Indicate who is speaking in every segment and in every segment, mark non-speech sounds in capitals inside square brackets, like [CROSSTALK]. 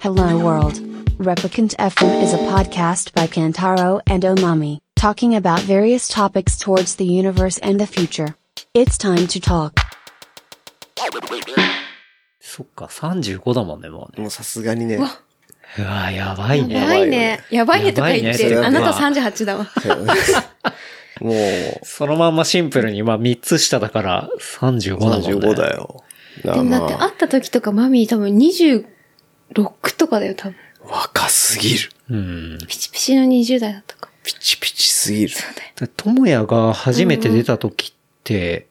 Speaker 1: Hello World. Replicant FM is a podcast by Kantaro and Omami, talking about various topics towards the universe and the future. It's time to talk.
Speaker 2: そっか、35だもんね、もうね。
Speaker 3: もうさすがにね
Speaker 4: う。わ
Speaker 2: うわ、やばい
Speaker 4: や
Speaker 2: ね。
Speaker 4: ばいね。やばいねとか言って
Speaker 3: や
Speaker 4: る。
Speaker 3: ば
Speaker 4: あ
Speaker 3: いね
Speaker 4: なた38だわ。
Speaker 3: もう、
Speaker 2: [LAUGHS] そのまんまシンプルに、まあ3つ下だから35だもんね。
Speaker 3: 35だよ。だ
Speaker 4: でもだって
Speaker 3: ま
Speaker 4: 会った時とかマミー多分26とかだよ、多分。
Speaker 3: あ、若すぎる。
Speaker 2: うん。
Speaker 4: ピチピチの20代だったか。
Speaker 3: ピチピチすぎる。
Speaker 2: ともやが初めて出た時って、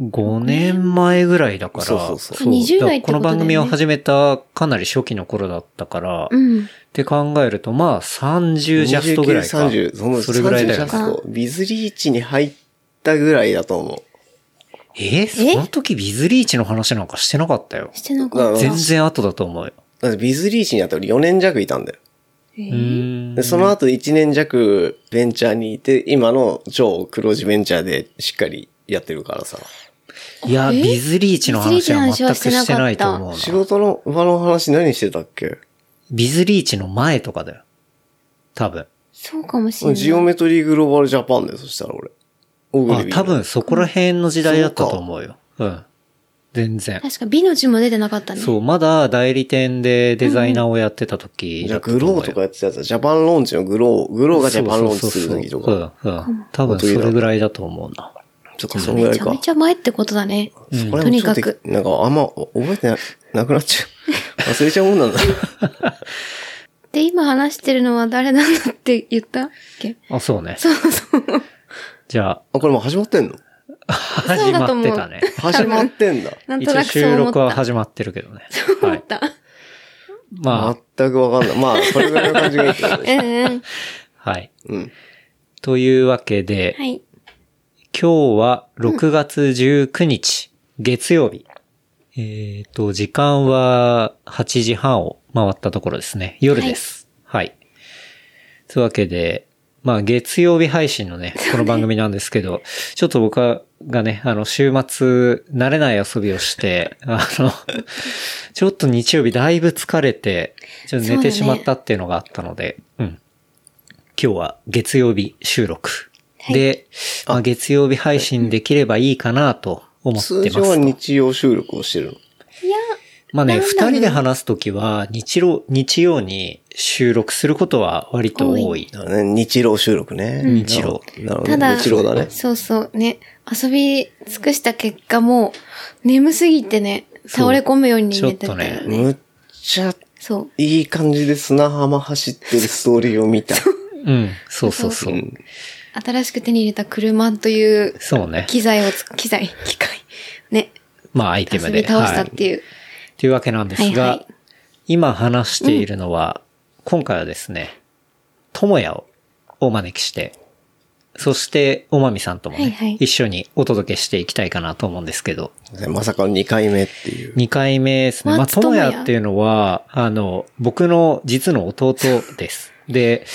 Speaker 2: 5年前ぐらいだから、
Speaker 3: そうそうそう
Speaker 4: あ20代
Speaker 2: だからこの番組を
Speaker 4: ってことだ
Speaker 2: 始めたかなり初期の頃だったから、
Speaker 4: う
Speaker 2: っ
Speaker 4: ん。
Speaker 2: て考えると、まあ30ジャストぐらいか。
Speaker 3: 29 30、その
Speaker 2: それぐらいだよ
Speaker 3: 30
Speaker 2: ね
Speaker 3: ジャストビズリーチに入ったぐらいだと思
Speaker 2: えその時ビズリーチの話なんかしてなかったよ。
Speaker 4: してなかった。
Speaker 2: 全然後だと思うよ。
Speaker 3: う。だってビズリーチにあった俺4年弱いたんだよ。
Speaker 4: え
Speaker 2: う
Speaker 4: ー。
Speaker 2: ん
Speaker 3: で、その後1年弱ベンチャーにいて、今の超黒字ベンチャーでしっかりやってるからさ。
Speaker 2: いや、
Speaker 4: え
Speaker 2: ビズリーチの話は
Speaker 4: ビズリーチ
Speaker 2: 全
Speaker 4: の話は
Speaker 2: く
Speaker 4: してな
Speaker 2: し
Speaker 4: かった
Speaker 2: てないと思う
Speaker 3: 仕
Speaker 2: な。
Speaker 3: 事の場の話何してたっけ
Speaker 2: ビズリーチの前とかだよ。多分。
Speaker 4: そうかもしれない。
Speaker 3: ジオメトリーグローバルジャパンだよ、そしたら俺。オグリ
Speaker 2: あ、
Speaker 3: ビーの
Speaker 2: 多分そこら辺の時代だったと思うよ。うん。全然。
Speaker 4: 確か美の字も出てなかったね。
Speaker 2: そう、まだ代理店でデザイナーをやってた時
Speaker 3: じゃ
Speaker 2: だ
Speaker 3: あ
Speaker 2: ったと
Speaker 3: グ
Speaker 2: 思うよ。
Speaker 3: ローとかやってたやつだジャパンローンチのグロー、グローがジャパンローンチする時とか。
Speaker 2: そうそうそう。うん、うん。多分それぐらいだと思うな。
Speaker 3: ちょっとそんぐら
Speaker 4: め
Speaker 3: い
Speaker 4: ちゃ
Speaker 3: か
Speaker 4: め。ちゃ前ってことだね。
Speaker 3: そこら辺
Speaker 4: とに
Speaker 3: もちょ
Speaker 4: か
Speaker 3: っと
Speaker 4: く。
Speaker 3: なんかあんま覚えてななくなっちゃ [LAUGHS] う。忘れちゃうもんなんだ。
Speaker 4: で、今話してるのは誰なんだって言ったっけ
Speaker 2: あ、そうね。そうそう。じゃ
Speaker 3: あ、これもう始まってんの
Speaker 2: あ、始まってたね。
Speaker 3: 始まってんだ。
Speaker 4: なん
Speaker 2: 一
Speaker 4: と
Speaker 2: 応
Speaker 4: なくそう
Speaker 2: 収
Speaker 4: 思
Speaker 2: 録は
Speaker 4: った。
Speaker 2: 始まってるけどね。
Speaker 4: 思
Speaker 2: は
Speaker 4: [LAUGHS] っ
Speaker 2: い。
Speaker 4: た。
Speaker 2: [LAUGHS] ま
Speaker 3: 全くわかんない。まあ、それぐらいの感じがいいってことで
Speaker 4: うんうん。
Speaker 2: あ、はい。 [LAUGHS]
Speaker 3: うん。
Speaker 2: というわけで、
Speaker 4: はい。
Speaker 2: 今日は6月19日、月曜日。えっ、と、時間は8時半を回ったところですね。夜です。はい。というわけで、まあ月曜日配信のね、この番組なんですけど、ちょっと僕はがね、あの、週末、慣れない遊びをして、あの、ちょっと日曜日だいぶ疲れて、ちょっと寝てしまったっていうのがあったので、うん。今日は月曜日収録。で、まあ、月曜日配信できればいいかなと思ってま
Speaker 3: 通
Speaker 2: すと。
Speaker 3: 常は日曜収録をしてるの。
Speaker 4: いや、
Speaker 2: まあね、
Speaker 4: なんだろ
Speaker 2: 二
Speaker 4: う
Speaker 2: 人で話すときは日曜、日曜に収録することは割と多い。
Speaker 3: だからね、日曜収録ね。
Speaker 2: 日曜
Speaker 3: なるほど。
Speaker 4: ただ、
Speaker 3: 日曜だね。
Speaker 4: そうそう、ね。遊び尽くした結果もう、眠すぎてね、
Speaker 2: そう
Speaker 4: 倒れ込むように寝てたよ
Speaker 2: ちょっと
Speaker 3: むっちゃ
Speaker 4: そう。
Speaker 3: いい感じで砂浜走ってるストーリーを見た。 [LAUGHS]
Speaker 2: うん、そうそうそうう。
Speaker 3: ん
Speaker 4: 新しく手に入れた車という
Speaker 2: そうね。
Speaker 4: 機材をつ、機材、機械。ね。
Speaker 2: まあアイテム
Speaker 4: 遊
Speaker 2: で。
Speaker 4: び倒した
Speaker 2: は
Speaker 4: っ
Speaker 2: い。
Speaker 4: ていう。
Speaker 2: というわけなんですが、
Speaker 4: はいはい
Speaker 2: 今話しているのは、今回はですね、ともやをお招きして、そして、おまみさんともね、
Speaker 4: はいはい
Speaker 2: 一緒にお届けしていきたいかなと思うんですけど、
Speaker 3: まさかの2回目っていう。
Speaker 2: 2回目ですね。まあ、
Speaker 4: 松
Speaker 2: とも
Speaker 4: 智也
Speaker 2: やっていうのは、あの、僕の実の弟です。で、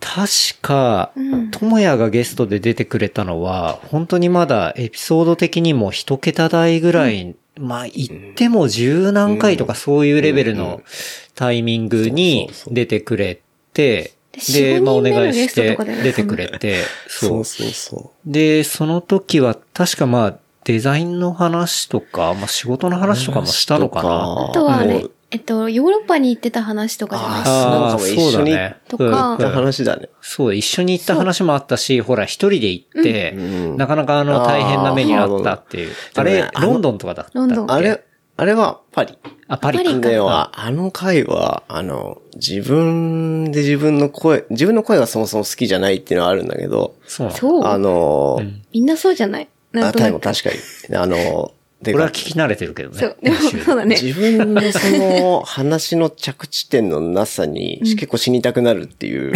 Speaker 2: 確か、ともやがゲストで出てくれたのは、本当にまだエピソード的にも一桁台ぐらい、まあ、言っても十何回とかそういうレベルのタイミングに出てくれて、
Speaker 4: で4-5
Speaker 2: まあ、お
Speaker 4: 人目の
Speaker 2: 願い
Speaker 4: ゲ
Speaker 2: し
Speaker 4: スト
Speaker 2: て
Speaker 4: とかだよね
Speaker 2: 出てくれて、
Speaker 3: そうそうそう。
Speaker 2: で、その時は確かまあ、デザインの話とか、まあ仕事の話とかもしたのかな。
Speaker 4: あとは
Speaker 3: も
Speaker 4: ね
Speaker 3: う、
Speaker 4: えっと、ヨーロッパに行ってた話とかじゃない
Speaker 3: あ
Speaker 2: ああ、
Speaker 3: そうか
Speaker 2: そ
Speaker 3: も
Speaker 2: うだね。
Speaker 4: 一緒に
Speaker 2: うん
Speaker 4: とか
Speaker 3: 話だね。
Speaker 2: そう、一緒に行った話もあったし、ほら、一人で行って、
Speaker 3: うん
Speaker 2: なかなかあの、大変な目にあったっていう。あ
Speaker 3: あーなるほど
Speaker 2: れ、
Speaker 3: でもね
Speaker 2: ロンドンとかだったっけ
Speaker 4: ロンドン
Speaker 3: あれ、あれはパリ。
Speaker 2: あ、パリ
Speaker 4: パリ
Speaker 2: か。
Speaker 4: か
Speaker 3: では、あの回は、あの、自分で自分の声、自分の声がそもそも好きじゃないっていうのはあるんだけど、
Speaker 2: そうなの。
Speaker 4: そ
Speaker 3: あ
Speaker 4: う。
Speaker 3: の、
Speaker 4: みんなそうじゃない。な
Speaker 3: あ、
Speaker 4: んと
Speaker 3: タイ
Speaker 4: な
Speaker 3: も
Speaker 4: く。
Speaker 3: 確かに。あの、で
Speaker 2: 俺は聞き慣れてるけどね。
Speaker 4: そう。
Speaker 2: [LAUGHS]
Speaker 4: でも、そうだね。
Speaker 3: 自分のその話の着地点のなさに結構死にたくなるっていう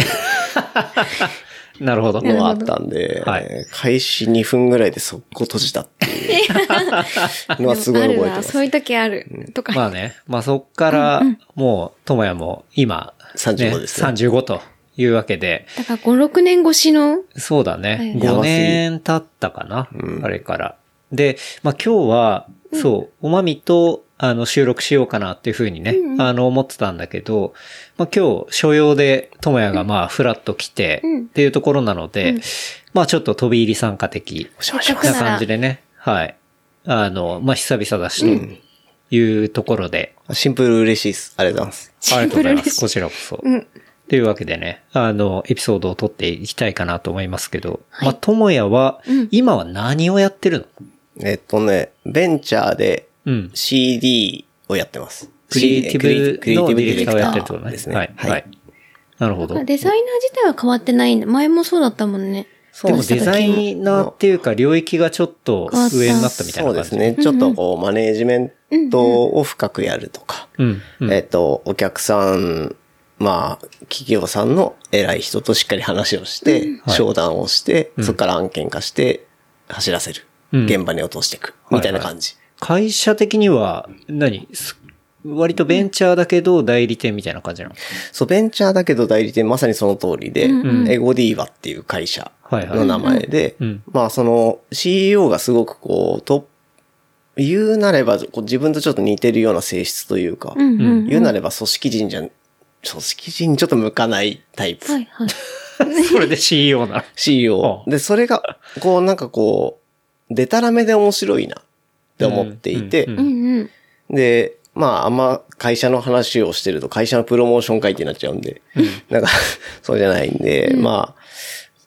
Speaker 2: なるほど。
Speaker 3: のがあったん
Speaker 2: な
Speaker 3: で、
Speaker 2: るほどはい
Speaker 3: 開始2分ぐらいで速攻閉じたっていうのはすごい覚えて
Speaker 4: ある
Speaker 3: ま
Speaker 4: な、
Speaker 3: す
Speaker 4: そう。 [LAUGHS] いう時ある。とか。
Speaker 2: まあね。まあそっから、もう、ともやも今、
Speaker 3: 35ですね
Speaker 2: 35というわけで、
Speaker 4: だから5、6年越しの、
Speaker 2: そうだね。
Speaker 4: は
Speaker 2: 5
Speaker 3: い
Speaker 2: 年経ったかな、あれから。で、まあ今日は、そう、おまみと、あの、収録しようかなっていうふうにね、
Speaker 4: うんうん
Speaker 2: あの、思ってたんだけど、まあ今日、所用で、ともやがまあ、フラッと来て、
Speaker 4: うん
Speaker 2: っていうところなので、
Speaker 4: うん
Speaker 2: まあちょっと飛び入り参加的
Speaker 3: おしま
Speaker 4: せ
Speaker 3: し
Speaker 4: っ
Speaker 3: ま
Speaker 4: か
Speaker 3: す
Speaker 4: く
Speaker 2: な
Speaker 4: なら
Speaker 2: 感じでね、はい。あの、まあ久々だし、というところで、
Speaker 3: あシンプル嬉しいです。ありがとうございます。
Speaker 2: あ
Speaker 4: シ
Speaker 2: り
Speaker 4: ン
Speaker 2: がとうご
Speaker 4: プ
Speaker 2: ざ
Speaker 4: ル
Speaker 2: い
Speaker 4: で
Speaker 2: ます。
Speaker 4: す
Speaker 2: こ。ちらこそ。
Speaker 4: うん。
Speaker 2: というわけでね、あの、エピソードを撮っていきたいかなと思いますけど、まあ、ともやは、今は何をやってる
Speaker 3: えっとね、ベンチャーで
Speaker 2: のうん
Speaker 3: CD をやってます。
Speaker 2: クリエイティブのディレクターをやってるってことね。
Speaker 3: ですね。
Speaker 2: はい。はい。なるほど。で
Speaker 4: デザイナー自体は変わってないんだ。前もそうだったもんね。
Speaker 3: そう
Speaker 2: も
Speaker 3: です
Speaker 2: デ
Speaker 3: ね。
Speaker 2: ザイナーっていうか領域がちょっと上になったみたいな
Speaker 3: そうで
Speaker 2: 感
Speaker 3: す
Speaker 2: じ。
Speaker 3: ね。ちょっとこう、マネージメントを深くやるとか、
Speaker 2: うん。うん。
Speaker 3: えっと、お客さん、まあ、企業さんの偉い人としっかり話をして、
Speaker 2: はい
Speaker 3: 商談をして、
Speaker 2: うん
Speaker 3: そこから案件化して、走らせる。
Speaker 2: うん
Speaker 3: 現場に落としていく。みたいな感じ。
Speaker 2: 会社的には何、す割とベンチャーだけど代理店みたいな感じなの
Speaker 3: そう、ベンチャーだけど代理店まさにその通りで、
Speaker 4: うん
Speaker 3: エゴディーバっていう会社
Speaker 2: はいはい
Speaker 3: の名前で
Speaker 2: うんうん、
Speaker 3: まあその CEO がすごくこう、と、言うなればこう自分とちょっと似てるような性質というか、
Speaker 4: うんうん。
Speaker 3: 言うなれば組織人じゃん、組織人にちょっと向かないタイプ。
Speaker 4: はいはい。
Speaker 2: それで CEO なの。
Speaker 3: CEO。で、それが、こうなんかこう、でたらめで面白いなって思っていて
Speaker 2: うんうん、
Speaker 4: うんうん。
Speaker 3: で、まあ、あんま会社の話をしてると会社のプロモーション会ってなっちゃうんで、なんか、 [LAUGHS] そうじゃないんで、まあ、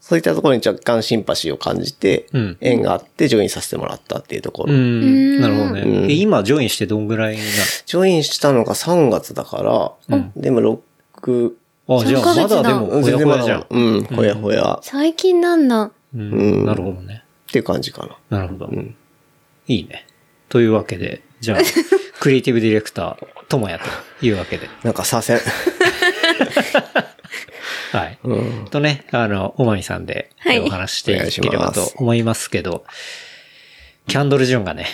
Speaker 3: そういったところに若干シンパシーを感じて、
Speaker 2: うん
Speaker 3: 縁があってジョインさせてもらったっていうとこ
Speaker 2: う
Speaker 3: ろ。
Speaker 2: ん。なるほど
Speaker 3: う
Speaker 2: ね。
Speaker 3: ん
Speaker 2: え今、ジョインしてどんぐらいな
Speaker 3: ジョインしたのが3月だから、でも6、
Speaker 2: のあ、じゃあ、ま
Speaker 4: 三
Speaker 2: だで
Speaker 4: ヶ月だ
Speaker 2: も、ほやほやじゃん。
Speaker 3: うん、ほやほやっ
Speaker 4: 最近なんだ。
Speaker 2: うん。なるほどね。
Speaker 3: ていう感じかな。
Speaker 2: なるほど。
Speaker 3: ん
Speaker 2: いいね。というわけで、
Speaker 3: [LAUGHS]
Speaker 2: じゃあ、クリエイティブディレクター、ともやというわけで。
Speaker 3: なんか左遷。
Speaker 2: はい。とね、あの、おまみさんで、
Speaker 4: はい
Speaker 2: お話ししていければと思いますけど、キャンドル・ジュンがね、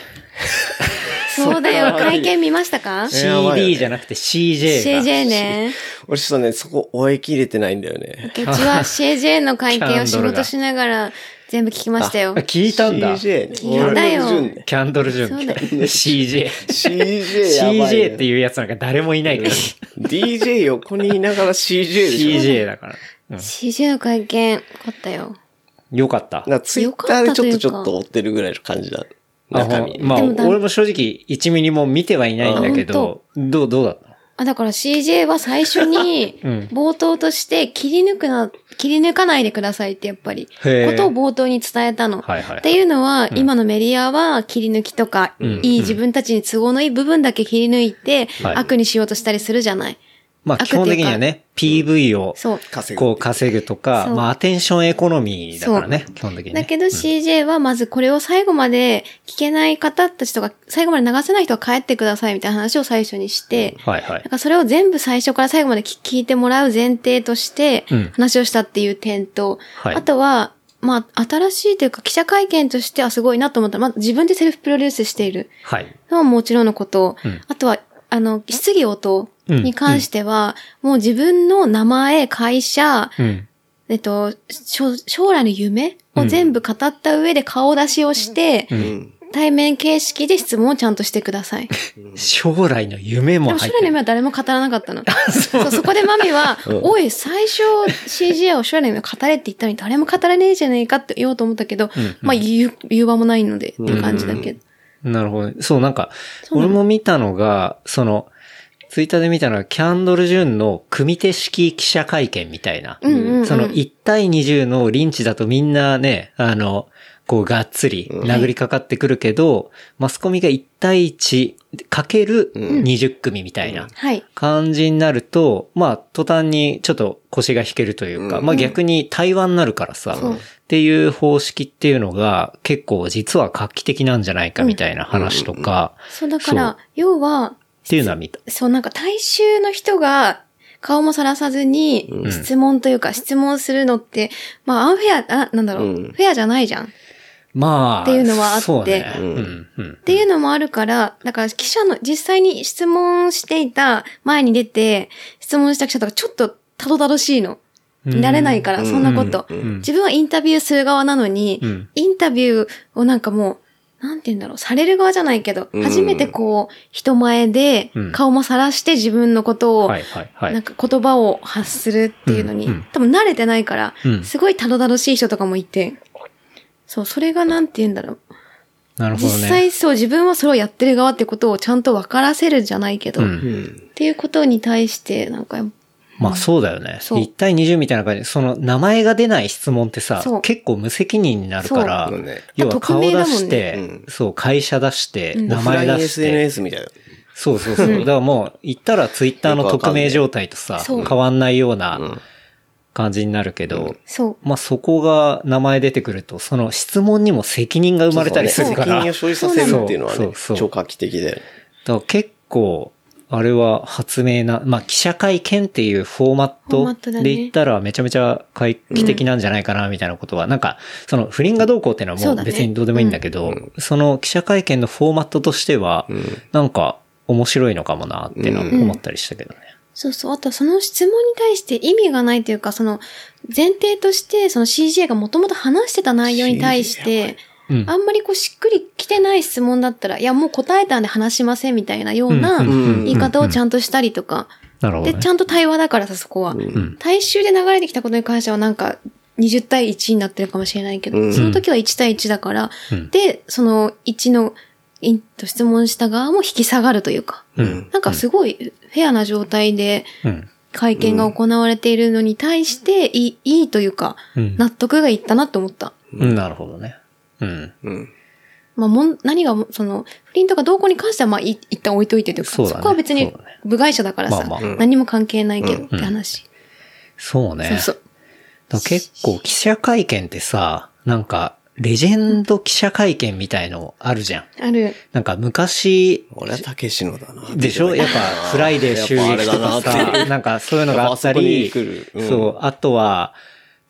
Speaker 4: そうだよ。会見見ましたか
Speaker 3: えやば
Speaker 2: CD
Speaker 3: いよね
Speaker 2: じゃなくて CJ が、
Speaker 4: ?CJ
Speaker 2: [LAUGHS]
Speaker 4: ね。
Speaker 3: 俺ちょっとね、そこ追い切れてないんだよね。
Speaker 4: うちは CJ の会見を仕事しながら全部聞きましたよ
Speaker 2: あ。聞いたんだ。キ
Speaker 3: CJ ね。
Speaker 4: 聞いたよ
Speaker 3: 俺の順ね
Speaker 2: ャンドル・ジュン
Speaker 4: そうだよ。
Speaker 2: [LAUGHS] CJ。
Speaker 3: CJ やばい、ね。
Speaker 2: CJ っていうやつなんか誰もいないから。
Speaker 3: DJ 横にいながら CJ でしょ。
Speaker 2: CJ だから。うん
Speaker 4: CJ の会見、よかったよ。
Speaker 2: よかった。
Speaker 3: なんかツイッターでちょっとちょっと追ってるぐらいの感じだ。
Speaker 2: あ
Speaker 3: 中身。
Speaker 2: まあ、
Speaker 4: でもだ
Speaker 2: 俺も正直1ミリも見てはいないんだけど、どう、どうだった
Speaker 4: あ、だから CJ は最初
Speaker 2: [LAUGHS]
Speaker 4: に
Speaker 2: うん、
Speaker 4: 冒頭として切り抜くな、切り抜かないでくださいってやっぱり、
Speaker 2: へー
Speaker 4: ことを冒頭に伝えたの。
Speaker 2: はいはい
Speaker 4: っていうのは、今のメディアは切り抜きとか、
Speaker 2: ん
Speaker 4: いい自分たちに都合のいい部分だけ切り抜いて、
Speaker 2: はい
Speaker 4: 悪にしようとしたりするじゃない。
Speaker 2: まあ、
Speaker 4: 悪
Speaker 2: 基
Speaker 4: っていうか
Speaker 2: 本的にはね、PV を、
Speaker 4: そう。
Speaker 3: 稼ぐ。
Speaker 2: こう稼ぐとか、
Speaker 4: そう
Speaker 2: まあ、アテンションエコノミーだからね、基本的に、ね。
Speaker 4: だけど CJ はまずこれを最後まで聞けない方たちとか、最後まで流せない人は帰ってくださいみたいな話を最初にして、
Speaker 2: はいは
Speaker 4: なん
Speaker 2: い。
Speaker 4: かそれを全部最初から最後まで聞聞いてもらう前提として
Speaker 2: うん
Speaker 4: 話をしたっていう点と、
Speaker 2: はい
Speaker 4: あとは、まあ、新しいというか記者会見としてはすごいなと思ったら、まあ、自分でセルフプロデュースしている
Speaker 2: はい。
Speaker 4: のはもちろんのこと、
Speaker 2: うん
Speaker 4: あとは、あの、質疑応答に関しては、もう自分の名前、会社、
Speaker 2: うん。
Speaker 4: えっと、将将来の夢を全部語った上で顔出しをして、
Speaker 3: うん。
Speaker 4: 対面形式で質問をちゃんとしてください。
Speaker 2: 将来の夢
Speaker 4: で
Speaker 2: も
Speaker 4: も
Speaker 2: 入
Speaker 4: 将
Speaker 2: っ
Speaker 4: 来の
Speaker 2: てる。
Speaker 4: 夢は誰も語らなか [LAUGHS] ったの。そうそこでマミは、おい、最初 CGI を将来の夢を語れって言ったのに誰も語らねえじゃねえかって言おうと思ったけど、
Speaker 2: ん
Speaker 4: まあ言う、言う場もないのでっていう感じだけど。
Speaker 2: なるほど。そう、なんか、
Speaker 4: うな
Speaker 2: 俺
Speaker 4: の
Speaker 2: も見たのが、その、ツイッターで見たのは、キャンドル・ジュンの組手式記者会見みたいな。
Speaker 4: うんうんうん
Speaker 2: その1対20のリンチだとみんなね、あの、こうがっつり殴りかかってくるけど、マスコミが1対1かける20組みたいな
Speaker 4: はい。
Speaker 2: 感じになると、まあ、途端にちょっと腰が引けるというか、
Speaker 3: うん
Speaker 2: まあ逆に対話になるからさ、
Speaker 4: そう
Speaker 2: っていう方式っていうのが結構実は画期的なんじゃないかみたいな話とか、
Speaker 4: そうだか
Speaker 2: そう
Speaker 4: ら、要は、
Speaker 2: っていうのは見た。
Speaker 4: そう、なんか大衆の人が顔もさらさずに
Speaker 2: ん
Speaker 4: 質問というか質問するのって、まあアンフェア、あ、なんだろう、
Speaker 3: うん
Speaker 4: フェアじゃないじゃん。っ
Speaker 2: まあ、
Speaker 4: っていうのはあって
Speaker 2: そうね。う
Speaker 3: うんん、
Speaker 2: うん。
Speaker 4: ていうのもあるから、だから記者の、実際に質問していた前に出て、質問した記者とかちょっとたどたどしいの。慣れないから、そんなこと。
Speaker 2: うん
Speaker 4: 自分はインタビューする側なのに、
Speaker 2: うん
Speaker 4: インタビューをなんかもう、なんて言うんだろう、される側じゃないけど、
Speaker 3: うん
Speaker 4: 初めてこう、人前で
Speaker 2: うん、
Speaker 4: 顔もさらして自分のことを
Speaker 2: は、いはいはい。
Speaker 4: なんか言葉を発するっていうのに、
Speaker 2: うんうん
Speaker 4: 多分慣れてないから、
Speaker 2: うん
Speaker 4: すごいたどたどしい人とかもいて、そう、それがなんて言うんだろう。
Speaker 2: なるほど
Speaker 4: 実
Speaker 2: ね。
Speaker 4: 際そう、自分はそれをやってる側ってことをちゃんと分からせるじゃないけど、
Speaker 2: う
Speaker 4: っ
Speaker 2: ん。
Speaker 3: ん。
Speaker 4: ていうことに対して、なんか、
Speaker 2: まあそうだよね。
Speaker 4: そう
Speaker 2: 1対20みたいな感じで、その名前が出ない質問ってさ
Speaker 4: そう、
Speaker 2: 結構無責任になるから
Speaker 3: そうね、
Speaker 2: 要は顔出し
Speaker 4: 匿名
Speaker 2: て、
Speaker 3: だもんねうん
Speaker 2: そう、会社出して、
Speaker 4: うん
Speaker 2: 名
Speaker 3: オフラ
Speaker 2: 前
Speaker 3: イン
Speaker 2: 出して、
Speaker 3: SNS みたいな。
Speaker 2: そうそうそう。だからもう、言ったらツイッターの匿名状態とさ、
Speaker 4: そう
Speaker 2: 変わんないよう
Speaker 3: う
Speaker 2: なん感じになるけど、
Speaker 4: そう、
Speaker 2: まあそこが名前出てくると、その質問にも責任が生まれたりするか
Speaker 3: 責
Speaker 2: ら、
Speaker 3: 任を
Speaker 2: だか
Speaker 3: 生じさせるっていうのは
Speaker 2: そ
Speaker 3: ね
Speaker 2: うそう、そう
Speaker 3: 超画期的だよね。
Speaker 2: ら結構、あれは発明な、まあ記者会見っていうフォーマ
Speaker 4: フォーマッ
Speaker 2: ッ
Speaker 4: ト
Speaker 2: ト
Speaker 4: だね
Speaker 2: で言ったらめちゃめちゃ画期的なんじゃないかなみたいなことは、なんか、その不倫がどうこうっていうのは
Speaker 4: そ
Speaker 2: も
Speaker 4: うだ
Speaker 2: う
Speaker 4: ね
Speaker 2: 別にどうでもいいんだけど、その記者会見のフォーマットとしては
Speaker 3: ん、
Speaker 2: なんか面白いのかもなっていうのは思ったりしたけどね。
Speaker 4: そうそう。あと、その質問に対して意味がないというか、その、前提として、その CGA がもともと話してた内容に対して、
Speaker 2: うん。
Speaker 4: あんまりこう、しっくりきてない質問だったら、いや、もう答えたんで話しませんみたいなような
Speaker 2: うん
Speaker 3: うん
Speaker 4: 言い方をちゃんとしたりとか。
Speaker 2: なるほど、
Speaker 4: で、
Speaker 2: ね
Speaker 4: ち。ゃんと対話だからさ、そこは。
Speaker 2: ん
Speaker 4: 大衆で流れてきたことに関しては、なんか、20対1になってるかもしれないけ
Speaker 3: う
Speaker 4: ど、
Speaker 3: ん
Speaker 4: その時は1対1だから
Speaker 2: うん、
Speaker 4: で、その1の、いんと質問した側も引き下がるというか。
Speaker 2: うん。
Speaker 4: なんかすごいフェアな状態で
Speaker 2: うん。
Speaker 4: 会見が行われているのに対していい、いいというか、
Speaker 2: うん
Speaker 4: 納得がいったなと思った。
Speaker 2: うん。なるほどね。うん。
Speaker 3: うん。
Speaker 4: まあ、もん、何がも、その、不倫とかどうこうに関しては、まあ、い一旦置いといてというか、そ
Speaker 2: そうだね
Speaker 4: こは別に
Speaker 2: そうだね
Speaker 4: 部外者だからさ、
Speaker 2: まあまあ
Speaker 4: 何も関係ないけどって話。
Speaker 2: そうね。
Speaker 4: そうそう。
Speaker 2: だから結構記者会見ってさ、なんか、レジェンド記者会見みたいのあるじゃん。
Speaker 4: ある。
Speaker 2: なんか昔、
Speaker 3: 俺は竹志のだな。
Speaker 2: でしょやっぱ、フライデー襲撃とか
Speaker 3: やっぱあれだなっ
Speaker 2: さ、
Speaker 3: [LAUGHS]
Speaker 2: なんかそういうのがあった
Speaker 3: や
Speaker 2: り
Speaker 3: っぱあそこに来る、うん
Speaker 2: そう、あとは、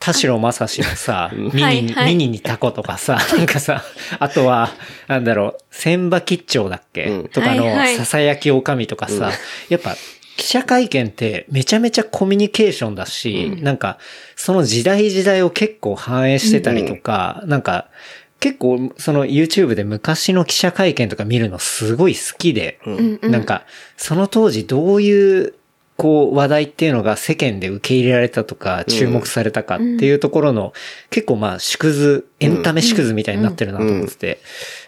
Speaker 2: 田代正史の
Speaker 3: [LAUGHS]
Speaker 2: さ、ミ
Speaker 4: はい
Speaker 2: ニに、
Speaker 4: はい
Speaker 2: ミニにタコとかさ、 [LAUGHS] なんかさ、あとは、なんだろう、千葉吉兆だっけ、
Speaker 3: うん
Speaker 2: とかの
Speaker 4: はいはい、
Speaker 2: ささやきおかみとかさ、やっぱ、記者会見ってめちゃめちゃコミュニケーションだし、なんか、その時代時代を結構反映してたりとか、なんか、結構、その YouTube で昔の記者会見とか見るのすごい好きで、
Speaker 4: うんうん。
Speaker 2: なんか、その当時どういう、こう、話題っていうのが世間で受け入れられたとか、注目されたかっていうところの、結構まあ、縮図、エンタメ縮図みたいになってるなと思ってて、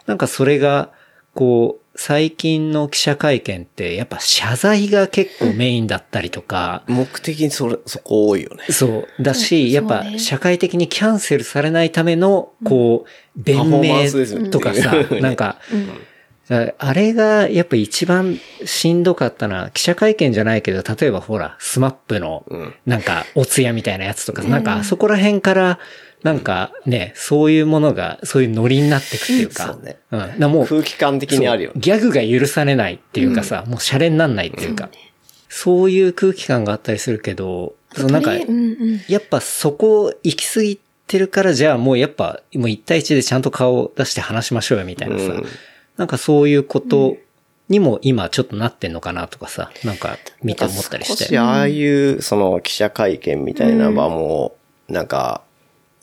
Speaker 2: なんかそれが、こう、最近の記者会見って、やっぱ謝罪が結構メインだったりとか、
Speaker 3: 目的にそれ、そこ多いよね。
Speaker 2: そう。だし、
Speaker 4: そ
Speaker 2: や
Speaker 4: う
Speaker 2: っ
Speaker 4: ね
Speaker 2: ぱ社会的にキャンセルされないための、こう、
Speaker 3: パ
Speaker 2: 弁
Speaker 3: フォーマンスですよね
Speaker 2: 明とかさ
Speaker 3: う、ん
Speaker 2: なんか、
Speaker 4: うん
Speaker 2: あれがやっぱ一番しんどかったな。記者会見じゃないけど、例えばほら、スマップの
Speaker 3: うん、
Speaker 2: なんか、お通夜みたいなやつとか、なんか、そこら辺から、なんかね、そういうものが、そういうノリになってくっていう
Speaker 3: うん
Speaker 2: か
Speaker 3: そうね、
Speaker 2: うん。だからもう、
Speaker 3: 空気感的にあるよ
Speaker 2: そう
Speaker 3: ね。
Speaker 2: ギャグが許されないっていうかさ、もうシャレになんないっていうか、そういう空気感があったりするけど、そのなんか
Speaker 4: とりあえ、ずうんうん。
Speaker 2: やっぱそこ行き過ぎてるから、じゃあもうやっぱ、もう一対一でちゃんと顔を出して話しましょうよみたいなさ、
Speaker 3: うん
Speaker 2: なんかそういうことにも今ちょっとなってんのかなとかさ、なんか見て思ったりし。
Speaker 3: 少してああいう、その記者会見みたいな場も、なんか、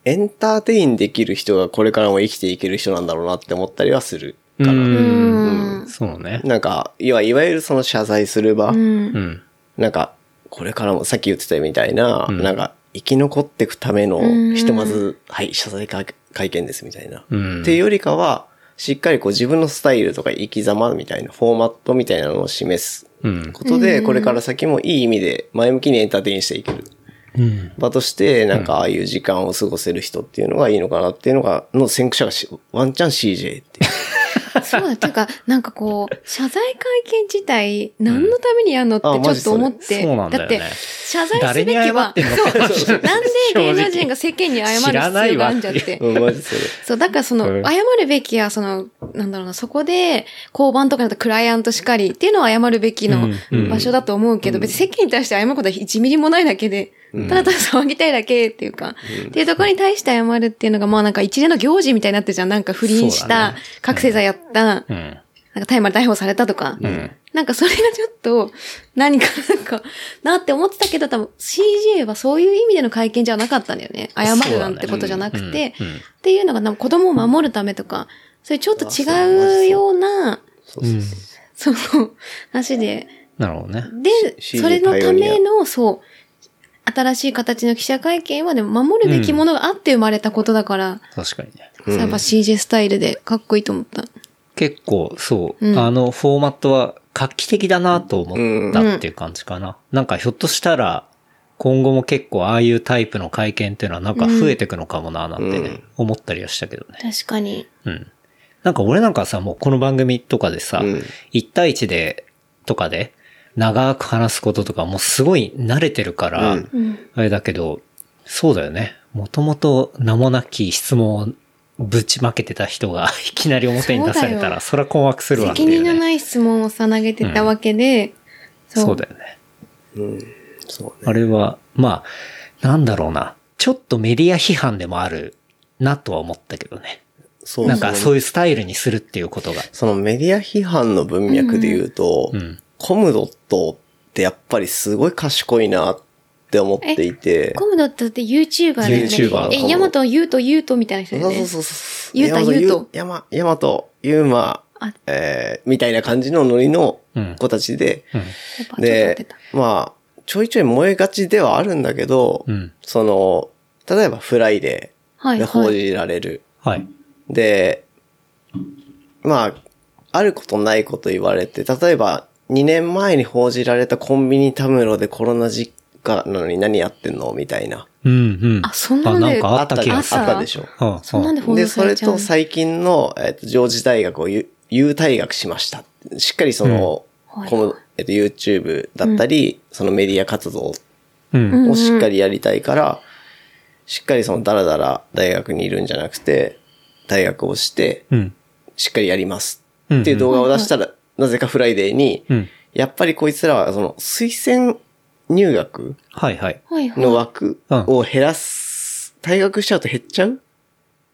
Speaker 3: エンターテインできる人がこれからも生きていける人なんだろうなって思ったりはする。
Speaker 2: う。
Speaker 4: うんん。
Speaker 2: そうね。
Speaker 3: なんか、いわいわゆるその謝罪する場、
Speaker 4: うん
Speaker 2: う。ん。
Speaker 3: なんか、これからもさっき言ってたみたいな、
Speaker 2: ん
Speaker 3: なんか、生き残っていくための、
Speaker 4: うん
Speaker 3: ひとまず、はい、謝罪会会見ですみたいな。
Speaker 2: うん
Speaker 3: っていうよりかは、しっかりこう自分のスタイルとか生き様みたいな、フォーマットみたいなのを示す
Speaker 2: うん。
Speaker 3: ことで、これから先もいい意味で前向きにエンターテインしていける
Speaker 2: うん。
Speaker 3: 場として、なんかああいう時間を過ごせる人っていうのがいいのかなっていうのが、の先駆者がしワンチャン CJ っていう。
Speaker 4: そう
Speaker 2: [LAUGHS]
Speaker 4: だ。てか、なんかこう、謝罪会見自体、何のためにやるのって
Speaker 3: う
Speaker 4: ち
Speaker 3: んあ
Speaker 4: ょ
Speaker 3: マ
Speaker 4: っ
Speaker 3: ジ
Speaker 4: と
Speaker 3: それ
Speaker 4: 思って。
Speaker 2: そうなんだよね
Speaker 4: って、謝罪す
Speaker 2: 誰
Speaker 4: べ
Speaker 2: に
Speaker 4: き
Speaker 2: 謝
Speaker 4: は
Speaker 2: っ、
Speaker 4: [LAUGHS]
Speaker 2: てんのかな
Speaker 4: なんで芸能人が世間に謝
Speaker 2: 知
Speaker 4: る
Speaker 2: らな
Speaker 4: 必
Speaker 2: い
Speaker 4: 要が
Speaker 2: わ
Speaker 4: あるんじゃって。
Speaker 3: うん、マジそれ。
Speaker 4: そう、だからその、
Speaker 2: うん
Speaker 4: 謝るべきは、その、なんだろうな、そこで、交番とかだとクライアントしかりっていうのは謝るべきの
Speaker 2: うん
Speaker 4: 場所だと思うけど、別に世間に対して謝ることは1ミリもないだけで、ただただ騒ぎたいだけっていうか、っていうところに対して謝るっていうのが、まあなんか一連の行事みたいになってるじゃん。なんか不倫し
Speaker 2: そうだ
Speaker 4: た、
Speaker 2: ね
Speaker 4: 覚醒剤やった、
Speaker 2: うん。
Speaker 4: なんか大麻で逮捕されたとか、
Speaker 2: ん
Speaker 4: なんかそれがちょっと、何かなんか、なって思ってたけど、多分 CJ はそういう意味での会見じゃなかったんだよね。謝るなんてことじゃなくて、
Speaker 2: うんうん
Speaker 4: っていうのが、なんか子供を守るためとか、そういうちょっと違うような、
Speaker 3: そうそうそう。
Speaker 4: その、話で、
Speaker 2: なるほどね。
Speaker 4: で、
Speaker 3: し
Speaker 4: それのための、そう、新しい形の記者会見はでも守るべきものがあって生まれたことだから、
Speaker 2: 確かにね。
Speaker 4: そうやっぱ CJ スタイルでかっこいいと思った。
Speaker 2: 結構、そう、
Speaker 4: うん
Speaker 2: あのフォーマットは画期的だなと思ったっていう感じかな。なんかひょっとしたら、今後も結構ああいうタイプの会見っていうのはなんか増えてくのかもななんてね、
Speaker 3: うん
Speaker 2: 思ったりはしたけどね。
Speaker 4: 確かに。
Speaker 2: うん。なんか俺なんかさ、もうこの番組とかでさ、
Speaker 3: うん
Speaker 2: 1対1で、とかで、長く話すこととかもうすごい慣れてるから、
Speaker 3: うん
Speaker 4: うん。
Speaker 2: あれだけど、そうだよね。もともと名もなき質問をぶちまけてた人が [LAUGHS] いきなり表に出されたら、そりゃ困惑するわけ
Speaker 4: 責
Speaker 2: だよ
Speaker 4: 任の
Speaker 2: ね。
Speaker 4: ない質問をさ投げてたわけで、
Speaker 2: そうだよね。
Speaker 3: そうね。
Speaker 2: あれは、まあ、なんだろうな。ちょっとメディア批判でもあるなとは思ったけどね。
Speaker 3: そう
Speaker 2: なんかそう
Speaker 3: う。
Speaker 2: いうスタイルにするっていうことが。
Speaker 3: そのメディア批判の文脈で言うと、
Speaker 2: うん。
Speaker 3: コムドットってやっぱりすごい賢いなって思っていて。
Speaker 4: コムドットって YouTuber だよね。
Speaker 2: YouTuber
Speaker 4: え、ヤマト、ユウト、ユウトみたいな人だ
Speaker 3: そ
Speaker 4: よ
Speaker 3: うそ
Speaker 4: ね
Speaker 3: う。そうそう。
Speaker 4: ゆうたゆうと
Speaker 3: ヤマヤマト、ユーマ
Speaker 4: あ、
Speaker 3: えーみたいな感じのノリの
Speaker 2: うん
Speaker 3: 子たちで、
Speaker 2: うん。
Speaker 4: やっぱちょっと合って
Speaker 3: で
Speaker 4: た。、
Speaker 3: まあ、ちょいちょい燃えがちではあるんだけど、
Speaker 2: うん。
Speaker 3: その、例えばフライデ
Speaker 4: は
Speaker 3: ー
Speaker 4: い、
Speaker 3: で報
Speaker 4: はい。
Speaker 3: じられる。
Speaker 2: はい。
Speaker 3: で、まあ、あることないこと言われて、例えば2年前に報じられたコンビニタムロでコロナ実家なのに何やってんのみたいな。
Speaker 2: うんうん。
Speaker 4: あそんなんで
Speaker 2: あ、なんかあった気
Speaker 3: あ
Speaker 2: が
Speaker 3: っ
Speaker 2: する。
Speaker 3: たでしょ。
Speaker 2: うんうん
Speaker 4: そんなんで報
Speaker 3: で、
Speaker 4: 道
Speaker 3: そ
Speaker 4: さ
Speaker 3: れ
Speaker 4: れちゃ
Speaker 3: と
Speaker 4: うの。
Speaker 3: 最近の、えっとジョージ大学をゆ優退学しました。しっかりその、
Speaker 4: うんはい
Speaker 3: この、えっと YouTube だったり、そのメディア活動
Speaker 2: うん。
Speaker 4: ん
Speaker 3: をしっかりやりたいから、しっかりそのダラダラ大学にいるんじゃなくて、大学をして、
Speaker 2: うん。
Speaker 3: しっかりやりますっていう動画を出したら、なぜかフライデーに、
Speaker 2: うん。
Speaker 3: やっぱりこいつらはその推薦入学
Speaker 2: はいはい。
Speaker 4: はいはい。
Speaker 3: の枠
Speaker 2: うん
Speaker 3: を減らす、退学しちゃうと減っちゃう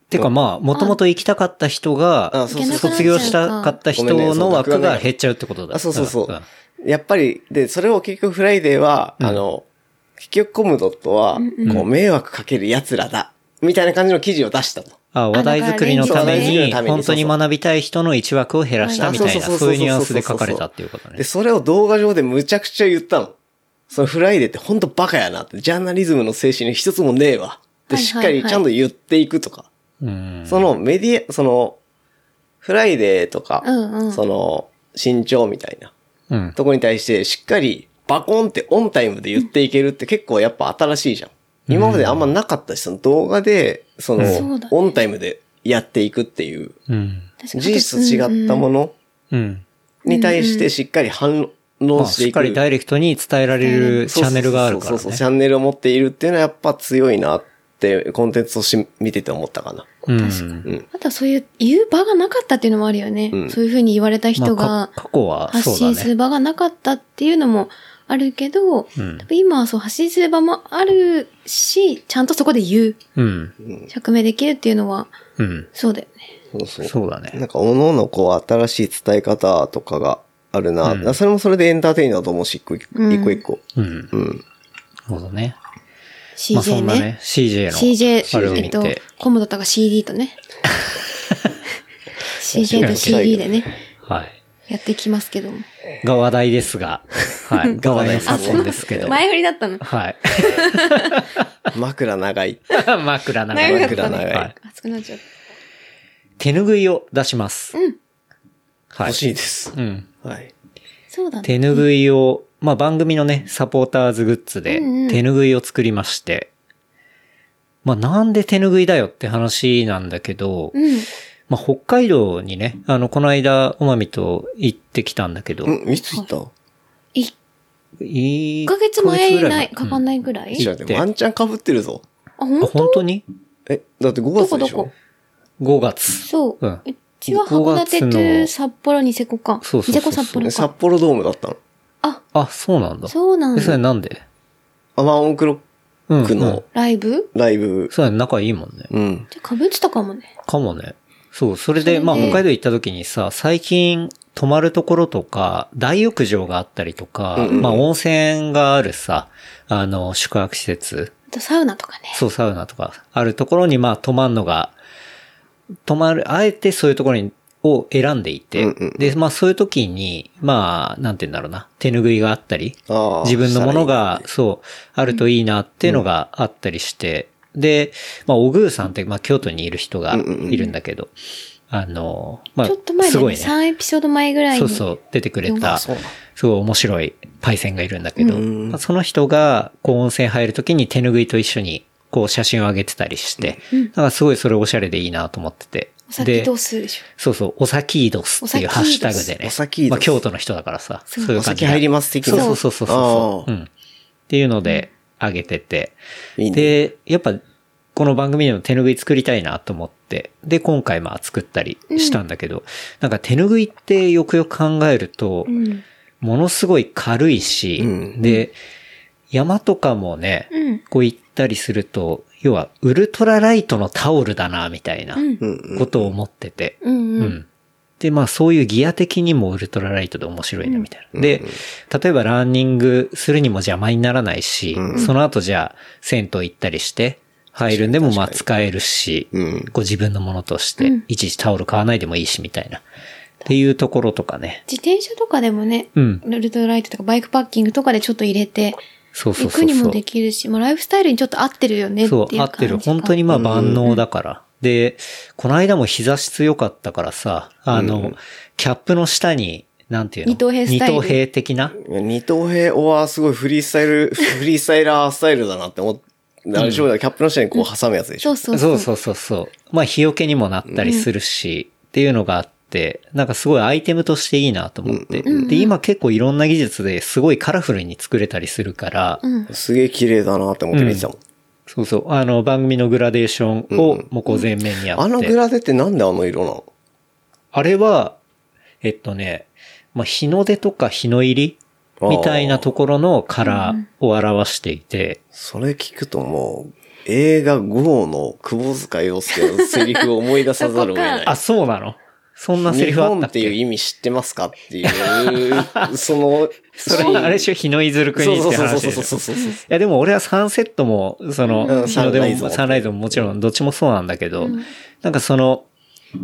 Speaker 2: てかまあ、もともと行きたかった人が、
Speaker 3: あそうそう
Speaker 2: 卒業したかった人の枠が減っちゃうってことだ。
Speaker 3: あ、そうそうそう。
Speaker 2: んん
Speaker 3: やっぱり、で、それを結局フライデーは、あの、結局コムドットは、こう、迷惑かける奴らだ。みたいな感じの記事を出したと。
Speaker 2: あ話題作りのため
Speaker 3: そう話題作りの
Speaker 2: に、
Speaker 3: ために
Speaker 2: 本当に学びたい人の一枠を減らしたみたいな、
Speaker 3: そうそ
Speaker 2: そ
Speaker 3: うそうそうそう
Speaker 2: ういうニュアンスで書かれたっていうことね
Speaker 3: で、。それを動画上でむちゃくちゃ言ったの。そのフライデーってほんとバカやなって、ジャーナリズムの精神の一つもねえわ。で、
Speaker 4: はい
Speaker 3: しっ
Speaker 4: はい
Speaker 3: か
Speaker 4: はい
Speaker 3: りちゃんと言っていくとか。
Speaker 2: うん。
Speaker 3: そのメディア、その、フライデーとか、
Speaker 4: うんうん
Speaker 3: その、身長みたいな
Speaker 2: うん。
Speaker 3: とこに対して、しっかりバコンってオンタイムで言っていけるって結構やっぱ新しいじゃん。今まであんまなかったし、その動画で、その、
Speaker 4: そうだね
Speaker 3: オンタイムでやっていくっていう、
Speaker 2: うん。
Speaker 4: 確
Speaker 3: 事
Speaker 4: かに
Speaker 3: 実と違ったもの
Speaker 2: うん。
Speaker 3: に対してしっかり反
Speaker 2: まあ、
Speaker 3: 論して
Speaker 2: しっ
Speaker 3: いく。
Speaker 2: かりダイレクトに伝えられるチャンネルがあるから
Speaker 3: そうそうそうそう、
Speaker 2: ね
Speaker 3: チ。ャンネルを持っているっていうのはやっぱ強いなって、コンテンツとして見てて思ったかな。
Speaker 2: うん
Speaker 3: うん。
Speaker 4: あとはそういう言う場がなかったっていうのもあるよね。
Speaker 3: うん
Speaker 4: そういうふうに言われた人
Speaker 2: まあ
Speaker 4: が
Speaker 2: か過去は
Speaker 4: 発
Speaker 2: そう
Speaker 4: 信
Speaker 2: だ
Speaker 4: する
Speaker 2: ね。
Speaker 4: 場がなかったっていうのもあるけど、
Speaker 2: うん
Speaker 4: 多分今はそう発信する場もあるし、ちゃんとそこで言う、
Speaker 2: うん。
Speaker 4: 釈明できるっていうのは、
Speaker 2: うん。
Speaker 4: そうだよね。
Speaker 3: そうそう。
Speaker 2: そうだ
Speaker 3: な
Speaker 2: ね。
Speaker 3: んか、各々こう、新しい伝え方とかがあるな。
Speaker 2: うん
Speaker 3: だからそれもそれでエンターテインだと思うし、一個一個。
Speaker 4: うん
Speaker 3: 一個一個
Speaker 2: うん。
Speaker 3: うん。
Speaker 2: そうだね。まあそ
Speaker 4: CJ
Speaker 2: ん
Speaker 4: ね。
Speaker 2: なね、CJ の。
Speaker 4: CJ、
Speaker 2: あれを
Speaker 4: え
Speaker 2: 見
Speaker 4: っと
Speaker 2: て。、
Speaker 4: コムドットが CD
Speaker 2: [LAUGHS]
Speaker 4: とね。CJ と CD でね、
Speaker 2: はい。
Speaker 4: やっていきますけども。
Speaker 2: が話題ですが、
Speaker 4: [LAUGHS]
Speaker 2: はい。が話題
Speaker 3: あそう
Speaker 2: なんですけど。
Speaker 4: 前振りだったの。
Speaker 2: はい。 [LAUGHS]
Speaker 3: 枕長い。
Speaker 2: 枕長
Speaker 4: 長
Speaker 2: い。
Speaker 4: かった
Speaker 3: 枕長
Speaker 4: ね。
Speaker 3: い。
Speaker 2: はい
Speaker 4: 熱くなっちゃっ
Speaker 2: 手拭いを出します。
Speaker 4: うん
Speaker 2: はい。
Speaker 3: 欲しいです。
Speaker 2: うん。
Speaker 3: はい。
Speaker 4: た。そうだね。
Speaker 2: 手拭いを、まあ番組のね、サポーターズグッズで
Speaker 4: うんうん
Speaker 2: 手拭いを作りまして、まあなんで手拭いだよって話なんだけど、
Speaker 4: うん。
Speaker 2: まあ北海道にね、あの、この間、おまみと行ってきたんだけど、
Speaker 3: うん、いつ行った
Speaker 4: 1
Speaker 2: 1
Speaker 4: ヶ月前
Speaker 2: ぐ
Speaker 4: い
Speaker 2: ら
Speaker 4: ない、
Speaker 2: うん
Speaker 4: かかんないぐらい、
Speaker 3: ちょっと待ってワンチャン被ってるぞ。
Speaker 4: あ、ほん
Speaker 2: あ本当に
Speaker 3: え、だって5月でし
Speaker 4: どこど
Speaker 3: ょ
Speaker 4: こ
Speaker 2: ?5 月。
Speaker 4: そう。
Speaker 2: う
Speaker 4: うんちは函館
Speaker 2: 5
Speaker 4: to
Speaker 2: 月の
Speaker 4: 札幌ニセコか。
Speaker 2: そうそうそうそう
Speaker 4: ニセコ札幌
Speaker 3: え札
Speaker 4: か。
Speaker 3: 幌ドームだったの。
Speaker 4: あ、
Speaker 2: あ、そうなんだ。
Speaker 4: そうなん
Speaker 2: え、それ
Speaker 4: だ。
Speaker 2: なんで
Speaker 3: アマオンクロ
Speaker 2: う
Speaker 3: ック
Speaker 2: う
Speaker 3: の
Speaker 4: ライブ
Speaker 3: ライブ。
Speaker 2: そうだね、仲いいもんね。
Speaker 3: うん。
Speaker 4: じゃ、かぶってたかもね。
Speaker 2: かもね。そう、それで、まあ、
Speaker 4: それで
Speaker 2: 北海道行った時にさ、最近、泊まるところとか、大浴場があったりとか、
Speaker 3: うんうん
Speaker 2: まあ、温泉があるさ、あの、宿泊施設、
Speaker 4: あとサウナとかね。
Speaker 2: そう、サウナとか、あるところに、まあ、泊まんのが、止まる、あえてそういうところに、を選んでいて、
Speaker 3: うんうん
Speaker 2: で、まあそういう時に、まあ、なんて言うんだろうな、手拭いがあったり、
Speaker 3: ああ
Speaker 2: 自分のものが、そう、あるといいなっていうのがあったりして、で、まあ、おぐうさんって、まあ、京都にいる人が
Speaker 3: うんうんうん
Speaker 2: いるんだけど、あの、まあ、
Speaker 4: ちょっと前
Speaker 2: す
Speaker 4: だね
Speaker 2: ごいね。
Speaker 4: 3エピソード前ぐらいに。
Speaker 2: そうそう、出てくれ
Speaker 4: あ
Speaker 2: た、す
Speaker 3: そうなんだ
Speaker 2: ごい面白いパイセンがいるんだけど、
Speaker 3: うん
Speaker 2: まあ、その人が、こう、温泉入るときに手拭いと一緒に、こう、写真を上げてたりして、なんかすごいそれおしゃれでいいなと思ってて。
Speaker 4: お酒
Speaker 2: で
Speaker 4: どうするでしょ
Speaker 2: そうそう、お先ドスっていう
Speaker 4: お先ドス
Speaker 2: ハッシュタグでね。
Speaker 3: お先ドス
Speaker 2: まあ、京都の人だからさ。そういう感
Speaker 3: お
Speaker 2: じ
Speaker 3: 酒
Speaker 2: が
Speaker 3: 入ります的
Speaker 2: そう
Speaker 3: な。
Speaker 2: そうそうそうそう。うん。っていうので、あげてて。
Speaker 3: いいね
Speaker 2: で、やっぱ、この番組でも手拭い作りたいなと思って、で、今回まあ作ったりしたんだけど、なんか手拭いってよくよく考えると、
Speaker 4: う。うん。
Speaker 2: ものすごい軽いし、
Speaker 3: うん
Speaker 2: で、山とかもね、
Speaker 4: うん
Speaker 2: こう行ったりすると、要はウルトラライトのタオルだな、みたいな
Speaker 4: うん
Speaker 3: うんうん
Speaker 2: ことを思ってて、
Speaker 4: うん
Speaker 2: う
Speaker 4: うん。
Speaker 2: ん。で、まあそういうギア的にもウルトラライトで面白いなみたいな。で、例えばランニングするにも邪魔にならないし、
Speaker 3: うん
Speaker 2: その後じゃあ銭湯行ったりして、入るんでもまあ
Speaker 3: 確
Speaker 2: 使えるし、
Speaker 3: うん
Speaker 2: こう自分のものとして、
Speaker 4: うん
Speaker 2: いちいちタオル買わないでもいいしみたいな。っていうところとかね。
Speaker 4: 自転車とかでもね、
Speaker 2: うん
Speaker 4: ウルトラライトとかバイクパッキングとかでちょっと入れて、
Speaker 2: そうそう
Speaker 4: 行
Speaker 2: そう
Speaker 4: く
Speaker 2: そう。
Speaker 4: にもできるし、まあライフスタイルにちょっと合ってるよねっていう
Speaker 2: そ
Speaker 4: 感じ
Speaker 2: う、
Speaker 4: が
Speaker 2: 合ってる。本当にまあ万能だから。で、この間も膝質良かったからさ、あの、キャップの下に、なんていうの
Speaker 4: 二等兵スタイル
Speaker 2: 二等兵的な
Speaker 3: 二等兵はすごいフリースタ
Speaker 2: [LAUGHS]
Speaker 3: イル、フリースタイラースタイルだなって思って、あれでしょキャップの下にこう挟むやつでしょ、
Speaker 4: そうそ
Speaker 2: そ
Speaker 4: うそうう。
Speaker 2: そうそうそう。まあ、日よけにもなったりするし、っていうのがあって、なんかすごいアイテムとしていいなと思って。で、今結構いろんな技術ですごいカラフルに作れたりするから、
Speaker 4: うん。
Speaker 3: すげえ綺麗だなって思って見てたもん。
Speaker 2: そうそう、あの、番組のグラデーションをもうこう前面にやって。
Speaker 3: あのグラデってなんであの色なの
Speaker 2: あれは、えっとね、まあ、日の出とか日の入りみたいなところのカラーを表していて、
Speaker 3: それ聞くともう、映画 GO の窪塚洋介のセリフを思い出さざるを得ない。
Speaker 2: [LAUGHS] あ、そうなのそんなセリ
Speaker 3: 日
Speaker 2: フあっ
Speaker 3: 本
Speaker 2: た
Speaker 3: っ
Speaker 2: ってけ
Speaker 3: いう意味知ってますかっ
Speaker 2: [LAUGHS]
Speaker 3: ていう、その、
Speaker 2: それ、あれでしょ日の出ずる国って話でしょ
Speaker 3: そうそうそうそうそうそう
Speaker 2: いやでも俺はサンセットも、その、
Speaker 3: うん
Speaker 2: 日の出
Speaker 3: サンライズ
Speaker 2: も、
Speaker 3: も
Speaker 2: サンライズももちろんどっちもそうなんだけど、なんかその、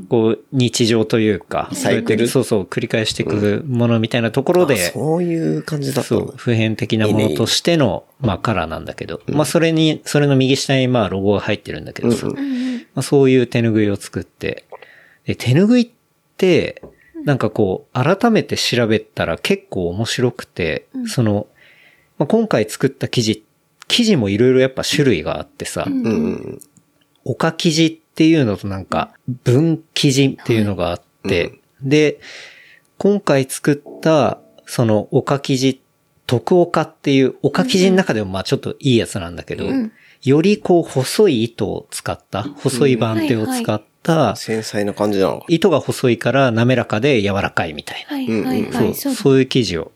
Speaker 2: こう、日常というか、
Speaker 3: サイクル
Speaker 2: そうそう、繰り返してくものみたいなところで、
Speaker 3: あそういう感じだった
Speaker 2: そ
Speaker 3: ん
Speaker 2: う
Speaker 3: だ、。
Speaker 2: 普遍的なものとしての、まあカラーなんだけど、まあそれに、それの右下にまあロゴが入ってるんだけどさ、
Speaker 3: うんうん
Speaker 2: まあそういう手拭いを作って、で、手拭いって、なんかこう、改めて調べたら結構面白くて、その、まあ、今回作った生地、生地もいろいろやっぱ種類があってさ、
Speaker 3: うんうん。
Speaker 2: おか生地っていうのとなんか、分生地っていうのがあって、で、今回作った、その、おか生地、徳岡っていう、おか生地の中でもまあちょっといいやつなんだけど、
Speaker 4: ん
Speaker 2: よりこう、細い糸を使った、細い番手を使った、
Speaker 3: 繊細な感じなのか。
Speaker 2: 糸が細いから滑らかで柔らかいみたいな。
Speaker 4: はいはいはい。
Speaker 2: そ、
Speaker 4: そうう
Speaker 2: そういう生地を。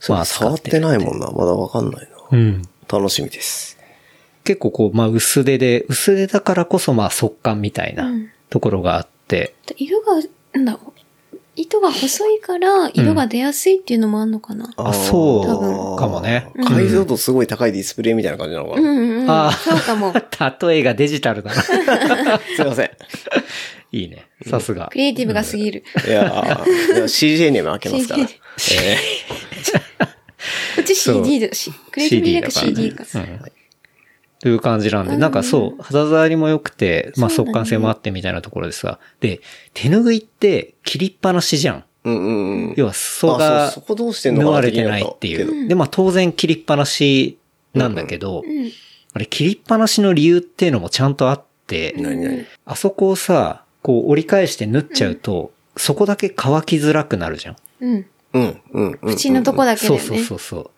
Speaker 3: そ
Speaker 2: まあ
Speaker 3: う、触ってないもんな。まだわかんないな。
Speaker 2: うん。
Speaker 3: 楽しみです。
Speaker 2: 結構こう、まあ薄手で、薄手だからこそまあ速乾みたいうなんところがあって、
Speaker 4: 色が、なんだろう。糸が細いから色が出やすいっていうのもあんのかな。
Speaker 2: あそう
Speaker 4: 多
Speaker 3: あ
Speaker 4: 分
Speaker 3: ー
Speaker 2: かもねうん
Speaker 3: 解像度すごい高いディスプレイみたいな感じなのか
Speaker 4: うん
Speaker 3: な。
Speaker 4: うんうん。
Speaker 2: あー
Speaker 4: そうかも。
Speaker 2: 例えがデジタル
Speaker 4: [LAUGHS]
Speaker 2: だな。
Speaker 3: すいません。
Speaker 2: いいね。さすが
Speaker 4: ク。リエイティブが過
Speaker 2: [LAUGHS]
Speaker 4: ぎる。
Speaker 3: いやーでも CJ にも開けますから。
Speaker 4: CJ
Speaker 3: え
Speaker 4: こっち
Speaker 2: そう
Speaker 4: CD だし、クリエイティブ
Speaker 2: CD
Speaker 4: なん
Speaker 2: だ
Speaker 4: か
Speaker 2: からね
Speaker 4: CD か。
Speaker 2: うんという感じなんで、なんかそう、肌触りも良くて、まあ速乾性もあってみたいなところでさ、で、手拭いって切りっぱなしじゃん。
Speaker 3: ーうんうんうん。
Speaker 2: 要は裾が
Speaker 3: あそうそこどうしてんの
Speaker 2: 縫
Speaker 3: かな
Speaker 2: われてないって
Speaker 3: 気になった
Speaker 2: いう。で、まあ当然切りっぱなしなんだけど、
Speaker 4: うん。
Speaker 2: あれ切りっぱなしの理由っていうのもちゃんとあって、
Speaker 3: 何々
Speaker 2: あそこをさ、こう折り返して縫っちゃうと、そこだけ乾きづらくなるじゃん。
Speaker 4: うん。
Speaker 3: うんうんうん。
Speaker 4: 口のとこだけだ
Speaker 2: そ
Speaker 4: よ
Speaker 2: う
Speaker 4: ね。
Speaker 2: そうそうそう。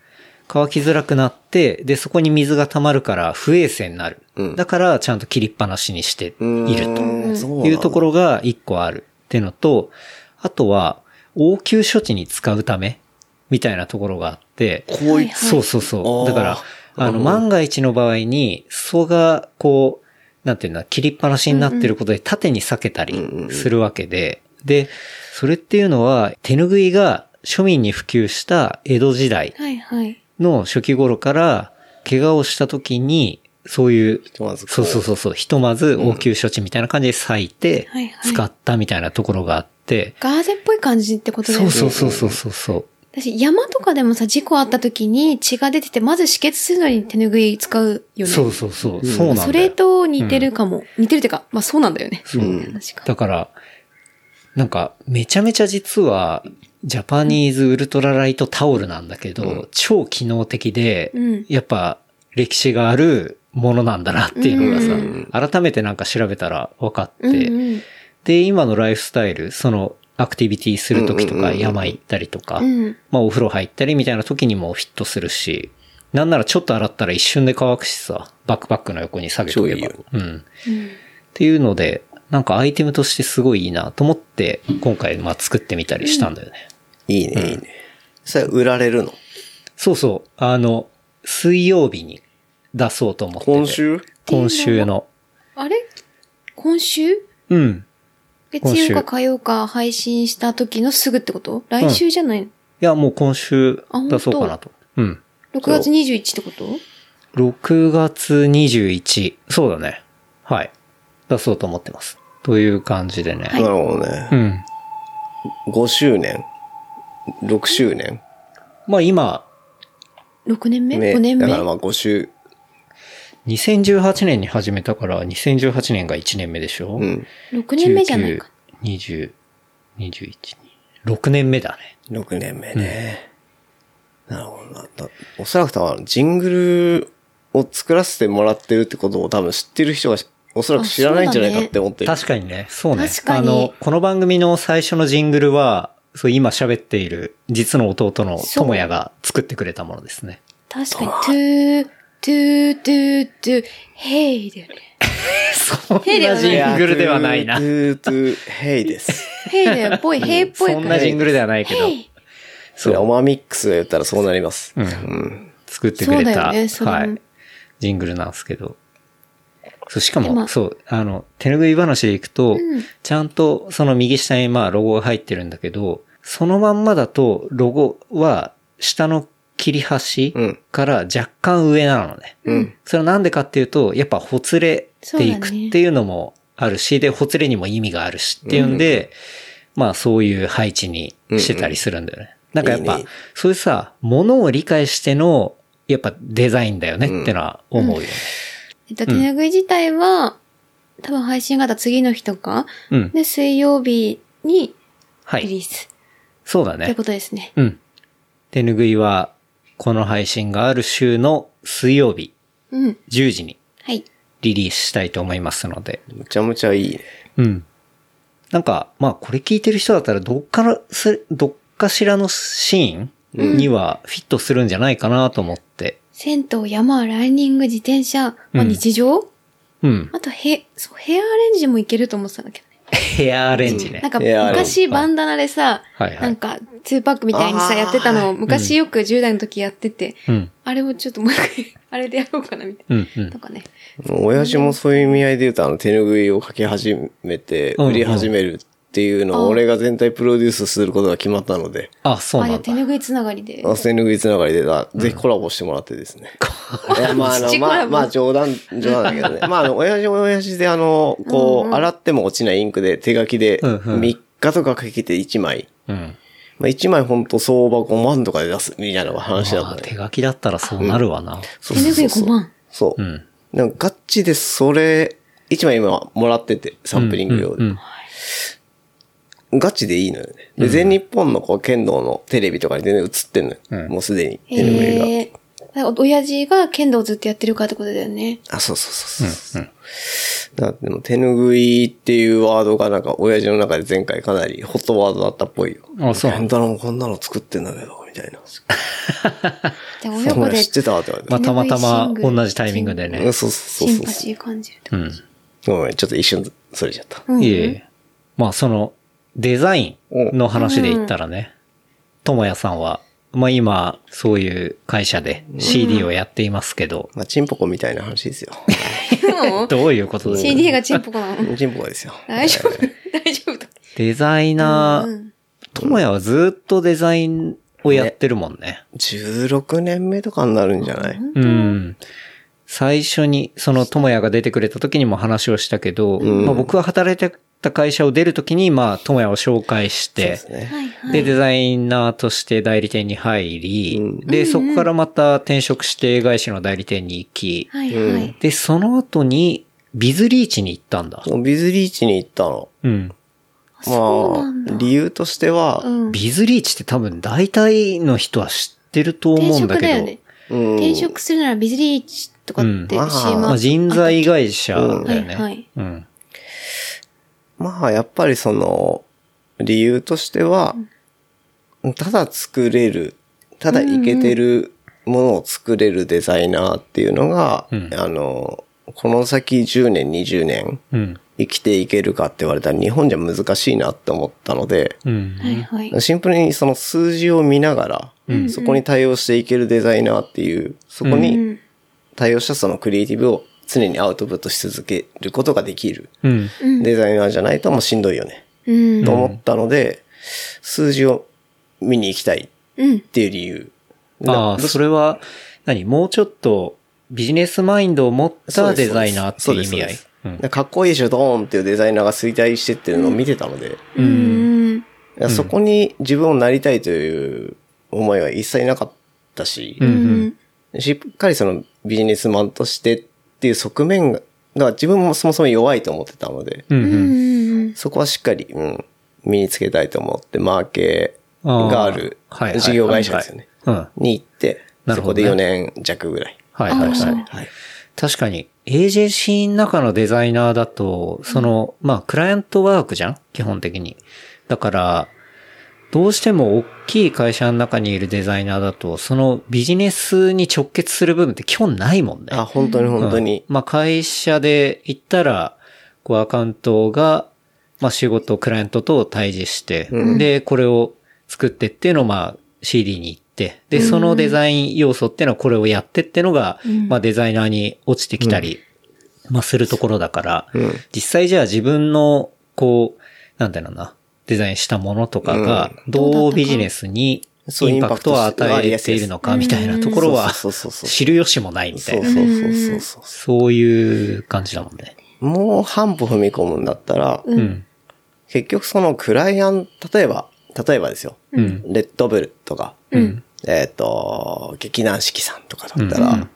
Speaker 2: 乾きづらくなって、で、そこに水が溜まるから不衛生になる。
Speaker 3: うん
Speaker 2: だから、ちゃんと切りっぱなしにしていると
Speaker 3: と
Speaker 2: いうとこ
Speaker 3: ろ。
Speaker 2: ろが一個あるっていうのと、あとは、応急処置に使うためみたいなところがあって、
Speaker 3: こうい
Speaker 2: そうそうそう。
Speaker 3: あー
Speaker 2: だから、あの、
Speaker 3: うん
Speaker 2: 万が一の場合に、裾が、こう、なんていうんだ、切りっぱなしになってることで縦に裂けたりするわけで、で、それっていうのは、手拭いが庶民に普及した江戸時代
Speaker 4: はいはい。
Speaker 2: の初期頃から、怪我をした時に、そういう、
Speaker 3: とまずこ
Speaker 2: そうそうそうそう、ひとまず応急処置みたいな感じで割いて
Speaker 4: はい、はい
Speaker 2: 使ったみたいなところがあって、
Speaker 4: ガーゼっぽい感じってことです
Speaker 2: そ
Speaker 4: ね。
Speaker 2: うそうそうそうそうそう。
Speaker 4: 私、山とかでもさ、事故あった時に血が出てて、まず止血するのに手拭い使うよね。
Speaker 2: そうそうそう、そうなんだよ。
Speaker 4: それと似てるかも。似てるっていうか、まあそうなんだよね。
Speaker 2: そう
Speaker 3: うん
Speaker 4: 確か
Speaker 2: だから、なんか、めちゃめちゃ実は、ジャパニーズウルトラライトタオルなんだけど、
Speaker 3: うん
Speaker 2: 超機能的で、
Speaker 4: うん
Speaker 2: やっぱ歴史があるものなんだなっていうのがさ、
Speaker 4: うん
Speaker 2: 改めてなんか調べたら分かって、
Speaker 4: に。うんうん
Speaker 2: で、今のライフスタイル、その、アクティビティするときと
Speaker 3: うんうん
Speaker 2: か、
Speaker 3: うんうん
Speaker 2: 山行ったりとか、
Speaker 4: うん
Speaker 2: まあお風呂入ったりみたいな時にもフィットするし、なんならちょっと洗ったら一瞬で乾くしさ、バックパックの横に下げとけば。
Speaker 3: 超いいよね
Speaker 2: うん。っていうので、なんかアイテムとしてすごいいいなと思って、今回まあ作ってみたりしたんだよね。
Speaker 3: いいね、いいね。それ売られるの
Speaker 2: そうそう、あの、水曜日に出そうと思ってて。
Speaker 3: 今週
Speaker 2: 今週の。
Speaker 4: あれ今週
Speaker 2: うん。
Speaker 4: 月
Speaker 2: 今週
Speaker 4: 曜か火曜か配信した時のすぐってこと来週じゃない、
Speaker 2: いや、もう今週
Speaker 4: あ本当
Speaker 2: 出そうかなと。うん。
Speaker 4: ?6 月21ってこと
Speaker 2: 6月21。そうだね。はい。出そうと思ってます。という感じでね。
Speaker 3: なるほどね
Speaker 2: う。ん。
Speaker 3: 5周年 ?6 周年
Speaker 2: まあ今、
Speaker 4: ?6 年目
Speaker 3: ね
Speaker 4: ?5 年目
Speaker 3: だからまあ5周、
Speaker 2: 2018年に始めたから、2018年が1年目でしょ
Speaker 3: う。ん。
Speaker 4: ?6 年目じゃないか。
Speaker 2: 19 20、21、6年目だね。
Speaker 3: 6年目ね。なるほどな。だおそらく多分、ジングルを作らせてもらってるってことを多分知ってる人がおそらく知らないんじゃないかって思ってる。
Speaker 2: 確かにね、そうね。
Speaker 4: 確かに
Speaker 2: あの、この番組の最初のジングルは、そう今喋っている実の弟の
Speaker 4: そう
Speaker 2: 智也が作ってくれたものですね。
Speaker 4: 確かに、トゥー、トゥー、トゥー、トゥー、ヘイだよね。
Speaker 2: そん
Speaker 4: ヘイでは
Speaker 2: な
Speaker 4: ない
Speaker 2: ジングルではないな
Speaker 3: ト。ゥートゥートゥーヘイです。
Speaker 4: ヘイだよ、ぽい、ヘイっぽい
Speaker 2: そんなジングルではないけど、
Speaker 4: ヘイ
Speaker 3: それ、オマミックスが言ったらそうなります。
Speaker 2: う
Speaker 3: うんん。
Speaker 2: 作ってくれ
Speaker 4: そうだ
Speaker 2: た、
Speaker 4: よねそれも
Speaker 2: はい、ジングルなんですけど。そう、しか
Speaker 4: でも
Speaker 2: も、そう、あの、手拭い話でいくと、
Speaker 4: うん
Speaker 2: ちゃんとその右下にまあロゴが入ってるんだけど、そのまんまだとロゴは下の切り端
Speaker 3: うん
Speaker 2: から若干上なのね。
Speaker 3: うん。
Speaker 2: それはなんでかっていうと、やっぱほつれていく
Speaker 4: そうだね
Speaker 2: っていうのもあるし、で、ほつれにも意味があるしっていうんで、まあそういう配置にしてたりするんだよね。なんかやっぱ、
Speaker 3: いいね
Speaker 2: そういうさ、ものを理解しての、やっぱデザインだよねってのは思うよね。
Speaker 4: えっと、手拭い自体は、多分配信があった次の日とか、
Speaker 2: うん。
Speaker 4: で、水曜日に
Speaker 2: は
Speaker 4: リリ
Speaker 2: い。
Speaker 4: ース。
Speaker 2: そうだ
Speaker 4: って
Speaker 2: ね。
Speaker 4: ことですね。
Speaker 2: うん。手ぬぐいは、この配信がある週の水曜日
Speaker 4: うん。
Speaker 2: 10時に
Speaker 4: はい。
Speaker 2: リリースしたいと思いますので。
Speaker 3: むちゃむちゃいいね。
Speaker 2: うん。なんか、まあこれ聞いてる人だったら、どっからす、どっかしらのシーンにはフィットするんじゃないかなと思って。
Speaker 4: 銭湯、山、ランニング、自転車、まあ、
Speaker 2: うん
Speaker 4: 日常、
Speaker 2: うん。
Speaker 4: あとヘ、そう、ヘアアレンジもいけると思ってたんだけどね。
Speaker 2: ヘアアレンジね
Speaker 4: なん。か、
Speaker 3: ヘアアレンジ
Speaker 4: 昔バンダナでさ、
Speaker 2: はいはい
Speaker 4: なんか、ツーパックみたいに
Speaker 3: あ
Speaker 4: さ、
Speaker 3: ー
Speaker 4: やってたのを、昔よく10代の時やってて、
Speaker 2: うん。
Speaker 4: あれをちょっともう一回、あれでやろうかな、みたい
Speaker 2: うんう
Speaker 4: な。と
Speaker 2: ん。
Speaker 4: かね。
Speaker 3: 親父もそういう意味合いで言うと、あの、手拭いをかけ始めて、
Speaker 2: うん
Speaker 3: 売り始めるっていうの
Speaker 4: うん
Speaker 3: を、俺が全体プロデュースすることが決まったので、
Speaker 2: あ、そう
Speaker 4: あ、じ
Speaker 2: な
Speaker 4: ゃあ
Speaker 2: ん
Speaker 4: 手
Speaker 2: だ。
Speaker 4: 拭いつながりで。
Speaker 3: あ手拭いつながりでだ、ぜひコラボしてもらってで
Speaker 2: [LAUGHS]
Speaker 3: すね。いやまあ、あの、
Speaker 4: 土コ
Speaker 3: ま
Speaker 4: ラ [LAUGHS]
Speaker 3: あ、
Speaker 4: ボ
Speaker 3: まあ、冗談、冗談だけど
Speaker 4: [LAUGHS]
Speaker 3: ね。まあ、あの、親父も親父で、あの、こう、洗っても落ちないインクで、手書きで、
Speaker 2: うんうん
Speaker 3: 3日とかかけて1枚。
Speaker 2: うん。
Speaker 3: まあ、1枚ほんと相場5万とかで出す、みたいな話だっ
Speaker 2: まあ
Speaker 3: た
Speaker 2: 手
Speaker 3: ね。
Speaker 2: 書きだったらそうなるわな。
Speaker 3: 手
Speaker 4: 手拭い5万。
Speaker 3: そう。
Speaker 2: うん。
Speaker 3: なんか、ガッチでそれ、1枚今もらってて、サンプリング用
Speaker 2: うんう
Speaker 3: で
Speaker 2: ん。
Speaker 3: ガチでいいのよね。で、全日本のこう、剣道のテレビとかに全然映ってんのよ。もうすでに、手拭いが。
Speaker 4: へえ。お親父が剣道をずっとやってるからってことだよね。
Speaker 3: あ、そうそうそうそう。だってもう手拭いっていうワードがなんか、親父の中で前回かなりホットワードだったっぽいよ。
Speaker 2: あそう
Speaker 3: ケンタロウもこんなの作ってんだけど、みたいな。
Speaker 4: じゃあ
Speaker 3: そ
Speaker 4: 親
Speaker 3: ん
Speaker 4: 子
Speaker 3: なの
Speaker 4: で
Speaker 3: 知ってたって言われて。
Speaker 2: まあたまたま同じタイミングで
Speaker 3: う
Speaker 2: ね
Speaker 3: ん。そうそうそ
Speaker 4: シ
Speaker 3: う
Speaker 4: ンパ
Speaker 3: そ
Speaker 4: シー感じるって
Speaker 2: う
Speaker 4: こ
Speaker 2: ん。
Speaker 4: と
Speaker 3: う。ごめん、ちょっと一瞬それちゃった。
Speaker 4: うんうん
Speaker 2: いえいえ。まあその、デザインの話で言ったらね、ともやさんは、まあ今、そういう会社で CD をやっていますけど、
Speaker 3: まあ、チンポコみたいな話
Speaker 4: [LAUGHS]
Speaker 3: ですよ。
Speaker 4: も
Speaker 2: どういうこと
Speaker 4: [LAUGHS] う
Speaker 2: ですか
Speaker 4: CD がチンポコなの。
Speaker 3: チンポコですよ。
Speaker 4: 大丈
Speaker 2: [LAUGHS]
Speaker 4: 夫大丈夫だ。
Speaker 2: デザイナ
Speaker 4: う
Speaker 2: ー、
Speaker 4: ん
Speaker 2: ともやはずっとデザインをやってるもんね。
Speaker 3: 16年目とかになるんじゃない
Speaker 2: うん。最初に、その、智也が出てくれた時にも話をしたけど、
Speaker 3: ん
Speaker 2: まあ僕が働いてた会社を出る時に、まあ、智也を紹介して、
Speaker 3: そうですね。
Speaker 4: はいはい。
Speaker 2: で、デザイナーとして代理店に入り、
Speaker 3: うん
Speaker 2: で、そこからまた転職して映画会社の代理店に行き、
Speaker 4: はいはい。
Speaker 2: で、その後に、ビズリーチに行ったんだ。
Speaker 3: そうビズリーチに行ったの。
Speaker 2: うん。
Speaker 4: あそう
Speaker 3: ま
Speaker 4: なんだ
Speaker 3: あ、理由としては、
Speaker 4: うん。
Speaker 2: ビズリーチって多分大体の人は知ってると
Speaker 4: 転
Speaker 2: 思うんだ
Speaker 4: 職
Speaker 2: け
Speaker 4: だ
Speaker 2: ど、
Speaker 4: よね。
Speaker 3: うん
Speaker 4: 転職するならビズリーチとかって
Speaker 3: うん
Speaker 4: CM
Speaker 2: ま
Speaker 4: あ
Speaker 2: あ、
Speaker 4: っ
Speaker 2: 人材会社だよね。
Speaker 4: はいはい
Speaker 2: うん。
Speaker 3: まあ、やっぱりその、理由としては、ただ作れる、ただいけてるものを作れるデザイナーっていうのが、
Speaker 2: うん
Speaker 3: あの、この先10年、20年、
Speaker 2: うん。
Speaker 3: 生きていけるかって言われたら日本じゃ難しいなって思ったので、
Speaker 2: うん。
Speaker 4: はいはい。
Speaker 3: シンプルにその数字を見ながら、そこに対応していけるデザイナーっていう、そこ
Speaker 4: う
Speaker 3: に
Speaker 4: ん。
Speaker 3: 対応したそのクリエイティブを常にアウトプットし続けることができる
Speaker 2: うん。
Speaker 4: うん
Speaker 3: デザイナーじゃないともうしんどいよね、
Speaker 4: うん
Speaker 3: と。思ったので、数字を見に行きたい
Speaker 4: うん。
Speaker 3: っていう理由。
Speaker 2: ああ、
Speaker 3: だ
Speaker 2: それは、何もうちょっとビジネスマインドを持ったデザイナーっていう意味合い。う
Speaker 3: だからかっこいいでしょ、ドーンっていうデザイナーが衰退してってるのを見てたので、
Speaker 4: うんうん。
Speaker 3: だからそこに自分をなりたいという思いは一切なかったし、
Speaker 2: んうん
Speaker 4: うん
Speaker 3: しっかりそのビジネスマンとしてっていう側面が、が自分もそもそも弱いと思ってたので、
Speaker 2: ん。
Speaker 4: う
Speaker 2: うん。
Speaker 4: ん。
Speaker 3: そこはしっかり、うん、身につけたいと思って、マーケ
Speaker 2: あー
Speaker 3: がある
Speaker 2: はいはい
Speaker 3: 事業会社ですよね。
Speaker 2: うん。はい
Speaker 3: に行って、
Speaker 2: なる
Speaker 3: そ
Speaker 2: ほ
Speaker 3: こ
Speaker 2: ど
Speaker 3: で
Speaker 2: ね
Speaker 3: 4年弱ぐらい。
Speaker 2: はい
Speaker 4: あ
Speaker 2: は
Speaker 4: ー
Speaker 2: い。
Speaker 3: はい。
Speaker 2: 確かに、エージェンシーの中のデザイナーだと、その、まあ、クライアントワークじゃん基本的に。だから、どうしても大きい会社の中にいるデザイナーだと、そのビジネスに直結する部分って基本ないもんね。
Speaker 3: あ、本当に本当に。
Speaker 2: まあ、会社で行ったら、こうアカウントが、まあ、仕事、クライアントと対峙して、で、これを作ってっていうのを、まあ、CD に行って、で、そのデザイン要素っていうのはこれをやってっていうのが、まあ、デザイナーに落ちてきたり、まあ、するところだから、
Speaker 3: うん
Speaker 2: 実際じゃあ自分の、こう、なんだろうな、デザインしたものとかが、どうビジネスに、
Speaker 3: そう
Speaker 2: インパクトを与えているのかみたいなところは、
Speaker 3: そうそうそうそう。
Speaker 2: 知る由もないみたい
Speaker 3: そう
Speaker 2: な。
Speaker 3: そうそうそうそ
Speaker 2: そういう感じだもんね。
Speaker 3: う。もう半歩踏み込むんだったら、
Speaker 2: うん。
Speaker 3: 結局そのクライアント、例えば、例えばですよ。
Speaker 2: うん。
Speaker 3: レッドブルとか、
Speaker 2: うん。
Speaker 3: えっ、と、劇団四季さんとかだったら、
Speaker 2: うん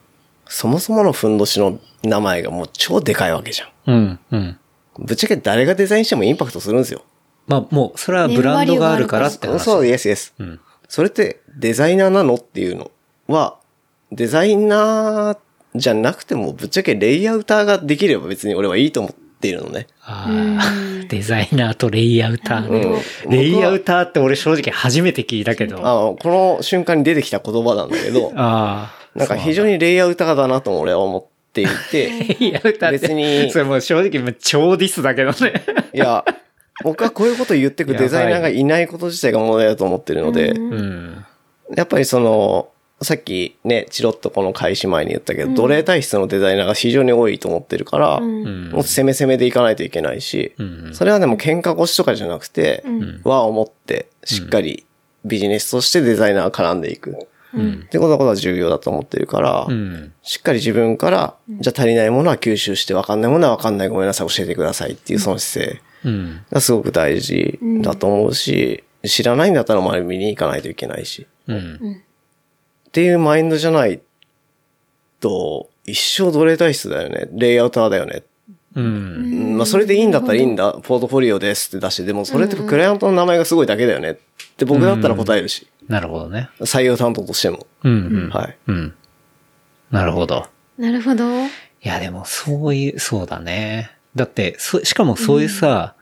Speaker 3: そもそものふんどしの名前がもう超でかいわけじゃん。
Speaker 2: うん。うん。
Speaker 3: ぶっちゃけ誰がデザインしてもインパクトするんですよ。
Speaker 2: まあもう、それはブランドがあるからって話。
Speaker 3: そう、イエスイエス。
Speaker 2: うん。
Speaker 3: それってデザイナーなのっていうのは、デザイナーじゃなくてもぶっちゃけレイアウターができれば別に俺はいいと思っているのね。
Speaker 2: ああ、デザイナーとレイアウターね。レイアウターって俺正直初めて聞いたけど。
Speaker 3: あ
Speaker 2: あ
Speaker 3: の、この瞬間に出てきた言葉なんだ
Speaker 2: [LAUGHS]
Speaker 3: けど、
Speaker 2: あ。
Speaker 3: なんか非常にレイアウターだなとも俺は思ってい
Speaker 2: [LAUGHS]
Speaker 3: て、
Speaker 2: レイアウターっ
Speaker 3: 別
Speaker 2: て、
Speaker 3: に
Speaker 2: それもう正直超ディスだけどね。
Speaker 3: いや、僕はこういうことを言ってくデザイナーがいないこと自体が問題だと思ってるので、
Speaker 2: うん。
Speaker 3: やっぱりその、さっきね、チロッとこの開始前に言ったけど、奴隷体質のデザイナーが非常に多いと思ってるから、
Speaker 2: うん
Speaker 3: もっと攻め攻めでいかないといけないし、
Speaker 2: うん。
Speaker 3: それはでも喧嘩腰とかじゃなくて、和を持って、しっかりビジネスとしてデザイナーが絡んでいく。ってことは重要だと思ってるから、
Speaker 2: うん。
Speaker 3: しっかり自分から、じゃあ足りないものは吸収して、わかんないものはわかんない、ごめんなさい、教えてくださいっていうその姿勢
Speaker 2: うん。
Speaker 3: がすごく大事だと思うし、知らないんだったら周り見に行かないといけないし、
Speaker 2: うん。
Speaker 3: っていうマインドじゃないと、一生奴隷体質だよね。レイアウターだよね。
Speaker 2: うん。
Speaker 3: うんまあ、それでいいんだったらいいんだ。ポートフォリオですって出して、でもそれってクライアントの名前がすごいだけだよね。って僕だったら答えるし。
Speaker 2: なるほどね。
Speaker 3: 採用担当としても。
Speaker 2: うん。うん。
Speaker 3: はい。
Speaker 2: うん。なるほど。
Speaker 4: なるほど。
Speaker 2: いや、でも、そういう、そうだね。だって、そ、しかもそういうさ、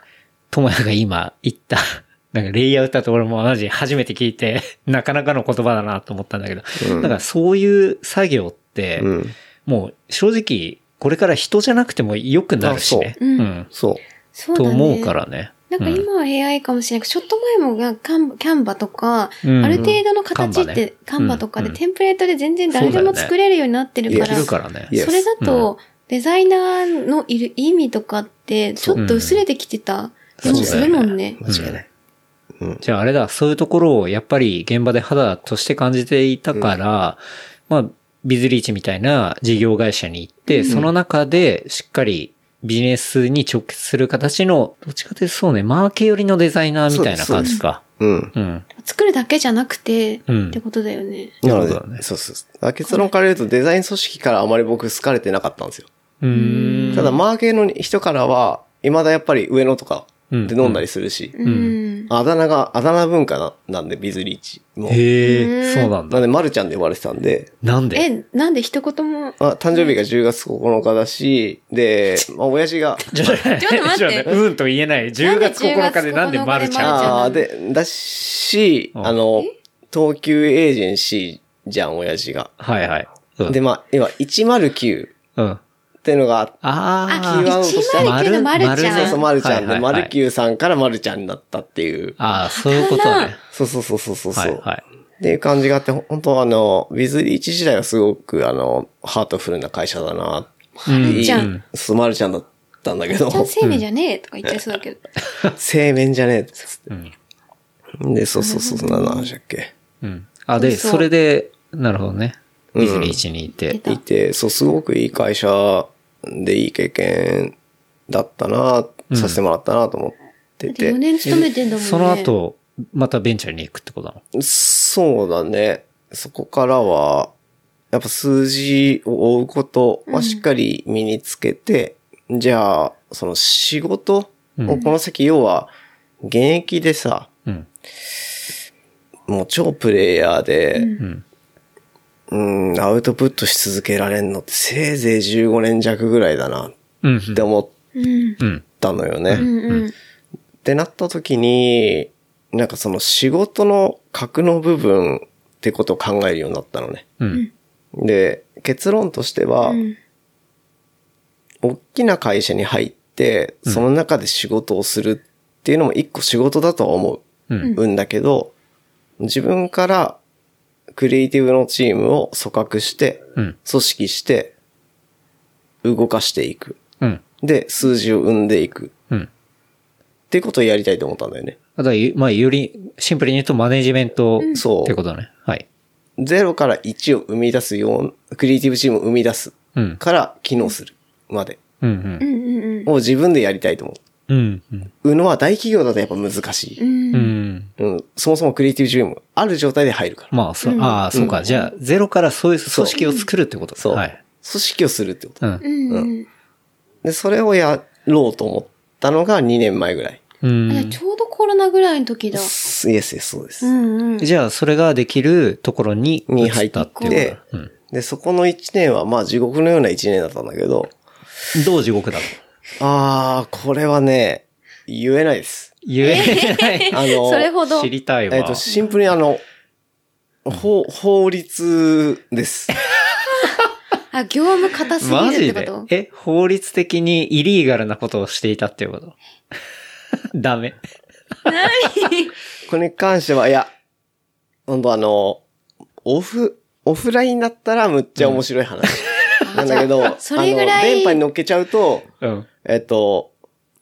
Speaker 2: ともやが今言った、 [LAUGHS] なんかレイアウトだと俺も同じ初めて聞いて、 [LAUGHS] なかなかの言葉だなと思ったんだけど、なんかそういう作業って、
Speaker 3: うん。
Speaker 2: もう正直、これから人じゃなくても良くなるしね。
Speaker 3: あそう
Speaker 4: うん
Speaker 2: ん。
Speaker 3: そう。
Speaker 4: そうだ
Speaker 2: と
Speaker 4: ね。
Speaker 2: 思うからね。
Speaker 4: なんか今は AI かもしれないけど、ちょっと前もがカンバキャンバとか、
Speaker 2: うん
Speaker 4: ある程度の形って、
Speaker 2: カン
Speaker 4: カ
Speaker 2: バね
Speaker 4: ンバとか
Speaker 2: う
Speaker 4: で
Speaker 2: ん
Speaker 4: テンプレートで全然誰で
Speaker 2: そうだよ
Speaker 4: も
Speaker 2: ね
Speaker 4: 作れるようになってるか
Speaker 2: で
Speaker 4: ら、
Speaker 2: きるからね。
Speaker 3: いや
Speaker 4: それだと、デザイナーのいる意味とかって、ちょっと薄れてきてた
Speaker 2: そう
Speaker 4: 気もするもんね。
Speaker 2: 間違いない。
Speaker 3: うん
Speaker 2: じゃああれだ、そういうところをやっぱり現場で肌として感じていたから、まあ、ビズリーチみたいな事業会社に行って、その中でしっかりビジネスに直結する形の、どっちかというとそうね、マーケ寄りのデザイナーみたいな感じか。
Speaker 3: うん。
Speaker 2: うん。
Speaker 4: 作るだけじゃなくて、
Speaker 2: うん
Speaker 4: ってことだよね。
Speaker 3: なの
Speaker 2: そ
Speaker 3: で
Speaker 2: うだね、
Speaker 3: そうそうそう。結論から言うとデザイン組織からあまり僕好かれてなかったんですよ。
Speaker 2: うーん。
Speaker 3: ただ、マーケの人からは、未だやっぱり上野とかで飲んだりするし、
Speaker 4: うん。
Speaker 3: あだ名が、あだ名文化ななんで、ビズリーチも。
Speaker 2: へえ、そうなん
Speaker 3: な
Speaker 2: だ
Speaker 3: ん。で、マルちゃんで呼ばれてたんで、
Speaker 2: なんで
Speaker 4: え、なんで一言も。
Speaker 3: あ誕生日が10月9日だし、で、まあ、親父が、
Speaker 2: [LAUGHS] ちょっと待
Speaker 4: ちょっと待って
Speaker 2: うんと言えない。10月9日でなんで丸ちゃん
Speaker 3: ああ、で、だし、
Speaker 2: うん
Speaker 3: あの、東急エージェンシーじゃん、親父が。
Speaker 2: はいはい。うん
Speaker 3: で、まあ、今、109っ
Speaker 2: うん。あ
Speaker 3: ていうのがあって、
Speaker 2: あ
Speaker 3: キーワー
Speaker 2: ー。
Speaker 3: ドとして
Speaker 4: 109の丸
Speaker 2: 丸
Speaker 4: ち
Speaker 2: 丸
Speaker 3: そう
Speaker 4: ゃ
Speaker 3: そう、
Speaker 4: ん。
Speaker 3: まるちゃん
Speaker 2: は
Speaker 3: で、
Speaker 2: いは
Speaker 3: ま
Speaker 2: いはい
Speaker 3: るきゅうさんからまるちゃんになったっていう。
Speaker 2: ああ、そういうことね。
Speaker 3: そうそうそうそうそう。
Speaker 2: はいはい。
Speaker 3: っていう感じがあって、ほん本当あの、ウィズリーチ時代はすごくあの、ハートフルな会社だな。
Speaker 4: 丸ちゃ
Speaker 3: いい
Speaker 4: ん。
Speaker 3: そう、まるちゃんだったんだけど
Speaker 4: ちゃ、ん生命じゃねえとか言っちゃいそうだけど。
Speaker 3: 製麺じゃねえっつって
Speaker 2: うん。
Speaker 3: で、そうそうそう、そんな話だっけ。
Speaker 2: うん。あ、で、
Speaker 4: そう
Speaker 2: それで、なるほどね。
Speaker 3: うん
Speaker 2: ディズニーチにいて。
Speaker 3: いて、そう、すごくいい会社でいい経験だったな、
Speaker 2: うん
Speaker 3: させてもらったなと思って
Speaker 4: で
Speaker 3: て
Speaker 4: 4。年勤めてんだもんね。
Speaker 2: その。後、またベンチャーに行くってことなの
Speaker 3: そうだね。そこからは、やっぱ数字を追うことはしっかり身につけて、じゃあ、その仕事
Speaker 2: う
Speaker 3: を
Speaker 2: ん
Speaker 3: この先、要は、現役でさ、
Speaker 2: うん。
Speaker 3: もう超プレイヤーで、
Speaker 2: うん。
Speaker 3: うん、アウトプットし続けられんのってせいぜい15年弱ぐらいだなっ
Speaker 2: うん。
Speaker 3: て思っ
Speaker 4: うん。
Speaker 2: うん。
Speaker 3: たのよね。
Speaker 4: うんうん。
Speaker 3: ってなった時に、なんかその仕事の格の部分ってことを考えるようになったのね。
Speaker 2: うん。
Speaker 3: で、結論としては、
Speaker 4: うん
Speaker 3: 大きな会社に入って、その中で仕事をするっていうのも一個仕事だとは思
Speaker 2: う。
Speaker 3: うんんだけど、自分からクリエイティブのチームを組閣して、
Speaker 2: うん。
Speaker 3: 組織して、動かしていく。
Speaker 2: うん。
Speaker 3: で、数字を生んでいく。
Speaker 2: うん。
Speaker 3: っていうことをやりたいと思ったんだよね。
Speaker 2: だからゆまあ、より、シンプルに言うとマネジメントっ
Speaker 3: そう。
Speaker 2: てことだね。はい。
Speaker 3: 0から1を生み出すよう、クリエイティブチームを生み出す
Speaker 2: うん。
Speaker 3: から機能するまで
Speaker 2: う。
Speaker 4: うんんうん
Speaker 3: を自分でやりたいと思
Speaker 2: うん。うん。
Speaker 3: う。うのは大企業だとやっぱ難し
Speaker 4: う
Speaker 3: い。
Speaker 4: ん。
Speaker 2: う
Speaker 4: うん。
Speaker 2: ん。
Speaker 3: うん、そもそもクリエイティブチームある状態で入るから。
Speaker 2: まあ、そう、ああ、そうか。じゃあ、ゼロからそういう組織を作るってことだ
Speaker 3: そう。
Speaker 2: はい。
Speaker 3: 組織をするってこと。
Speaker 2: うん。
Speaker 4: うんうん。
Speaker 3: で、それをやろうと思ったのが2年前ぐらい。
Speaker 2: う
Speaker 4: あじゃあ
Speaker 2: ん。
Speaker 4: ちょうどコロナぐらいの時だ。
Speaker 3: すイエスイエス、そうで
Speaker 4: う
Speaker 3: す。
Speaker 4: んうん。
Speaker 2: じゃあ、それができるところに
Speaker 3: に入
Speaker 2: 移
Speaker 3: っ
Speaker 2: ったって
Speaker 3: て
Speaker 2: いうことだ。
Speaker 3: で、そこの1年はまあ地獄のような1年だったんだけど、
Speaker 2: うん。どう地獄だろう
Speaker 3: あー、これはね、言えないです。
Speaker 2: 言えない。
Speaker 3: あの、
Speaker 4: それほど
Speaker 2: 知。りたいわ。
Speaker 3: えっと、シンプルにあの、法、法律です。
Speaker 4: あ、業務硬す
Speaker 2: マ
Speaker 4: ぎる
Speaker 2: ジ
Speaker 4: って
Speaker 2: で
Speaker 4: こと
Speaker 2: え、法律的にイリーガルなことをしていたっていうこと [LAUGHS] ダメ。
Speaker 4: [LAUGHS]
Speaker 3: これに関しては、いや、ほんとあの、オフ、オフラインだったらむっちゃ面白い話。
Speaker 4: [LAUGHS]
Speaker 3: なんだけど、あの、
Speaker 4: それぐらい
Speaker 3: 電波に乗っけちゃうと、
Speaker 2: うん。
Speaker 3: えっと、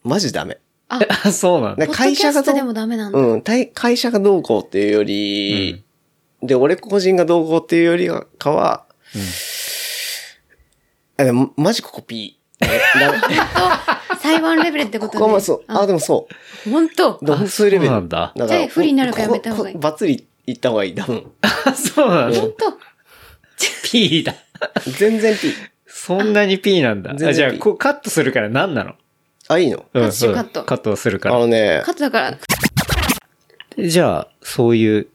Speaker 3: マジダメ。
Speaker 2: あ、そうなんだ。
Speaker 3: で
Speaker 4: ポッド
Speaker 3: 会
Speaker 4: キャ
Speaker 3: 社
Speaker 4: ス
Speaker 3: が
Speaker 4: ト
Speaker 3: ど
Speaker 4: で
Speaker 3: う、
Speaker 4: もダメなんだ。
Speaker 3: うん、たい会社がどうこうっていうより、で、俺個人がどうこうっていうよりかは、あでもマジここピー。
Speaker 4: [LAUGHS]
Speaker 3: ダメ
Speaker 4: 裁判レベルってこ
Speaker 3: ことこはまあそう。あ、
Speaker 4: あ、
Speaker 3: でもそう。
Speaker 4: 本当。
Speaker 3: でもそういうレベル。
Speaker 2: そうなんだ
Speaker 3: から
Speaker 4: じゃあ不利になるからやめた方がいい
Speaker 3: こここバツリ行った方がいい。多分。
Speaker 2: あ、そうなんだ。
Speaker 4: 本当。
Speaker 2: P だ。
Speaker 3: 全然ピー。
Speaker 2: そんなに P なんだ。
Speaker 3: 全然
Speaker 2: あじゃあ、
Speaker 3: P
Speaker 2: こうカットするから何なの
Speaker 3: あ、いいの
Speaker 2: うん
Speaker 4: カットしよ
Speaker 2: うん
Speaker 4: うカット
Speaker 2: カットをするか
Speaker 3: あのね、
Speaker 4: カットだから、
Speaker 2: ら。じゃあ、そういう、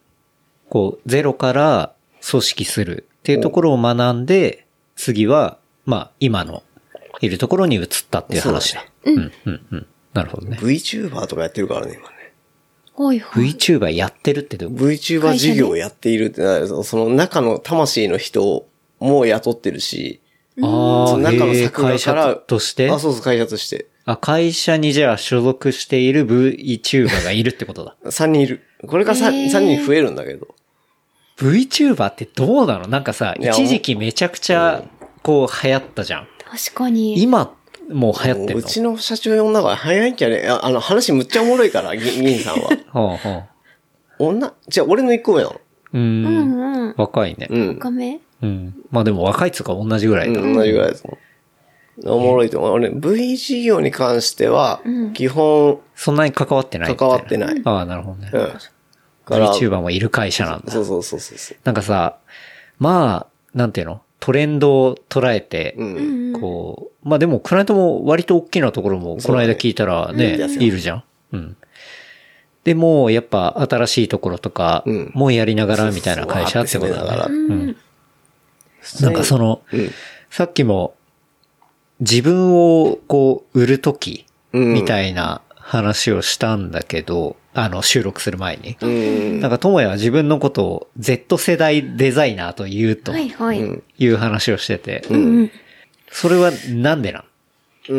Speaker 2: こう、ゼロから組織するっていうところを学んで、次は、まあ、今の、いるところに移ったっていう話だ。うん、うん、うん。なるほどね。
Speaker 3: VTuber とかやってるからね、今ね。
Speaker 4: おいほい。
Speaker 2: VTuber やってるってどういうこ
Speaker 3: VTuber 事業をやっているってなると、その中の魂の人も雇ってるし、
Speaker 2: とあ
Speaker 3: そ
Speaker 2: あ、
Speaker 3: の中の
Speaker 2: へえ
Speaker 3: 作画
Speaker 2: 会
Speaker 3: か
Speaker 2: 社
Speaker 3: ら
Speaker 2: として
Speaker 3: あ、そうそう、会社として。。
Speaker 2: あ、会社にじゃあ所属している VTuber がいるってことだ
Speaker 3: 3人い [LAUGHS] る。これから 3,、
Speaker 4: へー
Speaker 3: 三人増えるんだけど。
Speaker 2: VTuber ってどうなのなんかさ、
Speaker 3: いや
Speaker 2: 一時期めちゃくちゃ、こう流行ったじゃん。
Speaker 4: 確かに。
Speaker 2: 今、もう流行ってる
Speaker 3: う
Speaker 2: の
Speaker 3: ちの社長呼んだから早いんじゃねあ
Speaker 2: [LAUGHS]
Speaker 3: あの、話むっちゃおもろいから、ぎ銀さんは。
Speaker 2: ほうほう
Speaker 3: 女、じゃあ俺の1個上なの。
Speaker 2: う。
Speaker 4: うんんうん。
Speaker 2: 若いね。
Speaker 3: うん。
Speaker 4: ごめん。
Speaker 2: うん。まあでも若いっつうか同じぐらいだ。
Speaker 3: うん、同じぐらいですもん。おもろいと思う。俺、V 事業に関しては
Speaker 4: うん、
Speaker 3: 基本、
Speaker 2: そんなに関わってないみた
Speaker 3: 関わって
Speaker 2: い
Speaker 3: ない。
Speaker 2: な。ああ、なるほどね
Speaker 3: う。ん。から、そう
Speaker 2: VTuber もいる会社なんだ。
Speaker 3: そうそうそうそう。
Speaker 2: なんかさ、まあ、なんていうのトレンドを捉えて
Speaker 3: う、。
Speaker 4: うんんうん。
Speaker 2: こう、まあでも、クライアントも割と大きなところも、こ
Speaker 3: そう
Speaker 2: の
Speaker 3: だね
Speaker 2: 間聞いたらね、
Speaker 3: うん
Speaker 2: いるじゃん。うん。でも、やっぱ新しいところとか
Speaker 3: うん、
Speaker 2: もうやりながらみたいな会社ってこと
Speaker 3: そうそうわーって攻めなが
Speaker 2: だ
Speaker 3: ら
Speaker 2: ね。
Speaker 4: うん。
Speaker 2: なんかその、
Speaker 3: うん。
Speaker 2: さっきも、自分をこう、売るとき、
Speaker 3: うん。
Speaker 2: みた
Speaker 3: い。
Speaker 2: いな話をしたんだけど、あの、収録する前に。
Speaker 3: うん。
Speaker 2: なんか、ともやは自分のことを Z 世代デザイナーと言うと
Speaker 4: はいはい。
Speaker 3: うん
Speaker 2: いう話をしてて、
Speaker 4: うんうん。
Speaker 2: それはなんでなん
Speaker 3: う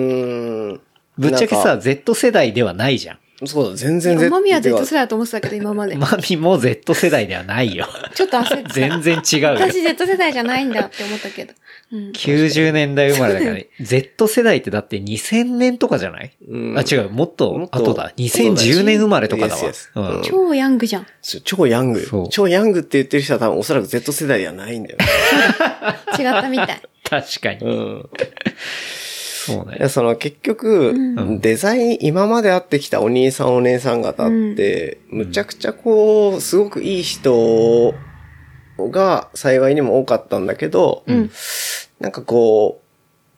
Speaker 3: ん。
Speaker 2: ぶっちゃけ
Speaker 3: な
Speaker 2: さ、
Speaker 3: んか、
Speaker 2: Z 世代ではないじゃん。
Speaker 3: そうだ、全然
Speaker 4: マミは
Speaker 3: てか
Speaker 4: Z 世代だと思ってたけど、今まで。
Speaker 2: マミも Z 世代ではない
Speaker 3: [LAUGHS]
Speaker 2: よ。
Speaker 4: ちょっと焦ってた。
Speaker 2: 全然違うよ。
Speaker 4: 私 Z 世代じゃないんだって思ったけど。うん。
Speaker 2: 90年代生まれだから、Z 世代ってだって2000年とかじゃない、
Speaker 3: うん
Speaker 2: あ、違う、もっ
Speaker 3: もっ
Speaker 2: と
Speaker 3: と
Speaker 2: 後だ。2010年生まれとかだわ。
Speaker 3: Yes, yes.
Speaker 2: うん
Speaker 3: うん
Speaker 4: 超ヤングじゃん。
Speaker 3: そう超ヤング
Speaker 2: そ
Speaker 3: よ
Speaker 2: う。
Speaker 3: 超ヤングって言ってる人は多分おそらく Z 世代ではないんだよね。
Speaker 4: 違ったみたい。
Speaker 2: 確かに。
Speaker 3: [LAUGHS] うん。
Speaker 2: そう
Speaker 3: いや
Speaker 2: ね。
Speaker 3: その結局、
Speaker 4: うん
Speaker 3: デザイン、今まで会ってきたお兄さんお姉さん方って、むちゃくちゃこう、すごくいい人が幸いにも多かったんだけど、
Speaker 4: うん。
Speaker 3: なんかこ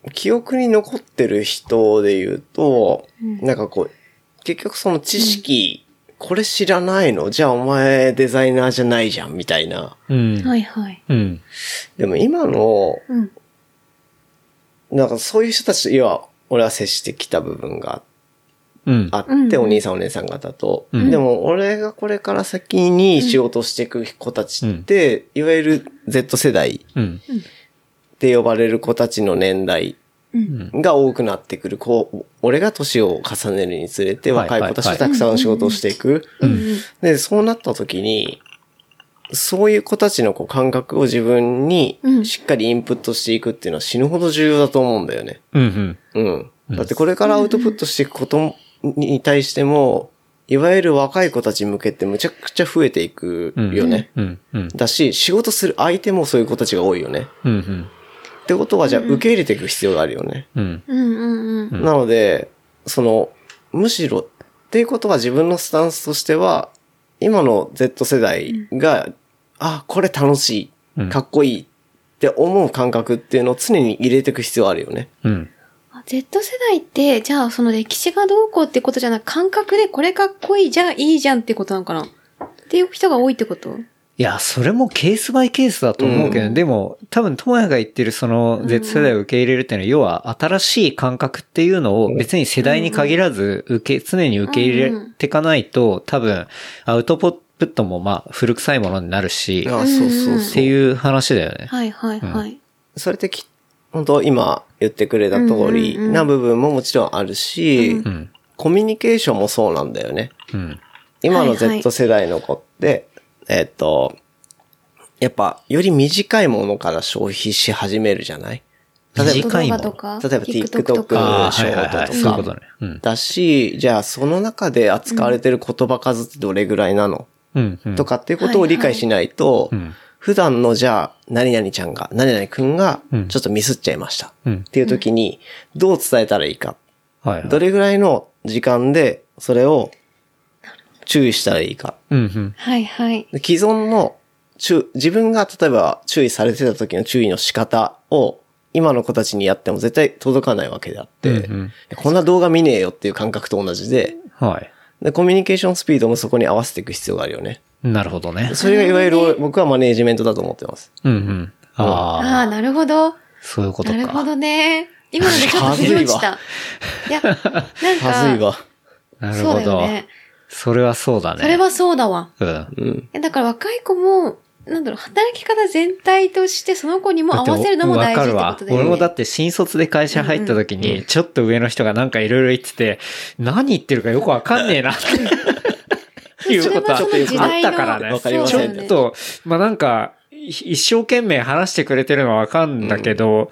Speaker 3: う、記憶に残ってる人で言うと、
Speaker 4: うん
Speaker 3: なんかこう、結局その知識、これ知らないのじゃあお前デザイナーじゃないじゃん、みたいな。
Speaker 2: うん。
Speaker 4: はいはい。
Speaker 2: うん。
Speaker 3: でも今の、
Speaker 4: うん。
Speaker 3: なんかそういう人たち、要は、俺は接してきた部分があって
Speaker 2: うん。
Speaker 3: あって、
Speaker 4: うん
Speaker 3: お兄さんお姉さん方と。
Speaker 2: うん
Speaker 3: でも、俺がこれから先に仕事していく子たちって、いわゆる Z 世代
Speaker 2: うん。
Speaker 3: って呼ばれる子たちの年代
Speaker 4: うん
Speaker 3: が多くなってくる。こう、俺が年を重ねるにつれて、
Speaker 2: はい
Speaker 3: 若い子たちとたくさん仕事をしていく。
Speaker 4: うん。
Speaker 3: で、そうなった時に、そういう子たちのこう感覚を自分に
Speaker 4: うん
Speaker 3: しっかりインプットしていくっていうのは死ぬほど重要だと思うんだよね。
Speaker 2: うん。
Speaker 3: うん。だってこれからアウトプットしていくことに対しても、いわゆる若い子たち向けてむちゃくちゃ増えていく
Speaker 2: うん。
Speaker 3: よね。
Speaker 2: うん。うん。
Speaker 3: だし、仕事する相手もそういう子たちが多いよね。
Speaker 2: うん。うん。
Speaker 3: ってことは、じゃあ受け入れていく必要があるよね。
Speaker 2: うん。
Speaker 4: うんうん
Speaker 2: うん
Speaker 3: なので、その、むしろ、っていうことは自分のスタンスとしては、今の Z 世代が、あ、これ楽し
Speaker 2: うん
Speaker 3: い、かっこいいって思う感覚っていうのを常に入れていく必要あるよね。
Speaker 2: うん。
Speaker 4: あ Z 世代って、じゃあその歴史がどうこうってことじゃなく、感覚でこれかっこいいじゃん、いいじゃんってことなのかなっていう人が多いってこと
Speaker 2: いや、それもケースバイケースだと思うけど、
Speaker 4: うん
Speaker 2: でも、多分、ともやが言ってる、その、Z 世代を受け入れるっていうのは、要は、新しい感覚っていうのを、別に世代に限らず、受け、常に受け入れていかないと、多分、アウトプットも、まあ、古臭いものになるし、
Speaker 3: あ、そうそうそう。
Speaker 2: っていう話だよね。
Speaker 4: はいはいはい。
Speaker 3: それってき、本当今言ってくれた通り
Speaker 4: うんうんうん
Speaker 3: な部分ももちろんあるし、
Speaker 4: う
Speaker 2: うん。
Speaker 3: コミュニケーションもそうなんだよね。
Speaker 2: うん。
Speaker 3: 今の
Speaker 4: はいはい
Speaker 3: Z 世代の子って、えっと、やっぱ、より短いものから消費し始めるじゃない例えば、
Speaker 2: 短いも
Speaker 4: 動
Speaker 2: ん
Speaker 4: 画とか、
Speaker 3: 例えば
Speaker 4: TikTok と
Speaker 3: TikTok
Speaker 4: か。
Speaker 2: ああ、はいはいは
Speaker 3: ショート
Speaker 2: い。
Speaker 3: と
Speaker 2: そ
Speaker 3: か
Speaker 2: ういうことね。うん。
Speaker 3: だし、じゃあその中で扱われてる言葉数ってどれぐらいなの、
Speaker 2: うん。うん
Speaker 3: と。かっていうことを理解しないと、
Speaker 2: うん。
Speaker 3: 普段のじゃあ、何々ちゃんが、何々くんが
Speaker 2: うん、
Speaker 3: ちょっとミスっちゃいました。
Speaker 2: うん
Speaker 3: っ。ていう時に、どう伝えたらいいか。
Speaker 2: はいはい。
Speaker 3: どれぐらいの時間で、それを注意したらいいか。
Speaker 2: うんうん。
Speaker 4: はいはい。
Speaker 3: で既存の注、自分が例えば注意されてた時の注意の仕方を、今の子たちにやっても絶対届かないわけであって、
Speaker 2: うんうん
Speaker 3: こんな動画見ねえよっていう感覚と同じで
Speaker 2: はい。
Speaker 3: で、コミュニケーションスピードもそこに合わせていく必要があるよね。
Speaker 2: なるほどね。
Speaker 3: それがいわゆる僕はマネージメントだと思ってます。
Speaker 2: うんうん。
Speaker 4: あ
Speaker 2: ああ、
Speaker 4: あ、なるほど。
Speaker 2: そういうこと
Speaker 4: な
Speaker 2: か。
Speaker 4: るほどね。今のでちょっと
Speaker 3: はず
Speaker 4: 腑
Speaker 3: いわ
Speaker 4: に落ちた。いや、なんか、
Speaker 3: はずいわ。
Speaker 2: なる
Speaker 4: そう
Speaker 2: ほ
Speaker 4: だ
Speaker 2: ど。そ
Speaker 4: よね。
Speaker 2: れはそうだね。
Speaker 4: それはそうだわ。
Speaker 2: うん。
Speaker 3: うん。
Speaker 4: えだから若い子も、なんだろう、働き方全体としてその子にも合
Speaker 2: だって
Speaker 4: わせるのも大事って
Speaker 2: わ
Speaker 4: こ
Speaker 2: かる
Speaker 4: とだよ
Speaker 2: わ。
Speaker 4: ね。
Speaker 2: 俺もだって新卒で会社入った時に、ちょっと上の人がなんかいろいろ言ってて、何言ってるかよくわかんねえなっていうことはあ
Speaker 4: それはその時代の
Speaker 2: ったからね。
Speaker 3: わかりま
Speaker 2: ち
Speaker 3: せ
Speaker 2: ょ
Speaker 3: ん
Speaker 2: っと、まあなんか、一生懸命話してくれてるのはわかんだけど、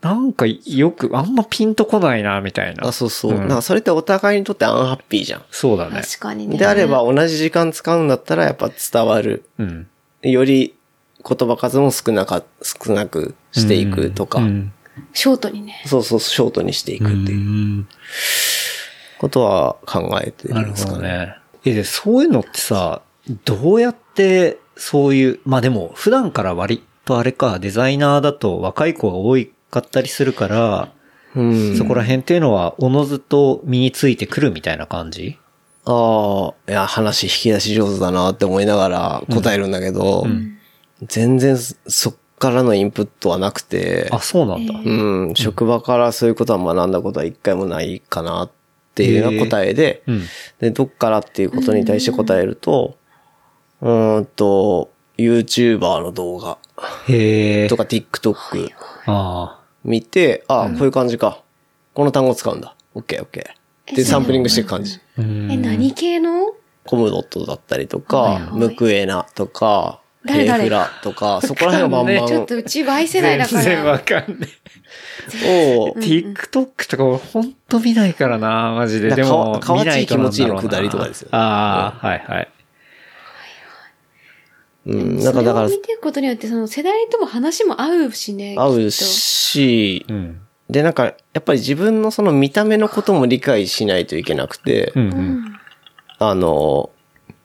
Speaker 2: なんかよく、あんまピンとこないな、みたいな
Speaker 3: あ、。そうそう。
Speaker 2: うん
Speaker 3: なんかそれってお互いにとってアンハッピーじゃん。
Speaker 2: そうだね。
Speaker 4: 確かにね。
Speaker 3: であれば同じ時間使うんだったらやっぱ伝わる
Speaker 2: うん。
Speaker 3: より言葉数も少なか、少なくしていくとか、
Speaker 2: うん
Speaker 4: ショートにね。
Speaker 3: そうそう、ショートにしていく
Speaker 2: う
Speaker 3: っていうんことは考えてる
Speaker 2: なんる
Speaker 3: です
Speaker 2: ほ
Speaker 3: か
Speaker 2: ど
Speaker 3: ね。
Speaker 2: ね。え、でそういうのってさ、どうやってそういう、まあでも普段から割とあれか、デザイナーだと若い子が多かったりするから、
Speaker 3: うん。
Speaker 2: そこら辺っていうのはおのずと身についてくるみたいな感じ
Speaker 3: ああ、いや、話引き出し上手だなって思いながら答えるんだけど、
Speaker 2: ん
Speaker 3: 全然そそっからのインプットはなくて、
Speaker 2: あ、そうなんだ。
Speaker 3: うん、職場からそういうことは学んだことは一回もないかなっていうような答えで、
Speaker 2: うん。
Speaker 3: で、どっからっていうことに対して答えると、うーんと、YouTuber の動画
Speaker 2: へえ。
Speaker 3: とか TikTok
Speaker 2: あ
Speaker 3: 見て、あ、こういう感じか。この単語使うんだ。OKOK。で、サンプリングしていく感じ。
Speaker 2: あ。うん
Speaker 4: え、何系の
Speaker 3: コムドットだったりと
Speaker 4: はい
Speaker 3: か
Speaker 4: は、い
Speaker 3: ムクエナとか、
Speaker 4: 誰
Speaker 3: ヘイ
Speaker 4: 々
Speaker 3: フラとか、そこら辺はバンバ
Speaker 4: ちょっ
Speaker 3: ン
Speaker 4: とうち Y 世代だから。
Speaker 2: かんない。
Speaker 3: を、
Speaker 2: TikTok とか俺ほんと見ないからな、マジで。
Speaker 3: なん
Speaker 2: で
Speaker 3: か
Speaker 2: も、
Speaker 3: かわ
Speaker 2: 見ないとなんだろうな
Speaker 3: かわちい気持ちいいのくだりとかですよね
Speaker 2: ああ、はいはい。
Speaker 3: うん、なんかだから
Speaker 4: それを、見ていくことによって、その世代とも話も合うしね。
Speaker 3: 合う
Speaker 4: きっ
Speaker 3: し
Speaker 2: う、ん。
Speaker 3: で、なんか、やっぱり自分のその見た目のことも理解しないといけなくて、
Speaker 2: うん
Speaker 4: と。
Speaker 2: うん。
Speaker 3: あの、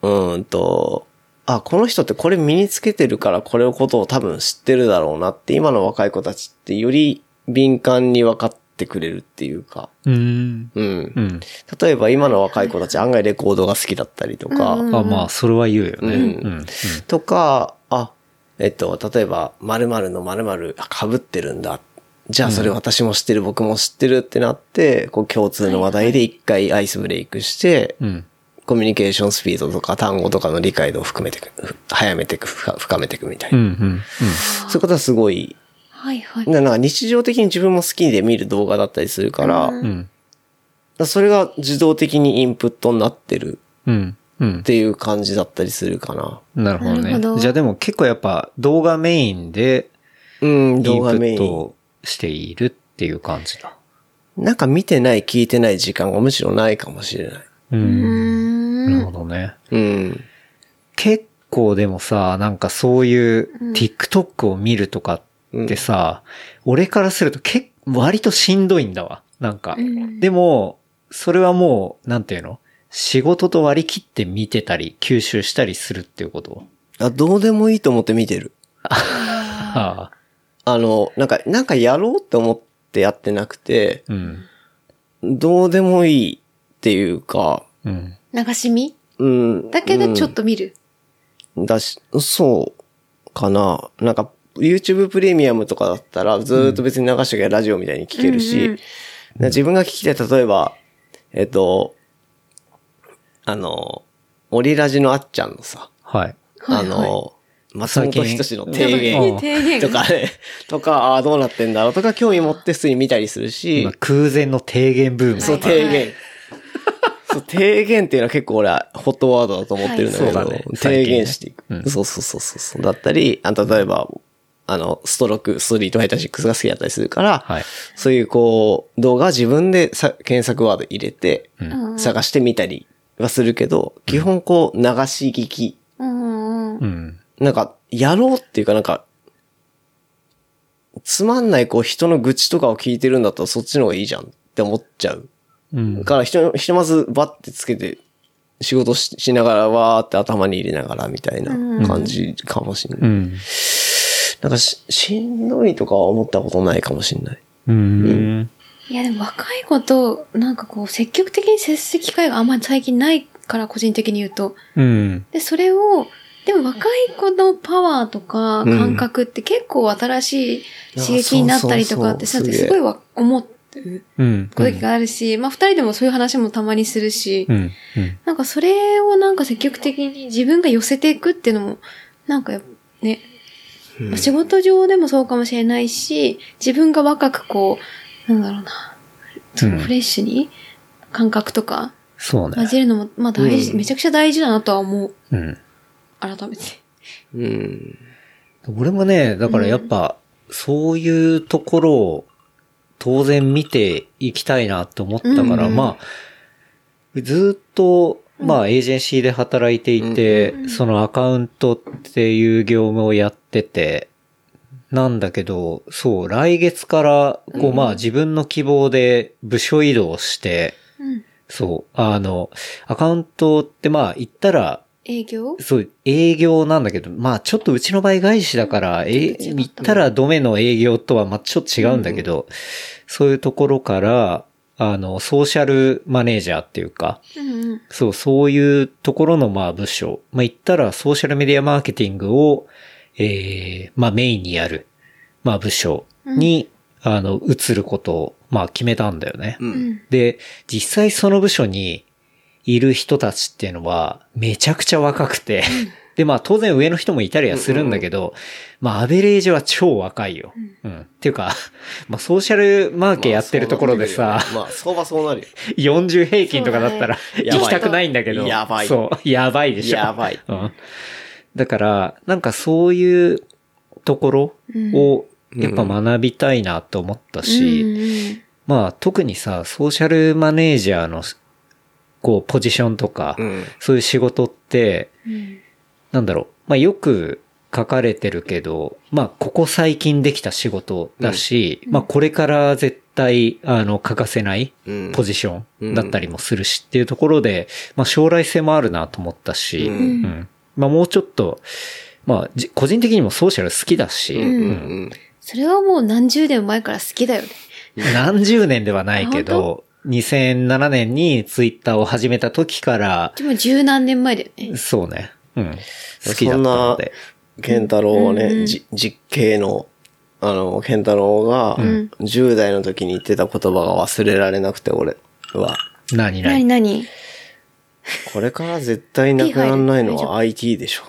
Speaker 3: うーんと、あ、この人ってこれ身につけてるからこれのことを多分知ってるだろうなって、今の若い子たちってより敏感に分かってくれるっていうか、
Speaker 2: うん。
Speaker 3: うん。
Speaker 2: うん。
Speaker 3: 例えば今の若い子たち案外レコードが好きだったりとか、
Speaker 4: うんうん
Speaker 2: あ、まあ、それは言うよね。
Speaker 3: うん
Speaker 2: うん。
Speaker 3: とか、あ、えっと、例えば、〇〇の〇〇、あ、被ってるんだ。じゃあそれ私も知ってる、僕も知ってるってなって、こう共通の話題で一回アイスブレイクして、
Speaker 2: うん。
Speaker 3: コミュニケーションスピードとか単語とかの理解度を含めてく、ふ早めてく、深深めてくみたい
Speaker 2: うん。う
Speaker 3: な。
Speaker 2: ん。
Speaker 3: そういうことはすごい、
Speaker 4: はいはい。
Speaker 3: ななんか日常的に自分も好きで見る動画だったりするから、だ
Speaker 4: う
Speaker 3: か
Speaker 2: うん。うん。
Speaker 3: らそれが自動的にインプットになってる
Speaker 2: うん。うん
Speaker 3: っ。ていう感じだったりするかな。
Speaker 2: なるほど
Speaker 4: なるほど
Speaker 2: ね。じゃあでも結構やっぱ動画メインで
Speaker 3: うん、
Speaker 2: インプ
Speaker 3: 動画メイ
Speaker 2: ッ
Speaker 3: ン。
Speaker 2: トをしているっていう感じだ。
Speaker 3: なんか見てない、聞いてない時間がむしろないかもしれない。
Speaker 2: う
Speaker 4: うー
Speaker 2: ん。なんるほ。どね。
Speaker 3: うん。
Speaker 2: 結構でもさ、なんかそういう TikTok を見るとかってさ、俺からすると結割としんどいんだわ。なんか。
Speaker 4: うん
Speaker 2: でも、それはもう、なんていうの仕事と割り切って見てたり、吸収したりするっていうこと
Speaker 3: あ、どうでもいいと思って見てる。
Speaker 2: ああ。
Speaker 3: あの、なんか、なんかやろうって思ってやってなくて、
Speaker 2: うん。
Speaker 3: どうでもいいっていうか、
Speaker 2: うん。
Speaker 4: 流し見
Speaker 3: うん。
Speaker 4: だけどちょっと見る。
Speaker 3: だし、そうかな。なんか、YouTube プレミアムとかだったら、ずーっと別に流しときゃラジオみたいに聞けるし、
Speaker 4: うんうん
Speaker 3: で自分が聞きたい、例えば、えっと、あの、オリラジのあっちゃんのさ、
Speaker 2: はい。
Speaker 3: あの、松本人志の提
Speaker 2: う
Speaker 3: 言
Speaker 2: ん
Speaker 4: 提言。
Speaker 3: とかね、とか、ああ、どうなってんだろうとか、興味持って普通に見たりするし
Speaker 2: 今、空前の提言ブーム。
Speaker 3: そう、
Speaker 4: はいはい
Speaker 3: 提言。そう、提言っていうのは結構俺はホットワードだと思ってるんだけど、
Speaker 2: はいそうだね
Speaker 3: 提言していく。
Speaker 2: 最近ねうん
Speaker 3: そうそうそうそうそう。だったり、あ例えば、あの、ストローク、ストリートファイター6が好きだったりするから、
Speaker 2: はい。
Speaker 3: そういうこう、動画は自分でさ検索ワード入れて、
Speaker 4: うん
Speaker 3: 探してみたりはするけど、基本こう、流し聞き。
Speaker 4: うんうん
Speaker 2: うん。
Speaker 3: なんか、やろうっていうかなんか、つまんないこう人の愚痴とかを聞いてるんだったらそっちの方がいいじゃんって思っちゃう。
Speaker 2: うん。
Speaker 3: からひと、ひとまずバッてつけて、仕事ししながら、わーって頭に入れながらみたいな感じかもしれない。
Speaker 2: うん。
Speaker 3: なんかし、しんどいとかは思ったことないかもしれない。
Speaker 2: うん。
Speaker 4: いやでも若い子と、なんかこう、積極的に接する機会があんまり最近ないから、個人的に言うと。
Speaker 2: うん。
Speaker 4: で、それを、でも若い子のパワーとか
Speaker 3: うん
Speaker 4: 感覚って結構新しい刺激になったりとかって
Speaker 3: そ
Speaker 4: さ、
Speaker 3: うそうそう
Speaker 4: すごいわ思う
Speaker 2: うん。
Speaker 4: 時があるし、まあ二人でもそういう話もたまにするし、
Speaker 2: うん。うん。
Speaker 4: なんかそれをなんか積極的に自分が寄せていくっていうのも、なんかやっぱね、まあ仕事上でもそうかもしれないし、自分が若くこう、なんだろうな、その
Speaker 2: うん
Speaker 4: フレッシュに感覚とか
Speaker 2: そうね
Speaker 4: 混。ぜるのも、まあ大事、
Speaker 3: うん
Speaker 4: めちゃくちゃ大事だなとは思う。
Speaker 2: うん。
Speaker 4: 改めて。
Speaker 3: うん。
Speaker 2: 俺もね、だからやっぱ、そういうところを当然見ていきたいなって思ったから、
Speaker 4: うん
Speaker 2: まあ、ずっとまあ、エージェンシーで働いていて、そのアカウントっていう業務をやってて、なんだけど、そう、来月から、こう、まあ、自分の希望で部署移動して、
Speaker 4: うん。
Speaker 2: そう、あの、アカウントってまあ、言ったら、
Speaker 4: 営業
Speaker 2: そう、営業なんだけど、まあちょっとうちの場合外資だから、え、
Speaker 4: ちょっと違
Speaker 2: 言
Speaker 4: った
Speaker 2: ったらドメの営業とはまあちょっと違うんだけど、そういうところから、あの、ソーシャルマネージャーっていうか、
Speaker 4: うんうん。
Speaker 2: そう、そういうところのまあ部署、まあ言ったらソーシャルメディアマーケティングを、えーまあメインにやる、まあ部署に、あの、移ることを、まあ決めたんだよね。
Speaker 3: うん
Speaker 4: うん。
Speaker 2: で、実際その部署にいる人たちっていうのは、めちゃくちゃ若くて、で、まあ当然上の人もいたりはするんだけど、まあアベレージは超若いよ。うん。っていうか、まあソーシャルマーケやってるところでさ、
Speaker 3: まあ、相場そうなるよ。
Speaker 2: 40平均とかだったら、
Speaker 4: そう
Speaker 3: だね
Speaker 2: 行きたくないんだけど。
Speaker 3: やばい
Speaker 2: そう、やばいでしょ。
Speaker 3: やばい。
Speaker 2: うん。だから、なんかそういうところを、やっぱ学びたいなと思ったし、
Speaker 4: うん
Speaker 2: まあ特にさ、ソーシャルマネージャーの、こう、ポジションとか、
Speaker 3: うん。
Speaker 2: そういう仕事って、
Speaker 4: うん
Speaker 2: なんだろう、まあよく書かれてるけど、まあここ最近できた仕事だし、まあこれから絶対、あの、欠かせない
Speaker 3: うん。
Speaker 2: ポジションだったりもするしっていうところで、まあ将来性もあるなと思ったし、
Speaker 3: う
Speaker 4: うんん。
Speaker 2: うんまあもうちょっと、まあじ個人的にもソーシャル好きだし、
Speaker 3: うんう
Speaker 2: うん
Speaker 3: ん。
Speaker 4: それはもう何十年前から好きだよね。
Speaker 2: 何十年ではないけど、2007年にツイッターを始めた時から、
Speaker 4: でも十何年前だよね。
Speaker 2: そうね。うん。好きだったので。
Speaker 3: 健太郎は
Speaker 4: うんう
Speaker 3: ね、
Speaker 4: ん
Speaker 3: じ実刑の、あの、健太郎が、
Speaker 4: ん
Speaker 3: 10代の時に言ってた言葉が忘れられなくて、俺は。
Speaker 2: 何
Speaker 4: なに
Speaker 2: 々。
Speaker 4: なに
Speaker 3: これから絶対なくならないのは IT でしょ。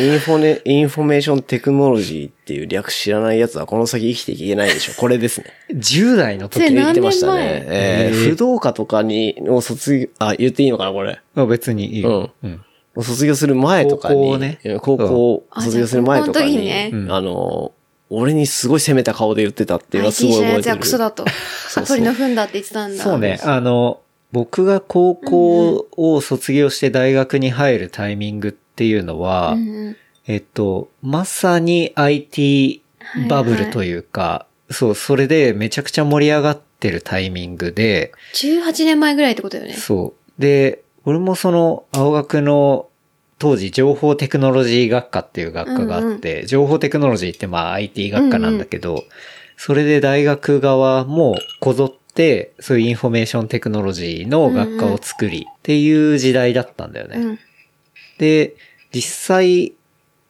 Speaker 3: インフォネ、インフォメーションテクノロジーっていう略知らない奴はこの先生きていけないでしょ。これですね。
Speaker 2: 10代の時
Speaker 4: [LAUGHS] え
Speaker 3: 言っ
Speaker 4: 何年前
Speaker 3: てましたね。え
Speaker 2: えー
Speaker 3: ー、不動科とかに、を卒業、あ、言っていいのかな、これ。
Speaker 2: は別にいいよ。
Speaker 3: う
Speaker 2: うん。
Speaker 3: を卒業する前とかに。
Speaker 2: 高校をね
Speaker 3: うん高校を卒業する前とかに。
Speaker 4: うんあじゃあ高校の時
Speaker 2: ね
Speaker 3: あの、俺にすごい責めた顔で言ってたっていうのはす
Speaker 4: ?IT
Speaker 3: ごい
Speaker 4: 社
Speaker 3: 覚
Speaker 4: の
Speaker 3: えて
Speaker 4: や
Speaker 3: る。
Speaker 4: つはクソだと。
Speaker 3: う
Speaker 4: 鳥の糞だって言ってたんだ。
Speaker 2: そうね。あの、僕が高校を卒業して大学に入るタイミングっていうのは、
Speaker 4: うんうん。
Speaker 2: えっと、まさに IT バブルというか、そう、それでめちゃくちゃ盛り上がってるタイミングで、
Speaker 4: 18年前ぐらいってことだよね。
Speaker 2: そう。で、俺もその、青学の、当時、情報テクノロジー学科っていう学科があって、情報テクノロジーってまあ IT 学科なんだけど、それで大学側もこぞって、そういうインフォメーションテクノロジーの学科を作り、っていう時代だったんだよね。
Speaker 4: うん。
Speaker 2: で、実際、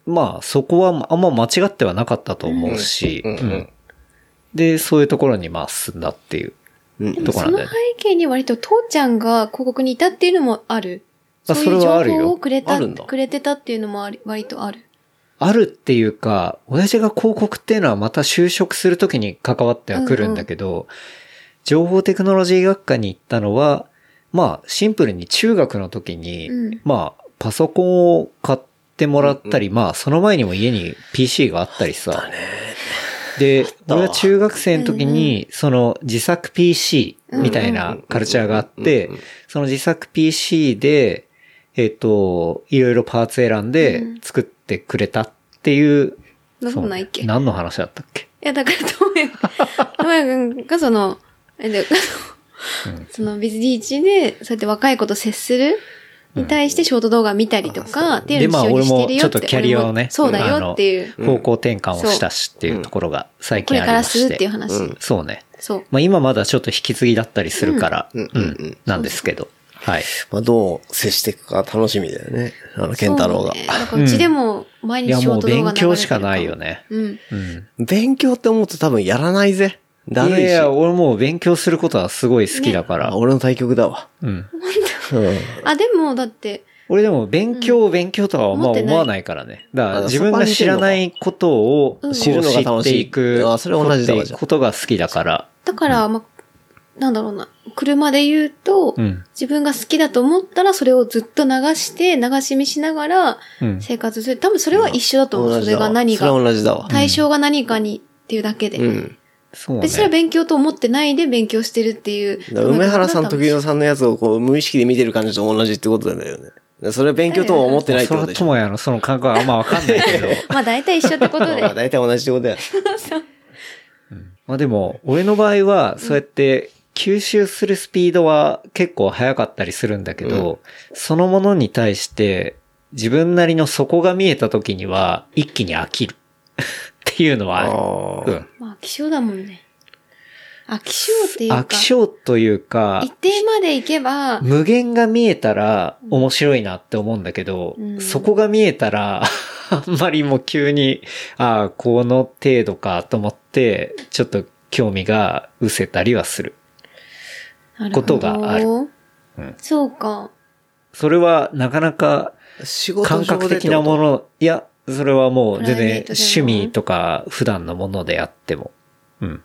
Speaker 2: まあそこはあんま間違ってはなかったと思うし、
Speaker 3: うんうん
Speaker 2: うんで、そういうところにまあ進んだっていう
Speaker 3: うん
Speaker 2: ところな
Speaker 4: そ
Speaker 2: ん
Speaker 4: の
Speaker 2: だよ
Speaker 4: 背
Speaker 2: ね。
Speaker 4: 景に割と父ちゃんが広告にいたっていうのもある。
Speaker 2: あ
Speaker 4: そういう
Speaker 2: それはある
Speaker 4: 情
Speaker 2: よ
Speaker 4: 報をくれ
Speaker 3: あ
Speaker 4: た、
Speaker 3: るんだ
Speaker 4: くれてたっていうのもあり割とある。
Speaker 2: あるっていうか、親父が広告っていうのはまた就職するときに関わってはくるんだけど、情報テクノロジー学科に行ったのは、まあ、シンプルに中学の時に、
Speaker 4: うん
Speaker 2: まあ、パソコンを買ってもらったり、まあ、その前にも家に PC があったりさ。で、
Speaker 3: わ
Speaker 2: 俺は中学生の時に、その自作 PC みたいなカルチャーがあって
Speaker 3: うんうんうんうんうん、
Speaker 2: その自作 PC で、えっ、と、いろいろパーツ選んで
Speaker 4: うん
Speaker 2: 作ってくれたっていう。
Speaker 4: そんなことないっ
Speaker 2: そう
Speaker 4: け
Speaker 2: 何の話だったっけ
Speaker 4: いや、だから、ともや、ともやくんが
Speaker 2: [LAUGHS]
Speaker 4: その、えで、あのその、ビズリーチで、そうやって若い子と接するに対してショート動画見たりとか、っていうのを
Speaker 2: でま
Speaker 4: 一
Speaker 2: あ
Speaker 4: 緒にしてるよって。
Speaker 2: 俺もちょっとキャリアをね
Speaker 4: 俺もそうだよっていう。
Speaker 2: 方向転換をしたしっていうところが最近
Speaker 4: これ
Speaker 2: あ
Speaker 4: か
Speaker 2: りま
Speaker 4: らす
Speaker 2: し
Speaker 4: るってい
Speaker 2: て
Speaker 4: う。話。
Speaker 3: うん
Speaker 2: そうね。
Speaker 4: そう。
Speaker 2: まあ今まだちょっと引き継ぎだったりするから、う
Speaker 3: うんん、うんうんうん
Speaker 2: なんですけど。はい。
Speaker 3: まあ、どう接していくか楽しみだよね。あの、健太郎が
Speaker 4: そう。ねなんかうちでも、毎
Speaker 2: い
Speaker 4: 日
Speaker 2: や
Speaker 4: ショ
Speaker 2: も
Speaker 4: ー
Speaker 2: う
Speaker 4: ト動画流れてる
Speaker 2: 勉強しかないよ。ね。
Speaker 4: うん。
Speaker 2: うん。
Speaker 3: 勉強って思うと多分やらないぜ。だ
Speaker 2: い
Speaker 3: る
Speaker 2: や
Speaker 3: い
Speaker 2: い
Speaker 3: し。
Speaker 2: や、俺もう勉強することはすごい好きだから。
Speaker 3: あ俺の対局だわ。
Speaker 2: うん。
Speaker 3: うん。
Speaker 4: あ、でも、だって、
Speaker 2: 俺でも勉強を勉強とはあんま
Speaker 4: 思ってない
Speaker 2: 思わないからね。だから
Speaker 3: あ
Speaker 2: 自分が知らないことをこ
Speaker 4: うん
Speaker 2: う知っていく
Speaker 3: あそれ同じだわじゃあ
Speaker 2: ことが好きだから。
Speaker 4: だから、まあ、なんだろうな。車で言うと、
Speaker 2: うん。
Speaker 4: 自分が好きだと思ったら、それをずっと流して、流し見しながら
Speaker 2: うん。
Speaker 4: 生活する。多分それは一緒だと思う。
Speaker 3: 同
Speaker 4: そ
Speaker 3: じ
Speaker 4: れ
Speaker 3: だわ
Speaker 4: が何
Speaker 3: それ
Speaker 4: が。
Speaker 3: は同じだわ。
Speaker 4: 対象が何かにっていうだけで。
Speaker 3: うん。
Speaker 2: そうね。
Speaker 4: 私ら勉強と思ってないで勉強してるっていう。
Speaker 3: だから梅原さん、時野さんのやつをこう、無意識で見てる感じと同じってことだよね。だからそれは勉強とも思ってないって
Speaker 2: それ
Speaker 3: こ
Speaker 2: は
Speaker 3: とでし
Speaker 2: と
Speaker 3: ょ。
Speaker 2: もやのその感覚はあんまわかんないけど。
Speaker 4: まあ大体一緒って
Speaker 2: [LAUGHS]
Speaker 4: ことで
Speaker 3: まあ。大体同じってことだよ。
Speaker 2: まあでも、俺の場合は、そうやって吸収するスピードは結構速かったりするんだけど、そのものに対して、自分なりの底が見えた時には、一気に飽きる。っていうのはある。
Speaker 3: あ
Speaker 2: う
Speaker 3: ー
Speaker 2: ん。
Speaker 4: まあ気象だもんね。あ、気象っていうか。
Speaker 2: 飽き性というか
Speaker 4: 一、定まで行けば、
Speaker 2: 無限が見えたら面白いなって思うんだけど、
Speaker 4: うん
Speaker 2: そこが見えたら、 [LAUGHS] あんまりもう急に、ああ、この程度かと思って、ちょっと興味が失せたりはする。
Speaker 4: なるほ
Speaker 2: こと
Speaker 4: ど
Speaker 2: があるうん
Speaker 4: そうか。
Speaker 2: それはなかなか
Speaker 3: 仕事
Speaker 2: 感
Speaker 3: 上で
Speaker 2: 覚
Speaker 3: ってこと
Speaker 2: 的なもの、いや、それはもう全
Speaker 4: プライベ
Speaker 2: 然
Speaker 4: ートでも
Speaker 2: 趣味とか普段のものであっても。うん。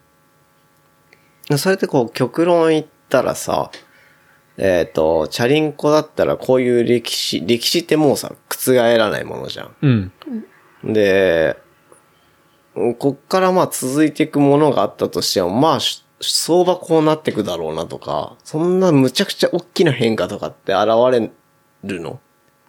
Speaker 3: それってこう、極論言ったらさ、えっ、と、チャリンコだったらこういう歴史、歴史ってもうさ、覆らないものじゃ
Speaker 2: うん。
Speaker 3: ん。で、こっからまあ続いていくものがあったとしても、まあ、し相場こうなってくだろうなとか、そんなむちゃくちゃ大きな変化とかって現れるの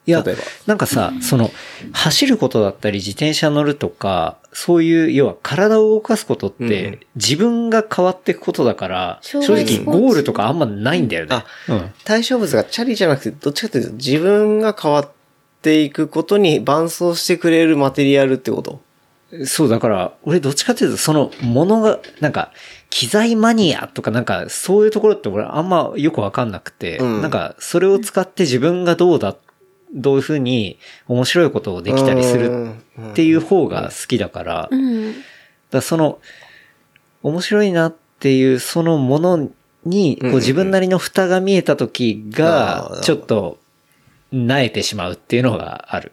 Speaker 2: いや
Speaker 3: 例えば、
Speaker 2: なんかさ、その、走ることだったり自転車乗るとか、そういう、要は体を動かすことっ
Speaker 3: う
Speaker 2: て
Speaker 3: ん、
Speaker 2: 自分が変わっていくことだから、正
Speaker 4: 障害
Speaker 2: 直
Speaker 4: スポーツ
Speaker 2: ゴールとかあんまないんだよね。うん。
Speaker 3: 対象物がチャリじゃなくて、どっちかというと自分が変わっていくことに伴走してくれるマテリアルってこと
Speaker 2: そう、だから、俺どっちかっていうと、そのものが、なんか、機材マニアとかなんか、そういうところって俺あんまよくわかんなくて、
Speaker 3: うん
Speaker 2: なんか、それを使って自分がどうだ、どういうふうに面白いことをできたりする
Speaker 3: っ
Speaker 2: っていう方が好きだから、
Speaker 4: う
Speaker 2: だか
Speaker 4: ん。
Speaker 2: らその、面白いなっていうそのものに、こ
Speaker 3: う
Speaker 2: うん自分なりの蓋が見えた時
Speaker 3: あ
Speaker 2: が
Speaker 3: ー、
Speaker 2: ちょっと、萎えてしまうっていうのがある。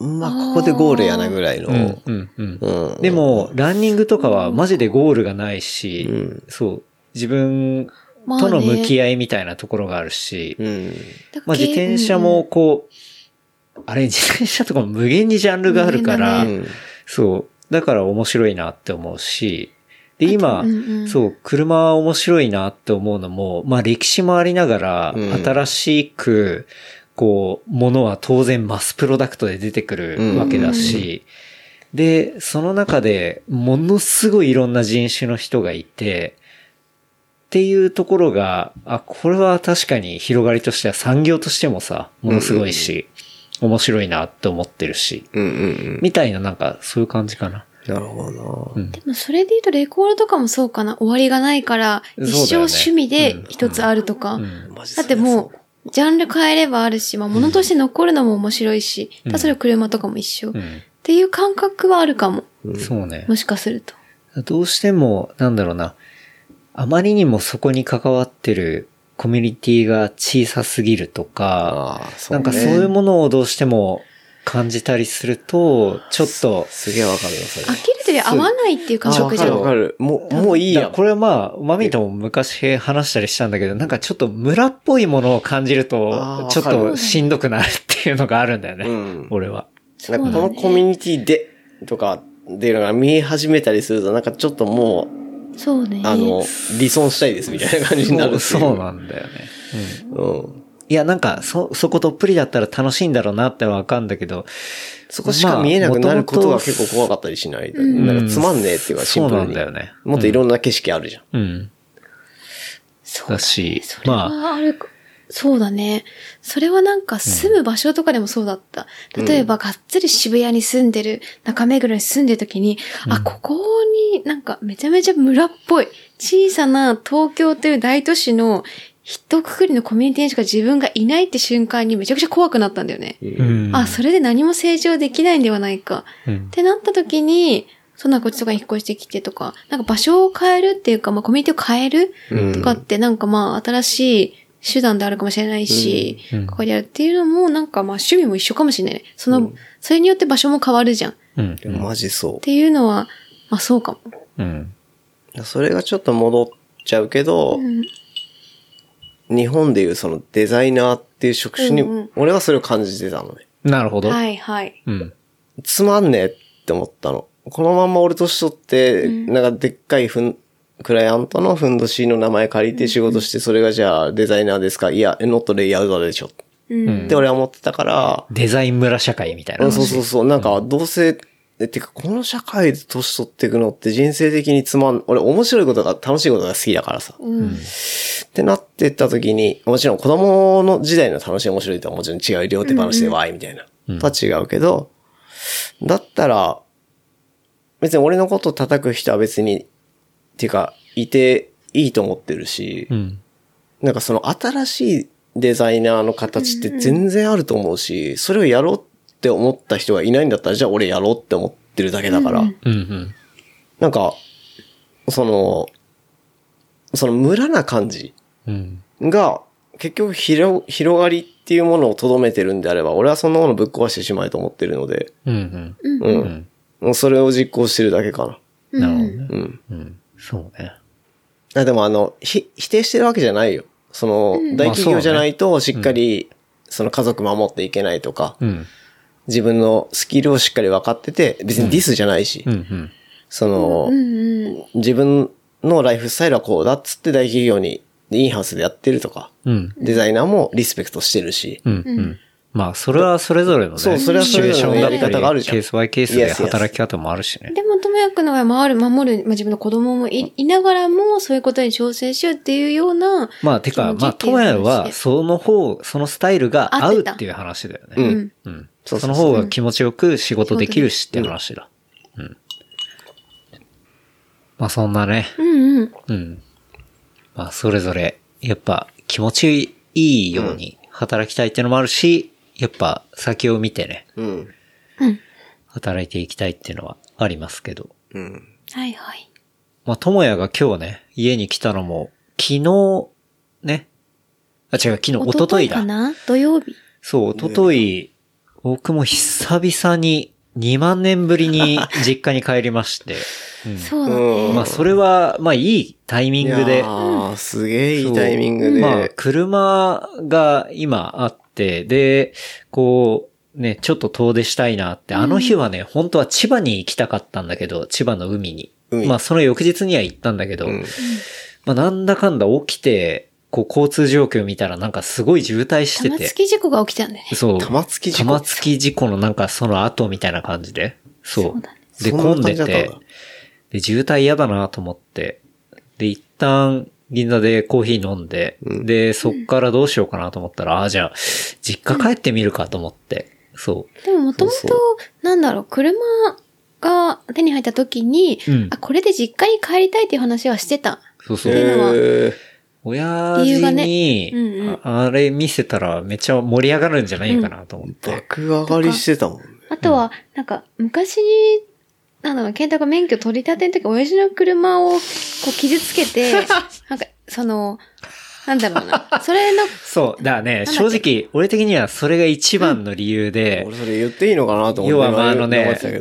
Speaker 3: まあ、ここでゴールやなぐらいの。
Speaker 2: うん、うん、うん。
Speaker 3: うん
Speaker 2: で、も、ランニングとかはマジでゴールがないし、
Speaker 3: うん
Speaker 2: そう、自分
Speaker 4: まあ、ね、
Speaker 2: との向き合いみたいなところがあるし、
Speaker 3: うん。
Speaker 4: だか
Speaker 2: ま
Speaker 4: ら
Speaker 2: あ自転車も、こう、あれ、自転車とかも無限にジャンルがあるから、
Speaker 4: あ
Speaker 3: うん
Speaker 2: そう、だから面白いなって思うし、で、
Speaker 4: う
Speaker 2: 今、
Speaker 4: んうんうん、
Speaker 2: そう、車は面白いなって思うのも、まあ歴史もありながら、
Speaker 3: うん
Speaker 2: 新しく、こう、ものは当然マスプロダクトで出てくるわけだし、で、その中でものすごいいろんな人種の人がいて、っていうところが、あ、これは確かに広がりとしては産業としてもさ、ものすごいし、面白いなって思ってるし、
Speaker 3: うんうん
Speaker 2: みたいななんかそういう感じかな。
Speaker 3: うん。なるほど
Speaker 2: う
Speaker 3: な。
Speaker 2: ん
Speaker 4: でもそれで言うとレコードとかもそうかな。終わりがないから、
Speaker 2: そうだよね
Speaker 4: 一生趣味で一つあるとか。
Speaker 2: うん
Speaker 3: マジ
Speaker 4: だってもう、ジャンル変えればあるし、まあ物として残るのも面白いし、
Speaker 2: うん
Speaker 4: だからそれは車とかも一緒、
Speaker 2: う
Speaker 4: っ
Speaker 2: ん
Speaker 4: ていう感覚はあるかも。
Speaker 2: そうね。
Speaker 4: もしかすると。
Speaker 2: どうしても、なんだろうな、あまりにもそこに関わってるコミュニティが小さすぎるとか、
Speaker 3: ああ、そ
Speaker 2: な
Speaker 3: う、ね。
Speaker 2: んかそういうものをどうしても感じたりすると、ちょっと、
Speaker 3: すげえわかるよ、 [LAUGHS] それ
Speaker 4: 飽。きるというより合わないっていう感
Speaker 3: あわ
Speaker 4: 覚じ
Speaker 3: か
Speaker 4: ゃ
Speaker 3: る
Speaker 4: ん。
Speaker 3: わかる。もう、もういい
Speaker 2: だ
Speaker 3: や
Speaker 2: からこれはまあ、マミーとも昔話したりしたんだけど、なんかちょっと村っぽいものを感じる
Speaker 3: あー
Speaker 2: と、
Speaker 3: わ
Speaker 2: ちょっ
Speaker 3: か
Speaker 2: と
Speaker 3: る
Speaker 2: しんどくなるっていうのがあるんだよね。
Speaker 3: うん
Speaker 2: 俺は。
Speaker 3: なんかこのコミュニティで、とか、っていうのが見え始めたりすると、なんかちょっともう、
Speaker 4: そうね。
Speaker 3: あの、離損したいですみたいな感じになるってい
Speaker 2: そうそうなんだよね。うん
Speaker 3: うん。
Speaker 2: いや、なんか、そ、そことっぷりだったら楽しいんだろうなってわかんだけど、
Speaker 3: そこしか見えなくなることが結構怖かったりしない。
Speaker 4: ん
Speaker 3: なんかつまんねえっていうか、シンプルに。
Speaker 2: そうなんだよね
Speaker 3: もっといろんな景色あるじゃん。
Speaker 2: うん。
Speaker 4: そう
Speaker 2: だし、
Speaker 4: それ
Speaker 2: まあ、
Speaker 4: はあるか、そうだね。それはなんか住む場所とかでもそうだった。例えば、がっつり渋谷に住んでる、中目黒に住んでる時に、あ、ここになんかめちゃめちゃ村っぽい、小さな東京という大都市の一括りのコミュニティにしか自分がいないって瞬間にめちゃくちゃ怖くなったんだよね。
Speaker 2: うん
Speaker 4: あ、それで何も成長できないんではないか。ってなった時に、そんなこっちとかに引っ越してきてとか、なんか場所を変えるっていうか、まあコミュニティを変える
Speaker 3: うん
Speaker 4: とかってなんかまあ新しい手段であるかもしれないし、
Speaker 2: うんうん
Speaker 4: ここでやるっていうのもなんかまあ趣味も一緒かもしれない。その、それによって場所も変わるじゃん。っ
Speaker 2: うん。
Speaker 3: でもマジそ
Speaker 4: ていうのは、まあそうかも。
Speaker 2: うん。
Speaker 3: う。それがちょっと戻っちゃうけど
Speaker 4: う、ん。
Speaker 3: 日本でいうそのデザイナーっていう職種
Speaker 4: うんう
Speaker 3: に
Speaker 4: ん、
Speaker 3: 俺はそれを感じてたのね。
Speaker 2: なるほど。
Speaker 4: はいはい。
Speaker 2: うん。
Speaker 3: つまんねえって思ったの。このまんま俺年取って、
Speaker 4: うん
Speaker 3: なんかでっかいふん、クライアントのふんどしの名前借りて仕事して、それがじゃあデザイナーですかいや、ノットレイヤーだでしょ。
Speaker 4: うん。
Speaker 3: って俺は思ってたから、
Speaker 2: デザイン村社会みたいな
Speaker 3: うん
Speaker 2: 話。
Speaker 3: そうそうそう。なんか、どうせ、えてか、この社会で年取っていくのって人生的につまん、俺面白いことが楽しいことが好きだからさ。
Speaker 4: うん。
Speaker 3: ってなってった時に、もちろん子供の時代の楽しい面白いとはもちろん違う両手話でわーいみたいな。とは違うけど、だったら、別に俺のこと叩く人は別に、っていうか、いていいと思ってるし、
Speaker 2: うん。
Speaker 3: なんかその新しいデザイナーの形って全然あると思うし、それをやろうって思った人がいないんだったら、じゃあ俺やろうって思ってるだけだから、
Speaker 2: うんうん。
Speaker 3: なんか、その、その無駄な感じ
Speaker 2: うん。
Speaker 3: が、結局広、広がりっていうものをとどめてるんであれば、俺はそんなものぶっ壊してしまえと思ってるので、
Speaker 2: うん
Speaker 4: うん。
Speaker 3: う。
Speaker 2: うん。うんん。
Speaker 3: もうそれを実行してるだけかな。
Speaker 4: うん
Speaker 2: なるほどね。
Speaker 3: うん。
Speaker 2: うん。そうね。
Speaker 3: あでもあの、ひ、否定してるわけじゃないよ。その、
Speaker 4: ん
Speaker 3: 大企業じゃないと、しっかり、その家族守っていけないとか、
Speaker 2: うん。
Speaker 3: 自分のスキルをしっかり分かってて、別にディスじゃないし、
Speaker 2: うんうん。
Speaker 3: その
Speaker 4: う、んうん。
Speaker 3: 自分のライフスタイルはこうだっつって大企業に、インハウスでやってるとか、
Speaker 2: うん。
Speaker 3: デザイナーもリスペクトしてるし、
Speaker 2: うんうん。まあ、それはそれぞれのね、
Speaker 3: そうそれは
Speaker 2: シチ
Speaker 3: そ
Speaker 2: ュエ
Speaker 3: れ
Speaker 2: ーシ
Speaker 3: ぞ
Speaker 2: ョ
Speaker 3: れ
Speaker 2: ン
Speaker 3: の
Speaker 2: だっ
Speaker 3: やり
Speaker 2: たり、
Speaker 3: 方があるじゃん
Speaker 2: ケースバイケースで
Speaker 3: Yes, yes.
Speaker 2: 働き方もあるしね。
Speaker 4: でも、ともやくのは回る、守る、まあ、自分の子供もいいながらも、そういうことに挑戦しようっていうような、
Speaker 2: まあ、てか、まあ、トマヤは、その方、そのスタイルが合うっていう話だよ
Speaker 3: う
Speaker 2: ね。
Speaker 3: ん。
Speaker 4: うん。
Speaker 2: うん。
Speaker 3: そう
Speaker 2: そ
Speaker 3: そうそう
Speaker 2: の方が気持ちよく仕事できるしっていう話だ。うん。まあ、そんなね。
Speaker 4: うんうん。
Speaker 2: うん。まあ、それぞれ、やっぱ気持ちいいように働きたいっていうのもあるし、やっぱ先を見てね、
Speaker 3: うん。
Speaker 2: 働いていきたいっていうのはありますけど。
Speaker 3: うん。
Speaker 4: はいはい。
Speaker 2: まあ、ともやが今日ね、家に来たのも、昨日、ね。あ、違う、昨日、一昨日
Speaker 4: か
Speaker 2: だ。
Speaker 4: な土曜日。
Speaker 2: そう、一昨日、僕も久々に、2万年ぶり
Speaker 3: [LAUGHS]
Speaker 2: に実家に帰りまして。う。
Speaker 4: そうだ
Speaker 3: うん
Speaker 4: ね。
Speaker 2: まあ、それは、まあ、いいタイミ
Speaker 3: い
Speaker 2: ン
Speaker 3: や
Speaker 2: グで。
Speaker 3: ーすげえいいタイミングで。
Speaker 2: まあ、車が今あって、で、こう、ね、ちょっと遠出したいなって、あの日はね、本当は千葉に行きたかったんだけど、千葉の海に。
Speaker 3: 海
Speaker 2: まあ、その翌日には行ったんだけど、
Speaker 3: うん
Speaker 2: まあ、なんだかんだ起きて、こう、交通状況見たらなんかすごい渋滞して
Speaker 4: 玉
Speaker 2: て
Speaker 4: 突。き事故が起きたんだよね。
Speaker 2: そう。
Speaker 3: 玉突き事故
Speaker 2: 玉突き事故のなんかその後みたいな感じで。そう。
Speaker 4: そうだね
Speaker 2: で、
Speaker 3: そんな
Speaker 2: 混ん
Speaker 3: 感
Speaker 2: で
Speaker 3: じだったん
Speaker 2: て
Speaker 3: だ。
Speaker 2: で、渋滞嫌だなと思って。で、一旦、銀座でコーヒー飲んで、で、そっからどうしようかなと思ったら、ああ、じゃあ、実家帰ってみるかと思って。そう。
Speaker 4: でも、もとも
Speaker 3: そう
Speaker 4: と、なんだろう、車が手に入った時に、
Speaker 2: うん
Speaker 4: あ、これで実家に帰りたいっていう話はしてた。
Speaker 2: そうそう。
Speaker 4: ていうのは
Speaker 3: え
Speaker 2: 親
Speaker 4: 理由
Speaker 2: 父
Speaker 4: がね
Speaker 2: に、
Speaker 4: うんうん
Speaker 2: ああれ見せたらめっちゃ盛り上がるんじゃないかなと思っ
Speaker 3: ー、
Speaker 2: て。
Speaker 3: 爆上がりしてたもんね。
Speaker 4: あとは、なんか、昔に、なんだろう、健太が免許取り立ての時、親父の車を、こう、傷つけ
Speaker 2: [LAUGHS]
Speaker 4: て、なんか、その、なんだろうな。それの、
Speaker 2: そう。だからね、
Speaker 4: なんだ
Speaker 2: 正
Speaker 4: っけ
Speaker 2: 直、俺的にはそれが一番の理由で、
Speaker 3: 俺それ言っていいのかなと思って。
Speaker 2: 要はまああのね
Speaker 3: 黙ってたけ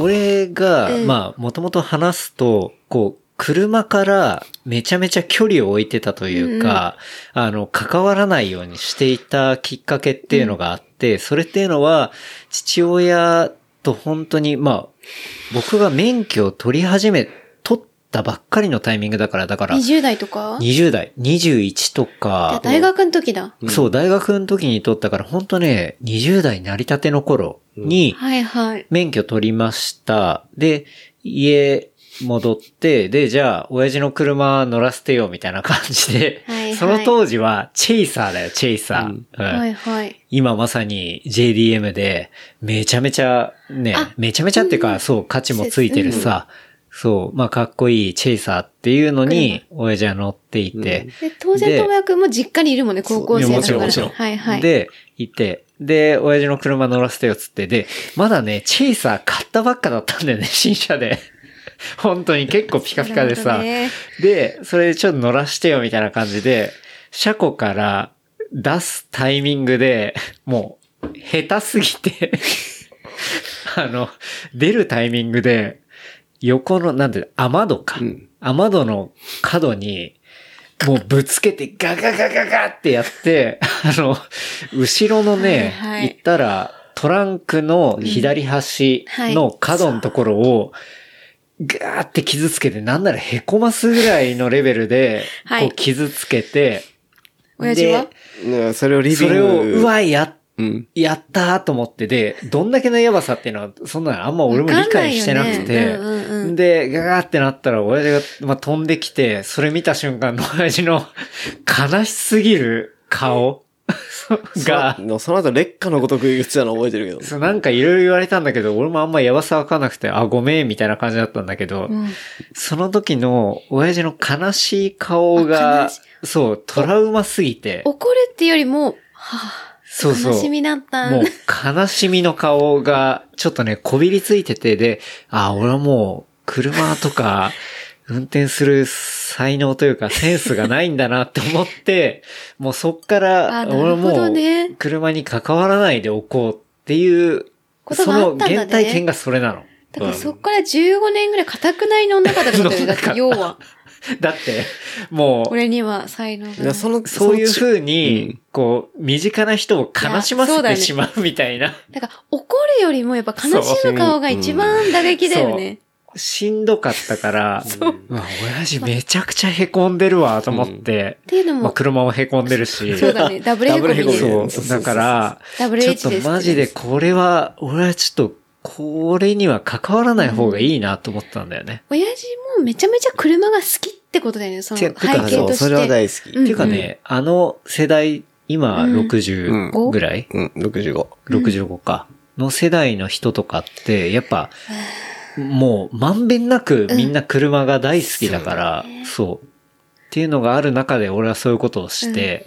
Speaker 2: [LAUGHS] 俺が、
Speaker 4: うん
Speaker 2: まあ、もともと話すと、こう、車からめちゃめちゃ距離を置いてたというか、あの、関わらないようにしていたきっかけっていうのがあって、それっていうのは、父親と本当に、まあ、僕が免許を取り始め、取ったばっかりのタイミングだから、だから、
Speaker 4: 20代とか
Speaker 2: 20代、21と
Speaker 4: いや
Speaker 2: か、
Speaker 4: 大学の時だ。
Speaker 2: そう、大学の時に取ったから、本当ね、20代成り立ての頃に、
Speaker 4: はいはい。
Speaker 2: 免許取りました。で、家戻って、で、じゃあ、親父の車乗らせてよ、みたいな感じで、
Speaker 4: はいはい
Speaker 2: その当時は、チェイサーだよ、チェイサー。
Speaker 3: うん
Speaker 2: うん
Speaker 4: はいはい。
Speaker 2: 今まさに JDM で、めちゃめちゃ、ね
Speaker 4: あ、
Speaker 2: めちゃめちゃっていうか、そう、価値もついてるさ、そう、まあ、かっこいいチェイサーっていうのに、親父は乗っていて、
Speaker 4: で、当
Speaker 2: で
Speaker 4: 然、ともやくんも実家にいるもんね、高校生
Speaker 2: いや
Speaker 4: だ
Speaker 2: もちろん
Speaker 4: か
Speaker 2: もちろん
Speaker 4: ら。はいはい。
Speaker 2: で、いて、で、親父の車乗らせてよっつって、で、まだね、チェイサー買ったばっかだったんだよね、新車で。 [LAUGHS] 本当に結構ピカピカで
Speaker 4: なる
Speaker 2: さ
Speaker 4: ほど。ね
Speaker 2: で、それちょっと乗らしてよみたいな感じで、車庫から出すタイミングで、もう、下手すぎて、 [LAUGHS] あの、出るタイミングで、横の、なんて、雨戸か。
Speaker 3: ん
Speaker 2: 雨戸の角に、もうぶつけてガガガガガってやって、 [LAUGHS] あの、後ろのね、
Speaker 4: はいはい
Speaker 2: 行ったら、トランクの左端の角のところを、ガーって傷つけて、なんなら凹ますぐらいのレベルで、
Speaker 4: はい
Speaker 2: こう傷つけて、
Speaker 4: 親父は
Speaker 3: ねそれをリビ
Speaker 2: そ
Speaker 3: ング
Speaker 2: れを、うわ、やっ
Speaker 3: うん。
Speaker 2: やったーと思ってで、どんだけのやばさっていうのは、そんなのあんま俺も理解してなくて、
Speaker 4: わかんないよねうんうんうん
Speaker 2: で、ガガーってなったら親父が、まあ、飛んできて、それ見た瞬間の親父の [LAUGHS] 悲しすぎる顔が
Speaker 3: そ、のその後劣化のごとく言ってたの覚えてるけど。
Speaker 2: そうなんかいろいろ言われたんだけど、俺もあんまやばさわかんなくて、あ、ごめん、みたいな感じだったんだけど、
Speaker 4: うん
Speaker 2: その時の親父の悲しい顔
Speaker 4: あ悲
Speaker 2: が
Speaker 4: し、
Speaker 2: そう、トラウマすぎて、
Speaker 4: 怒るってよりも、はぁ、
Speaker 2: そうそう。
Speaker 4: 悲しみだった
Speaker 2: も
Speaker 4: ん
Speaker 2: う。悲しみの顔がちょっとね、こびりついてて、で、あ、俺はもう車と
Speaker 4: [LAUGHS]
Speaker 2: か運転する才能というかセンスがないんだなって思って、もうそっか
Speaker 4: あ
Speaker 2: ら
Speaker 4: な
Speaker 2: 俺
Speaker 4: る
Speaker 2: は
Speaker 4: ほ
Speaker 2: も
Speaker 4: ど
Speaker 2: う
Speaker 4: ね
Speaker 2: 車に関わらないでおこうっていう、
Speaker 4: こと
Speaker 2: そ
Speaker 4: があ
Speaker 2: の
Speaker 4: ったんだね
Speaker 2: 原体験がそれなの。
Speaker 4: だからそっから15年ぐらい固くないのなかったってこと
Speaker 2: [LAUGHS]
Speaker 4: よ。だって要は、
Speaker 2: だって、もう、
Speaker 4: 俺には才能
Speaker 3: い
Speaker 4: がな
Speaker 3: や
Speaker 4: い。
Speaker 3: その、
Speaker 2: そういう
Speaker 3: その
Speaker 2: 風に、
Speaker 3: うん
Speaker 2: こう、身近な人を悲しま
Speaker 4: いやそ
Speaker 2: せ
Speaker 4: うだ
Speaker 2: て
Speaker 4: ね
Speaker 2: しまうみたいな。
Speaker 4: だから怒るよりもやっぱ悲しむ顔が一番打撃だよね。
Speaker 2: しんどかったから、うわ、親父めちゃくちゃ凹んでるわ、と思って
Speaker 4: っ、ていうの
Speaker 2: まあ、
Speaker 4: も、
Speaker 2: 車も凹んでるし、
Speaker 4: そうだね。ダブルヘコミ
Speaker 3: ダブルヘコミ
Speaker 4: ね。
Speaker 2: そうだから、
Speaker 4: ダブル
Speaker 2: ち
Speaker 4: H
Speaker 2: ょ
Speaker 4: で
Speaker 2: っ
Speaker 4: すっ
Speaker 2: と
Speaker 4: てね。
Speaker 2: マジでこれは、俺はちょっと、これには関わらない方がいいなと思ったんだよね。
Speaker 4: 親父もめちゃめちゃ車が好きってことだよね、その
Speaker 2: て
Speaker 4: 背
Speaker 2: て
Speaker 4: 景
Speaker 2: か
Speaker 4: と
Speaker 3: そう、
Speaker 4: して。
Speaker 3: それは大好き。
Speaker 4: う
Speaker 2: っ
Speaker 4: ん
Speaker 2: ていうかね、あの世代、今
Speaker 4: うん
Speaker 2: 60ぐらい、
Speaker 3: うん、65。
Speaker 2: ?65 か。の世代の人とかって、やっぱ、もう、まんべんなくみんな車が大好きだから、そう。っていうのがある中で俺はそういうことをして、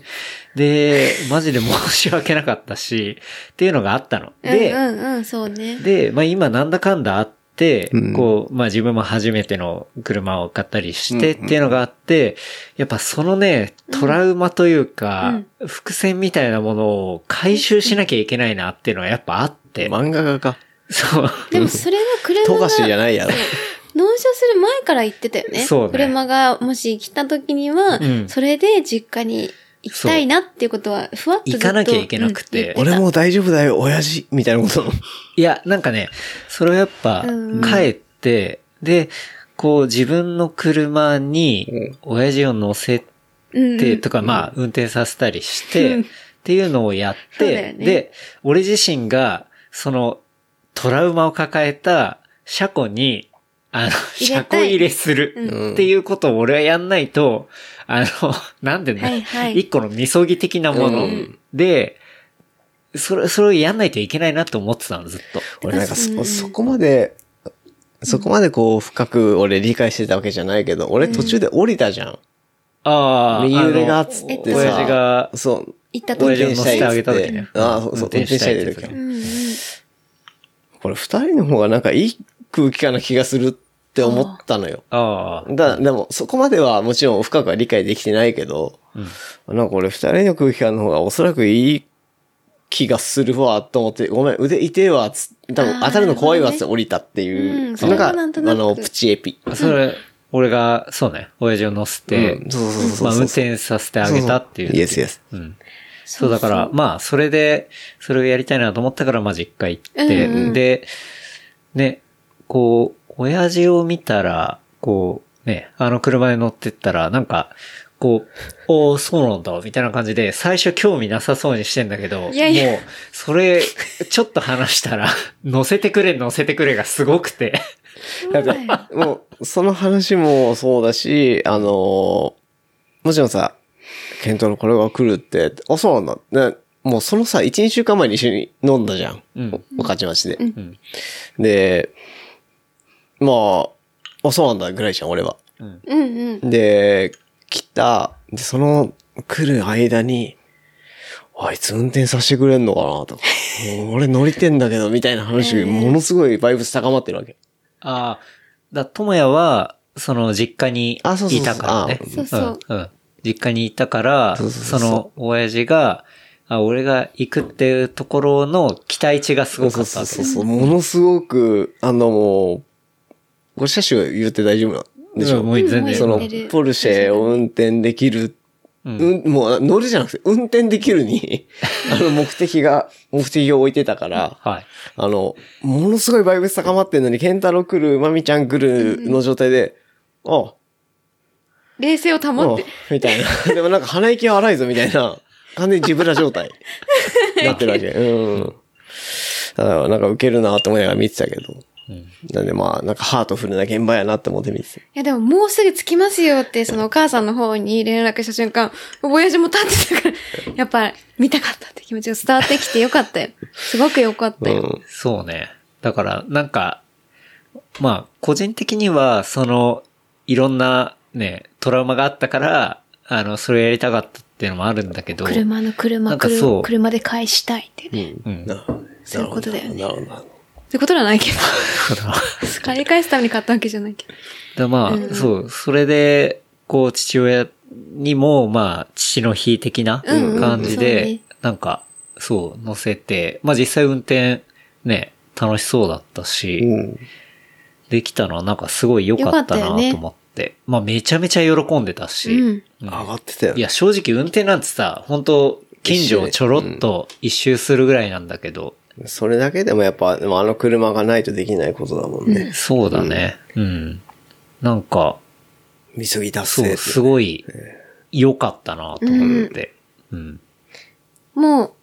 Speaker 2: で、マジで申し訳なかったし、っていうのがあったの。で、
Speaker 4: うんうんうん、そうね。
Speaker 2: で、まあ今なんだかんだあって、
Speaker 3: うん
Speaker 2: こう、まあ自分も初めての車を買ったりしてっ
Speaker 3: うんうん
Speaker 2: ていうのがあって、やっぱそのね、トラウマというか、伏線みたいなものを回収しなきゃいけないなっていうのはやっぱあって、
Speaker 3: 漫画家か。
Speaker 2: そう。
Speaker 4: でもそれは
Speaker 3: 富
Speaker 4: 車が、
Speaker 3: 樫じゃないやろ。
Speaker 4: 納車する前から言ってたよね。
Speaker 2: そうね
Speaker 4: 車がもし来た時には、
Speaker 2: うん
Speaker 4: それで実家に行きたいなっていうことは、ふわっとずっと
Speaker 2: 行かなきゃいけなくて
Speaker 4: うん言っ
Speaker 3: [LAUGHS]
Speaker 4: て
Speaker 3: 俺
Speaker 4: た
Speaker 3: もう大丈夫だよ、親父みたいなこと。
Speaker 2: いや、なんかね、それはやっぱ
Speaker 4: うん、
Speaker 2: 帰って、で、こう自分の車に、親父を乗せて、
Speaker 4: うん
Speaker 2: って、とか、まあ、運転させたりして、
Speaker 4: うん
Speaker 2: っていうのをやっ
Speaker 4: そうだ
Speaker 2: て、
Speaker 4: よね
Speaker 2: で、俺自身が、その、トラウマを抱えた車庫に、あの、
Speaker 4: 入れたい
Speaker 2: 車庫入れするっていうことを俺はやんないと、あの、 [LAUGHS] なんでね、
Speaker 4: はいはい
Speaker 2: 一個のみそぎ的なもの、
Speaker 3: うん
Speaker 2: で、それ、それをやんないといけないなと思ってたの、ずっと。
Speaker 3: 俺なんか
Speaker 4: う
Speaker 3: そ、
Speaker 4: ん
Speaker 3: そこまで、そこまでこう深く俺理解してたわけじゃないけど、俺途中で降りたじゃん。
Speaker 2: ああ、
Speaker 3: 右腕が
Speaker 2: あ
Speaker 3: つっ
Speaker 2: の
Speaker 3: てさ。
Speaker 2: 親父が、
Speaker 3: そう。
Speaker 4: 行った
Speaker 3: 運
Speaker 2: 親父を
Speaker 4: 時
Speaker 3: 転
Speaker 2: 乗
Speaker 3: した
Speaker 2: せ
Speaker 3: い
Speaker 2: てあげ
Speaker 3: ったつっ
Speaker 2: 時
Speaker 3: て
Speaker 2: ね。
Speaker 3: ああ、そうそう、運
Speaker 2: 運転
Speaker 3: 転
Speaker 2: し
Speaker 3: し
Speaker 2: たた
Speaker 3: い
Speaker 2: い
Speaker 3: っ
Speaker 2: ってて言って
Speaker 3: 言ってた
Speaker 2: た時
Speaker 3: 時に
Speaker 2: ね
Speaker 4: うんうん
Speaker 3: これ二人の方がなんかいい空気感な気がするって思ったのよ。
Speaker 2: ああ、
Speaker 3: だ、でも、そこまではもちろん深くは理解できてないけど、なんか俺二人の空気感の方がおそらくいい気がするわ、と思って、ごめん、腕痛えわ、つ多分
Speaker 4: あー
Speaker 3: 当たるの怖いわ、つって降りたっていうう。
Speaker 4: ん
Speaker 3: それが
Speaker 4: それはなんと
Speaker 3: あ
Speaker 4: なく
Speaker 3: の、プチエピ。
Speaker 2: あそれ、俺が、そうね、親父を乗せて、
Speaker 3: うんそうそうそうそう
Speaker 2: まあ、運転させてあげたっていう。
Speaker 3: イエスイエス。
Speaker 2: うん。そうだから、まあ、それで、それをやりたいなと思ったから、まあ、実家行って、
Speaker 4: うんうん
Speaker 2: で、ね、こう、親父を見たら、こう、ね、あの車に乗ってったら、なんか、こう、おーそうなんだ、みたいな感じで、最初興味なさそうにしてんだけど、
Speaker 4: いやいや
Speaker 2: もう、それ、ちょっと話したら、乗せてくれ、乗せてくれがすごくて。
Speaker 3: なんか、もう、その話もそうだし、あのーもちろんさ、ケントのこれが来るって、あ、そうなんだ。でもうそのさ、1、2週間前に一緒に飲んだじゃん。
Speaker 2: うん
Speaker 3: おかちまちで。
Speaker 2: ん
Speaker 3: で、まあ、あ、そうなんだ、ぐらいじゃん、俺は。
Speaker 4: うんうん。
Speaker 3: で、来た、で、その、来る間に、あいつ運転させてくれんのかなとか、 [LAUGHS] もう俺乗りてんだけど、みたいな話、ものすごいバイブス高まってるわけ。
Speaker 2: ああ、だ、ともやは、その、実家にい
Speaker 3: あそうそうそう
Speaker 2: たからね。
Speaker 4: あそうそう
Speaker 2: うん。うん。実家にいたから、
Speaker 3: そうそうそう
Speaker 2: その、親父が、あ、俺が行くっていうところの期待値がすごかったわけ
Speaker 3: そ
Speaker 2: で
Speaker 3: うそうそう
Speaker 2: す。
Speaker 3: そう。ものすごく、あのもう、これ車種言って大丈夫なんでしょ
Speaker 2: うんもう全
Speaker 4: うん
Speaker 2: 然。
Speaker 3: その
Speaker 4: 言ってる、
Speaker 3: ポルシェを運転できる
Speaker 2: うん。
Speaker 3: うん、もう乗るじゃなくて、運転できる [LAUGHS] に、あの目的が、目的を置いてたから、
Speaker 2: はい。
Speaker 3: あの、ものすごいバイブス高まってんのに、ケンタロウ来る、まみちゃん来るの状態で、あ、
Speaker 4: 冷静を保っ
Speaker 3: うん
Speaker 4: て。
Speaker 3: みたいな。 [LAUGHS] でもなんか鼻息荒いぞみたいな、完全にジブラ状
Speaker 4: [LAUGHS]
Speaker 3: 態になってるわけ。うん。だからなんかウケるなと思いながら見てたけど。
Speaker 2: うん
Speaker 3: なんでまあ、なんかハートフルな現場やなって思って見て
Speaker 4: いやでももうすぐ着きますよって、そのお母さんの方に連絡した瞬間、親父も立ってたから、やっぱ見たかったって気持ちが伝わってきてよかったよ。すごくよかった
Speaker 3: た。う
Speaker 4: よ。
Speaker 3: ん。
Speaker 2: そうね。だから、なんか、まあ、個人的には、その、いろんなね、トラウマがあったから、あの、それやりたかったっていうのもあるんだけど、 [LAUGHS]
Speaker 4: 車の
Speaker 2: な
Speaker 4: 車、
Speaker 2: んかそう
Speaker 4: 車車で返したいってね。
Speaker 2: うん
Speaker 3: なるほど
Speaker 4: そういうことだよね
Speaker 3: なるほどなるほ
Speaker 4: ってことではない
Speaker 2: [LAUGHS]
Speaker 4: けど。
Speaker 2: だか
Speaker 4: 借り返すために買ったわけじゃないけど。
Speaker 2: らまあ、
Speaker 4: うん
Speaker 2: そう、それで、こう、父親にも、まあ、父の日的な
Speaker 4: うん
Speaker 3: うん
Speaker 2: 感じ
Speaker 4: そう
Speaker 2: で
Speaker 4: ね、
Speaker 2: なんか、そう、乗せて、まあ実際運転、ね、楽しそうだったし、
Speaker 3: どうん。
Speaker 2: できたのはなんかすごい良かった
Speaker 4: 良か
Speaker 2: な
Speaker 4: ったよね
Speaker 2: と思って。まあめちゃめちゃ喜んでたし。
Speaker 4: うん
Speaker 2: うん
Speaker 3: 上がってたよ
Speaker 2: い
Speaker 3: ね。
Speaker 2: や、正直運転なんてさ、本当近所をちょろっと一周するぐらいなんだけど、
Speaker 3: それだけでもやっぱ、でもあの車がないとできないことだもんね。
Speaker 2: そうだね。うん。なんか、
Speaker 3: みそぎ
Speaker 2: そ
Speaker 3: 達成って
Speaker 2: う、
Speaker 3: ね。
Speaker 2: すごい良かったなと思って。うん。
Speaker 4: も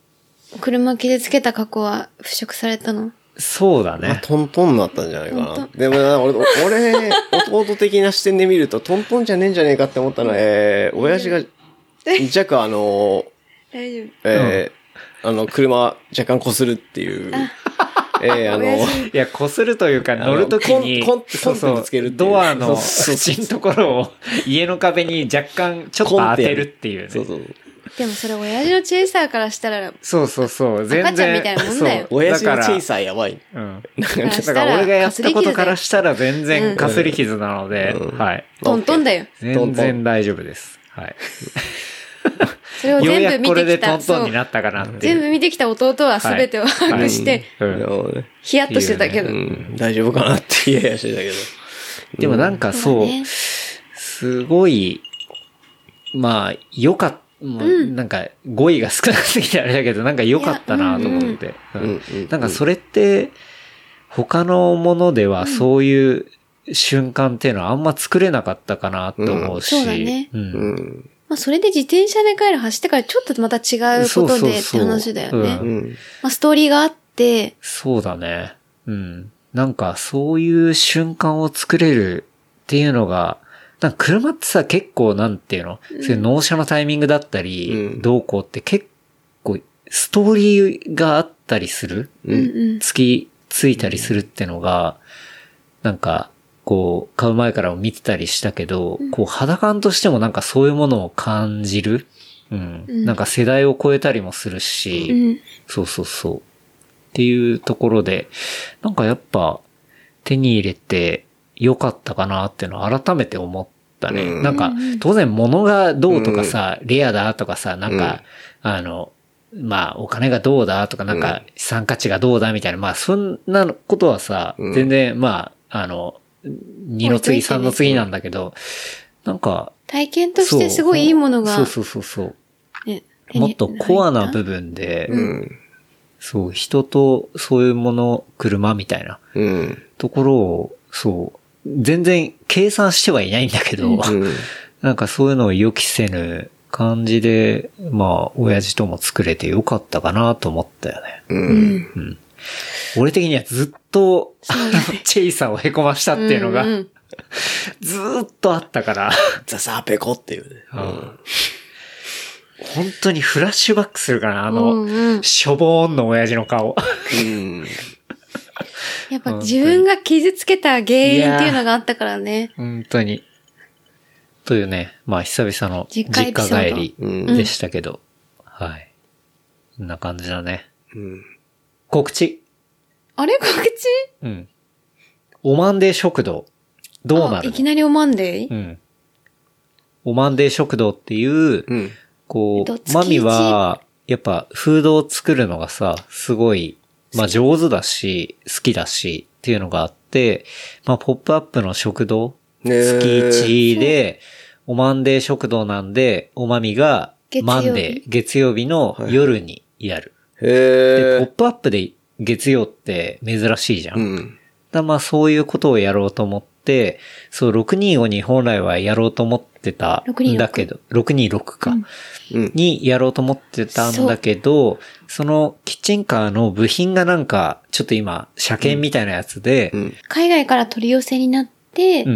Speaker 4: う、車傷つけた過去は払拭されたの。
Speaker 2: そうだ
Speaker 3: まあ
Speaker 2: ね。
Speaker 3: トントンになったんじゃないか
Speaker 4: ト
Speaker 3: な
Speaker 4: ン。
Speaker 3: でもな、俺、俺、弟的な視点で見ると、トントンじゃねえんじゃねえかって思ったのは、えー、親父が、若干あの、
Speaker 4: 大丈夫。
Speaker 3: えー、あの、車若干擦るっていう、えー、あの
Speaker 4: 親、父
Speaker 2: いや、こするというか、
Speaker 3: の
Speaker 2: 乗るときに、
Speaker 3: コンコン
Speaker 2: そうそう
Speaker 3: コンってぶつけるっていう
Speaker 2: ドアの
Speaker 3: そうそうそう
Speaker 2: 縁のところを [LAUGHS] 家の壁に若干ちょっと当てるっていうね。
Speaker 3: そうそう。
Speaker 4: でもそれ親父のチェイサーからしたら、
Speaker 2: そうそうそう。全然。
Speaker 4: 赤ちゃんみたいなもんだよ
Speaker 2: そう
Speaker 3: 親父の
Speaker 2: だ
Speaker 3: チ
Speaker 2: か
Speaker 3: ェ
Speaker 2: ら
Speaker 3: イサーやばい。
Speaker 2: うん。
Speaker 4: から
Speaker 2: だ
Speaker 4: した
Speaker 2: からら俺がやったことからしたら全然か
Speaker 3: か
Speaker 2: す
Speaker 3: す
Speaker 2: り
Speaker 3: り
Speaker 2: 傷なので、
Speaker 3: うん
Speaker 2: はい。
Speaker 4: トントンだよ。
Speaker 2: 全然大丈夫です。はい。
Speaker 4: それを
Speaker 2: よう
Speaker 4: 全
Speaker 2: や
Speaker 4: 部
Speaker 2: くこ
Speaker 4: 見
Speaker 2: れ
Speaker 4: て
Speaker 2: で
Speaker 4: き
Speaker 2: ト
Speaker 4: た。
Speaker 2: ント
Speaker 4: そ
Speaker 2: ンに
Speaker 4: う。
Speaker 2: なったかなってい
Speaker 4: 全部
Speaker 2: う。
Speaker 4: 見てきた弟は全てを把握して、
Speaker 2: うん
Speaker 3: なるほどね
Speaker 4: ヒヤッとしてたけど。
Speaker 3: うん、大丈夫かなって言いやしてたけど。
Speaker 2: でもなんかそう、すごい、まあ、よかっもうなんか、語彙が少なすぎてあれだけど、なんか良かったなと思って。
Speaker 3: ん
Speaker 2: うん
Speaker 3: うんうん
Speaker 2: なんかそれって、他のものではそういう瞬間っていうのはあんま作れなかったかなと思うし。
Speaker 4: うんそうだね
Speaker 2: うん
Speaker 3: うん。
Speaker 4: まあそれで自転車で帰る走ってからちょっとまた違うことでって話だよ
Speaker 2: そうそうそうう
Speaker 3: う。
Speaker 4: ね
Speaker 2: ん
Speaker 3: ん。
Speaker 4: まあストーリーがあって、
Speaker 2: そうだね。うん。なんか、そういう瞬間を作れるっていうのが、なんか車ってさ、結構なんていうの、そういう納車のタイミングだったり、
Speaker 3: うん
Speaker 2: どうこうって結構、ストーリーがあったりする、
Speaker 4: うんうん。
Speaker 2: 突きついたりするってのが、なんか、こう、買う前からも見てたりしたけど、こう、肌感としてもなんかそういうものを感じる。うん。
Speaker 4: うん
Speaker 2: なんか世代を超えたりもするし、
Speaker 4: うん。
Speaker 2: そうそうそう。っていうところで、なんかやっぱ手に入れて良かったかなっていうのを改めて思ったね。
Speaker 3: うん
Speaker 2: なんか
Speaker 4: うんうん
Speaker 2: 当然物がどうとかさ、レアだとかさ、なんか、あの、まあお金がどうだとか、なん
Speaker 3: う
Speaker 2: か資産価値がどうだみたいな、まあそんなことはさ、
Speaker 3: うん
Speaker 2: 全然まあ、あの、二の次三の次なんだけど、なんか、
Speaker 4: 体験としてすごいいいものが
Speaker 2: そう、そうそうそう。
Speaker 4: ね手
Speaker 2: もっ
Speaker 4: に入た
Speaker 2: とコアな部分で、
Speaker 3: うん。
Speaker 2: そう、人とそういうもの、車みたいな
Speaker 3: うん。
Speaker 2: ところを、そう、全然計算してはいないんだけど、
Speaker 3: うん。
Speaker 2: なんかそういうのを予期せぬ感じで、まあ、親父とも作れてよかったかなと思ったよね。
Speaker 3: う。
Speaker 4: うんん。
Speaker 2: 俺的にはずっと、あの [LAUGHS] チェイさんをへこましたっていうのが
Speaker 4: ん、ん
Speaker 2: ずーっとあったから、
Speaker 3: ザサーペコっていうね。
Speaker 2: うん本当にフラッシュバックするかな、あ
Speaker 4: うん
Speaker 2: の、
Speaker 4: うん
Speaker 2: しょぼーんの親父の顔。
Speaker 3: うん。
Speaker 4: やっぱ自分が傷つけた原因っていうのがあったからね。
Speaker 2: 本当に。というね、まあ久々の実
Speaker 4: 実家
Speaker 2: 家
Speaker 4: エピソード
Speaker 2: 帰り
Speaker 3: うん
Speaker 2: でしたけど、はい。こんな感じだね。
Speaker 3: うん。
Speaker 2: 告知。
Speaker 4: あれ告知
Speaker 2: うん。オマンデー食堂。どうな
Speaker 4: あ
Speaker 2: る
Speaker 4: い
Speaker 2: の
Speaker 4: きなりおまんでい
Speaker 2: うん。オマンデー食堂っていう、
Speaker 3: うん。
Speaker 2: こ
Speaker 4: えっ
Speaker 2: う、
Speaker 4: と
Speaker 2: マミは、やっぱ、フードを作るのがさ、すごい、まあ上手だし、好きだし、っていうのがあって、まあ、ポップアップの食堂
Speaker 3: ねえ
Speaker 2: 月1で、おまんで食堂なんで、おまみが、
Speaker 4: 月曜日
Speaker 2: マンデー、月曜日の夜にやる。で、
Speaker 3: へ
Speaker 2: ポッ
Speaker 3: え。
Speaker 2: プアップで月曜って珍しいじゃん。
Speaker 3: うん。
Speaker 2: だまあそういうことをやろうと思って、そう、625に本来はやろうと思ってたんだけど、626か、
Speaker 4: うん
Speaker 3: うん。
Speaker 2: にやろうと思ってたんだけど、そのキッチンカーの部品がなんか、ちょっと今、車検みたいなやつで、
Speaker 3: う
Speaker 2: うん。
Speaker 3: ん。
Speaker 4: 海外から取り寄せになって、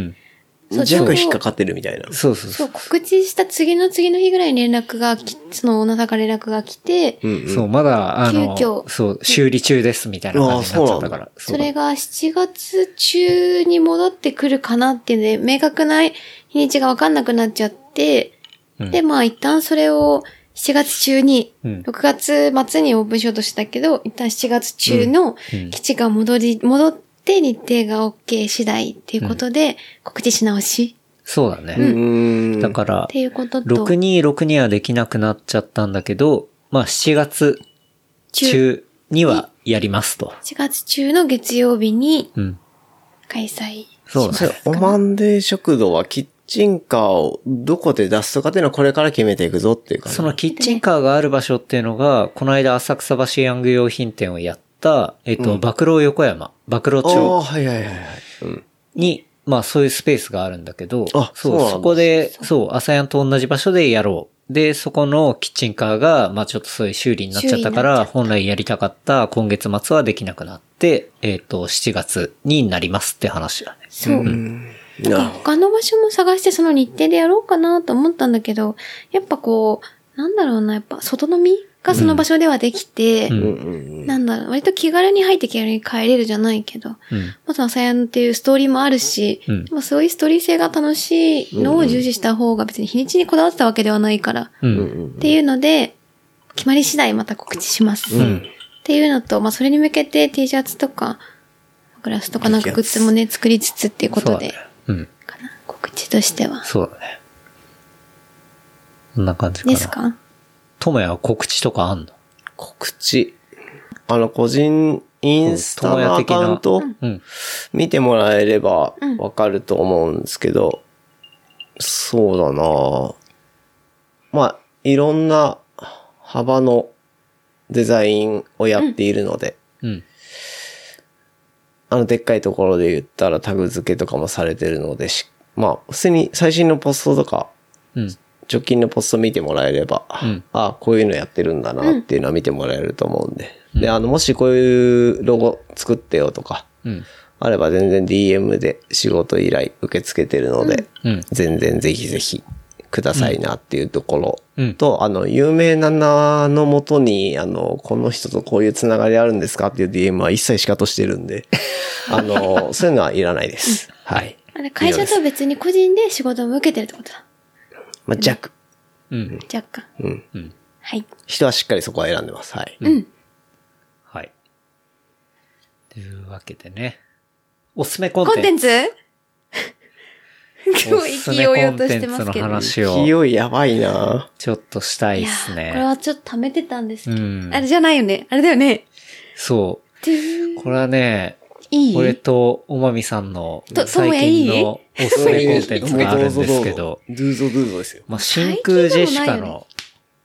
Speaker 4: そう
Speaker 3: 弱
Speaker 4: ちょうど
Speaker 3: 引っかかってるみたいな。
Speaker 2: そうそう
Speaker 4: そ、
Speaker 2: そうう。
Speaker 4: 告知した次の次の日ぐらいに連絡がき、その女さから連絡が来て、
Speaker 3: うん、うん。
Speaker 2: そう、まだ、あの
Speaker 4: 急、遽
Speaker 2: そう、修理中ですみたいな感じになっちゃったから。
Speaker 4: そ
Speaker 2: そう
Speaker 4: れが7月中に戻ってくるかなっていうので、明確な日にちがわかんなくなっちゃって、
Speaker 2: うん
Speaker 4: で、まあ一旦それを7月中に、
Speaker 2: うん
Speaker 4: 6月末にオープンしようとしたけど、一旦7月中の
Speaker 2: うん
Speaker 4: 基地が戻り、戻って日程が OK 次第っていうことで、告知し直し
Speaker 2: そうだ
Speaker 3: う
Speaker 2: ね。
Speaker 3: ん。
Speaker 2: だから
Speaker 4: っ、ていうことと、
Speaker 2: 626にはできなくなっちゃったんだけど、まあ7月
Speaker 4: 中
Speaker 2: 中にはやりますと。
Speaker 4: 7月中の月曜日に
Speaker 2: うん。
Speaker 4: 開催。
Speaker 2: そうだ
Speaker 3: そ
Speaker 2: ね。
Speaker 3: れ、オマンデー食堂はキッチンカーをどこで出すとかっていうのはこれから決めていくぞっていう感じ。
Speaker 2: そのキッチンカーがある場所っていうのが、この間浅草橋ヤング用品店をやった、えっ
Speaker 3: う
Speaker 2: と、
Speaker 3: ん
Speaker 2: 爆露横山、爆露
Speaker 3: ああ、
Speaker 2: 町
Speaker 3: はいはいはいはい。うん。
Speaker 2: に、まあそういうスペースがあるんだけど、
Speaker 3: あそう
Speaker 2: そう、
Speaker 3: なんだ
Speaker 2: そこで、そう、朝やんと同じ場所でやろう。で、そこのキッチンカーが、まあちょっとそういう修理になっちゃったか
Speaker 4: 修理にな
Speaker 2: ら、
Speaker 4: っちゃった
Speaker 2: 本来やりたかった今月末はできなくなって、えっと、7月になりますって話だね。
Speaker 4: そう。
Speaker 3: な
Speaker 4: なん
Speaker 3: る
Speaker 4: か
Speaker 3: ほ
Speaker 4: 他の場所も探してその日程でやろうかなと思ったんだけど、やっぱこう、なんだろうな、やっぱ外飲みがその場所ではできて、
Speaker 2: うん
Speaker 3: ど。うんうんうん。
Speaker 4: なんだろう、割と気軽に入って気軽に帰れるじゃないけど、
Speaker 2: うん。
Speaker 4: まず朝やんっていうストーリーもあるし、
Speaker 2: うん
Speaker 4: でもそういうストーリー性が楽しいのを重視した方が別に日にちにこだわってたわけではないから、
Speaker 2: う。
Speaker 3: うんん
Speaker 4: っていうので、決まり次第また告知します。
Speaker 3: うん。う
Speaker 4: っ
Speaker 3: ん。
Speaker 4: ていうのと、まあそれに向けて T シャツとか、グラスとかなんかグッズもね、作りつつっていうこ
Speaker 2: そう
Speaker 4: と
Speaker 2: だね
Speaker 4: で、。
Speaker 2: うん。
Speaker 4: かな、告知としては。
Speaker 2: そうだね。こんな感じかな。
Speaker 4: ですか
Speaker 2: ともやは告知とかあんの
Speaker 3: 告知。あの、個人インスタのアカウント
Speaker 2: うん。
Speaker 3: 見てもらえれば
Speaker 4: うん
Speaker 3: わかると思うんですけど、そうだなぁまあ、いろんな幅のデザインをやっているので、
Speaker 2: うん。
Speaker 3: あの、でっかいところで言ったらタグ付けとかもされてるのでし、まあ、普通に最新のポストとか、
Speaker 2: うん。
Speaker 3: 直近のポスト見てもらえれば、
Speaker 2: うん
Speaker 3: ああ、こういうのやってるんだなっていうのは見てもらえると思うんで。で、あの、もしこういうロゴ作ってよとか、
Speaker 2: うん。
Speaker 3: あれば全然 DM で仕事依頼受け付けてるので、
Speaker 2: うん。
Speaker 3: 全然ぜひぜひくださいなっていうところ
Speaker 2: うん
Speaker 3: と、あの、有名な名のもとに、あの、この人とこういうつながりあるんですかっていう DM は一切仕方してるんで、
Speaker 2: [LAUGHS]
Speaker 3: あの、そういうのはいらないです。はい。
Speaker 4: あれ会社とは別に個人で仕事も受けてるってことだ。
Speaker 3: まあ、弱。
Speaker 2: うん。
Speaker 4: 若干。
Speaker 3: うん。
Speaker 2: うん。
Speaker 4: はい。
Speaker 3: 人はしっかりそこは選んでます。はい。
Speaker 4: うん。
Speaker 2: はい。というわけでね。おすすめコ
Speaker 4: コ
Speaker 2: ン
Speaker 4: ンテ
Speaker 2: テン
Speaker 4: ン
Speaker 2: ツ。
Speaker 4: ツ今
Speaker 2: お
Speaker 4: 日
Speaker 2: すす
Speaker 4: 勢い
Speaker 2: めコ
Speaker 4: よう
Speaker 2: ン
Speaker 4: と
Speaker 2: テ
Speaker 4: し
Speaker 2: ン
Speaker 4: てま
Speaker 2: ツ
Speaker 4: す
Speaker 2: の
Speaker 4: けど。
Speaker 2: 話を
Speaker 3: 勢いやばいな
Speaker 2: ちょっとしたい
Speaker 4: い
Speaker 2: で
Speaker 4: や
Speaker 2: す
Speaker 4: ーこれ
Speaker 2: ね。
Speaker 4: はちょっと溜めてたんですけど。
Speaker 2: うん
Speaker 4: あれじゃないよね。あれだよね。
Speaker 2: そ
Speaker 4: トゥー
Speaker 2: う。これはね、
Speaker 4: いい
Speaker 2: 俺とおまみさんの
Speaker 4: ととも
Speaker 2: 最
Speaker 4: やいい
Speaker 2: 近のおすすめコンテンツがあるんです
Speaker 4: [LAUGHS]
Speaker 2: けど、
Speaker 3: ドゥーゾドゥーゾですよ。
Speaker 2: まあ、真空ジェシカ
Speaker 4: 最近でもないよ
Speaker 2: の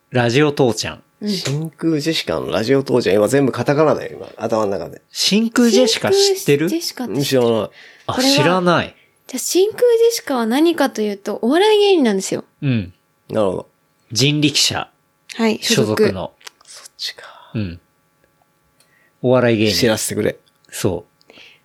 Speaker 2: ラジオ父ちゃん。
Speaker 3: 真空ジェシカのラジオ当時は今全部カタカナだよ、今。頭の中で。
Speaker 2: 真空ジェシカ知ってる
Speaker 4: 真空ジェシカって
Speaker 3: 知らない。
Speaker 2: あ、
Speaker 4: これは
Speaker 2: 知らない。
Speaker 4: じゃあ真空ジェシカは何かというと、お笑い芸人なんですよ。
Speaker 2: うん。
Speaker 3: なるほど。
Speaker 2: 人力車
Speaker 4: はい。
Speaker 2: 所属。の。
Speaker 3: そっちか。
Speaker 2: うん。お笑い芸
Speaker 3: 知
Speaker 2: 人。
Speaker 3: らせてくれ。
Speaker 2: そ。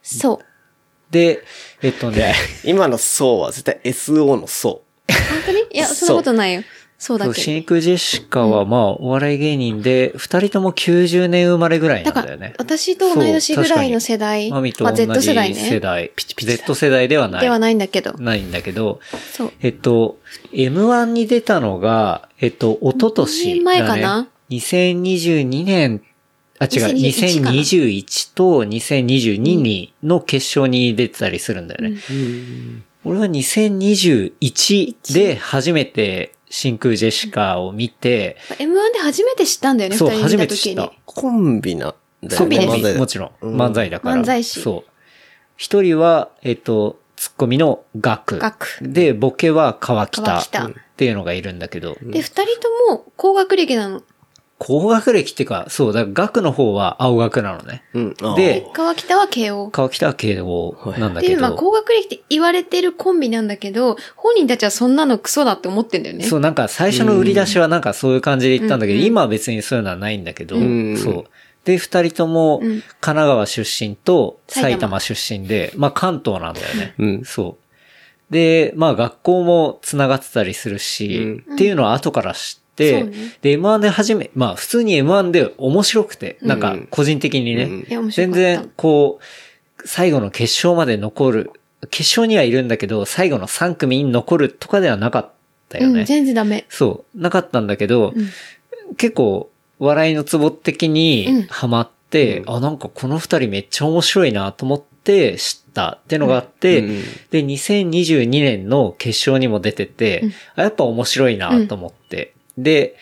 Speaker 4: そう
Speaker 2: で、えっと
Speaker 3: いや
Speaker 2: ね、
Speaker 3: 今の層は絶対 SO の層。
Speaker 4: う。
Speaker 2: [LAUGHS]
Speaker 4: 本当にいや、そんなことないよ。そうだ
Speaker 2: そう
Speaker 4: けど。
Speaker 2: 真空ジェシカはまあ、お笑い芸人で、二人とも90年生まれぐらいな
Speaker 4: だ
Speaker 2: ん
Speaker 4: か
Speaker 2: だよ
Speaker 4: ら
Speaker 2: ね、。
Speaker 4: 私と同い年ぐらいの世代。
Speaker 2: マミと
Speaker 4: まあ
Speaker 2: 同じ
Speaker 4: Z 世代
Speaker 2: 世
Speaker 4: ね。
Speaker 2: 代、ピチピチ Z 世代ではない。
Speaker 4: ではないんだけど。
Speaker 2: ないんだけど、
Speaker 4: そう。
Speaker 2: えっと、M1 に出たのが、えっと、一昨
Speaker 4: 二
Speaker 2: 年
Speaker 4: 年
Speaker 2: だ、ね。
Speaker 4: 前かな
Speaker 2: ?2022 年、あ、違う、
Speaker 4: 2021かな
Speaker 2: 2021と2022にの決勝に出てたりするんだよね。俺は2021で初めて真空ジェシカを見て、
Speaker 4: M1 で初めて知ったんだよね、二
Speaker 2: そう
Speaker 4: 人見た
Speaker 2: 初めて知
Speaker 4: 時
Speaker 2: っ
Speaker 4: に
Speaker 2: た。
Speaker 3: コンビなんだよね。
Speaker 2: そう、
Speaker 4: コン
Speaker 3: 漫
Speaker 4: ビです
Speaker 3: 才だ
Speaker 2: もちろん。
Speaker 3: うん
Speaker 2: 漫才だから。
Speaker 4: 漫才師
Speaker 2: そう。一人は、えっと、ツッコミのガク。
Speaker 4: ガク
Speaker 2: で、ボケは川北。
Speaker 4: 川北
Speaker 2: っていうのがいるんだけど。
Speaker 4: で、二人とも高学歴なの。
Speaker 2: 高学歴っていうか、そう、だからガクの方は青学なのね。
Speaker 3: うん。あー
Speaker 2: で、
Speaker 4: 川北は慶応。
Speaker 2: 川北は慶応なんだ
Speaker 4: ってい
Speaker 2: け
Speaker 4: う、まあ、
Speaker 2: ど。
Speaker 4: 高学歴って言われてるコンビなんだけど、本人たちはそんなのクソだって思ってんだよね。
Speaker 2: そう、なんか最初の売り出しはなんかそういう感じで言ったんだけど、今は別にそういうのはないんだけど、
Speaker 3: ん
Speaker 2: そう。で、二人とも
Speaker 4: うん
Speaker 2: 神奈川出身と
Speaker 4: 埼
Speaker 2: 埼
Speaker 4: 玉
Speaker 2: 玉出身で、まあ関東なんだよね。
Speaker 3: うん。
Speaker 2: そう。で、まあ学校も繋がってたりするし、っていうのは後から知って、
Speaker 4: そうね
Speaker 2: で、M1 で初め、まあ普通に M1 で面白くて、なんか個人的にね、
Speaker 3: うん
Speaker 4: いや、面
Speaker 2: 全
Speaker 4: 白かった。
Speaker 2: 然、こう、最後の決勝まで残る、決勝にはいるんだけど、最後の3組に残るとかではなかったよ
Speaker 4: うん、
Speaker 2: ね。
Speaker 4: 全然ダメ。
Speaker 2: そう、なかったんだけど、
Speaker 4: うん
Speaker 2: 結構、笑いのツボ的
Speaker 4: うん
Speaker 2: にハマって、あ、なんかこの二人めっちゃ面白いなと思って知ったってのがあって、
Speaker 3: うん
Speaker 2: で、2022年の決勝にも出てて、
Speaker 4: うん
Speaker 2: あやっぱ面白いなと思って、で、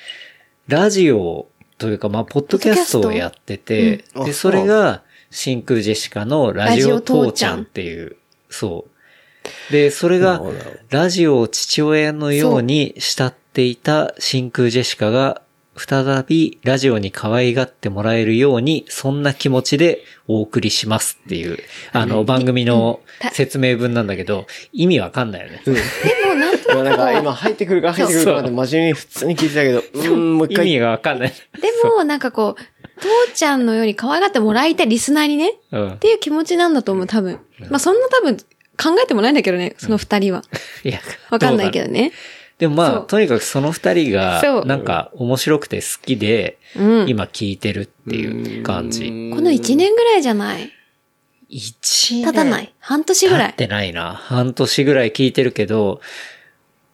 Speaker 2: ラジオというか、まあ、ポッドキャスト
Speaker 4: ポッド
Speaker 2: を
Speaker 4: キャスト
Speaker 2: やってて、
Speaker 3: うんあ
Speaker 2: で、それが、真空ジェシカのラジオ父ちゃんっていう、そう。で、それが
Speaker 3: なるほどなるほど、
Speaker 2: ラジオを父親のように慕っていた真空ジェシカが、再びラジオに可愛がってもらえるように、そんな気持ちでお送りしますっていう、あの、番組の
Speaker 4: た
Speaker 2: 説明文なんだけど、意味わかんないよね。
Speaker 4: で
Speaker 3: [LAUGHS]
Speaker 4: も、なんと
Speaker 3: まあなんか今入ってくるか入ってくるかまで真面目に普通に聞いてたけど、うーん、もう一
Speaker 2: 意
Speaker 3: 回。
Speaker 2: 味がわかんない。
Speaker 4: でも、なんかこう、父ちゃんのように可愛がってもらいたいリスナーにね、っ
Speaker 2: うん。
Speaker 4: ていう気持ちなんだと思う、多分。まあ、そんな多分、考えてもないんだけどね、その二人は。
Speaker 2: いや、
Speaker 4: わかんないけど
Speaker 2: どうだろう。
Speaker 4: ね。
Speaker 2: でもま
Speaker 4: そ
Speaker 2: あ、
Speaker 4: う
Speaker 2: とにかくその二人
Speaker 4: そ
Speaker 2: が、
Speaker 4: う
Speaker 2: なんか面白くて好きで、
Speaker 4: うん。
Speaker 2: 今聞いてるっていう感じ。
Speaker 4: この一年ぐらいじゃない
Speaker 2: 一
Speaker 4: 経たない。半年ぐら
Speaker 2: 経っ
Speaker 4: い。
Speaker 2: てないな。半年ぐらい聞いてるけど、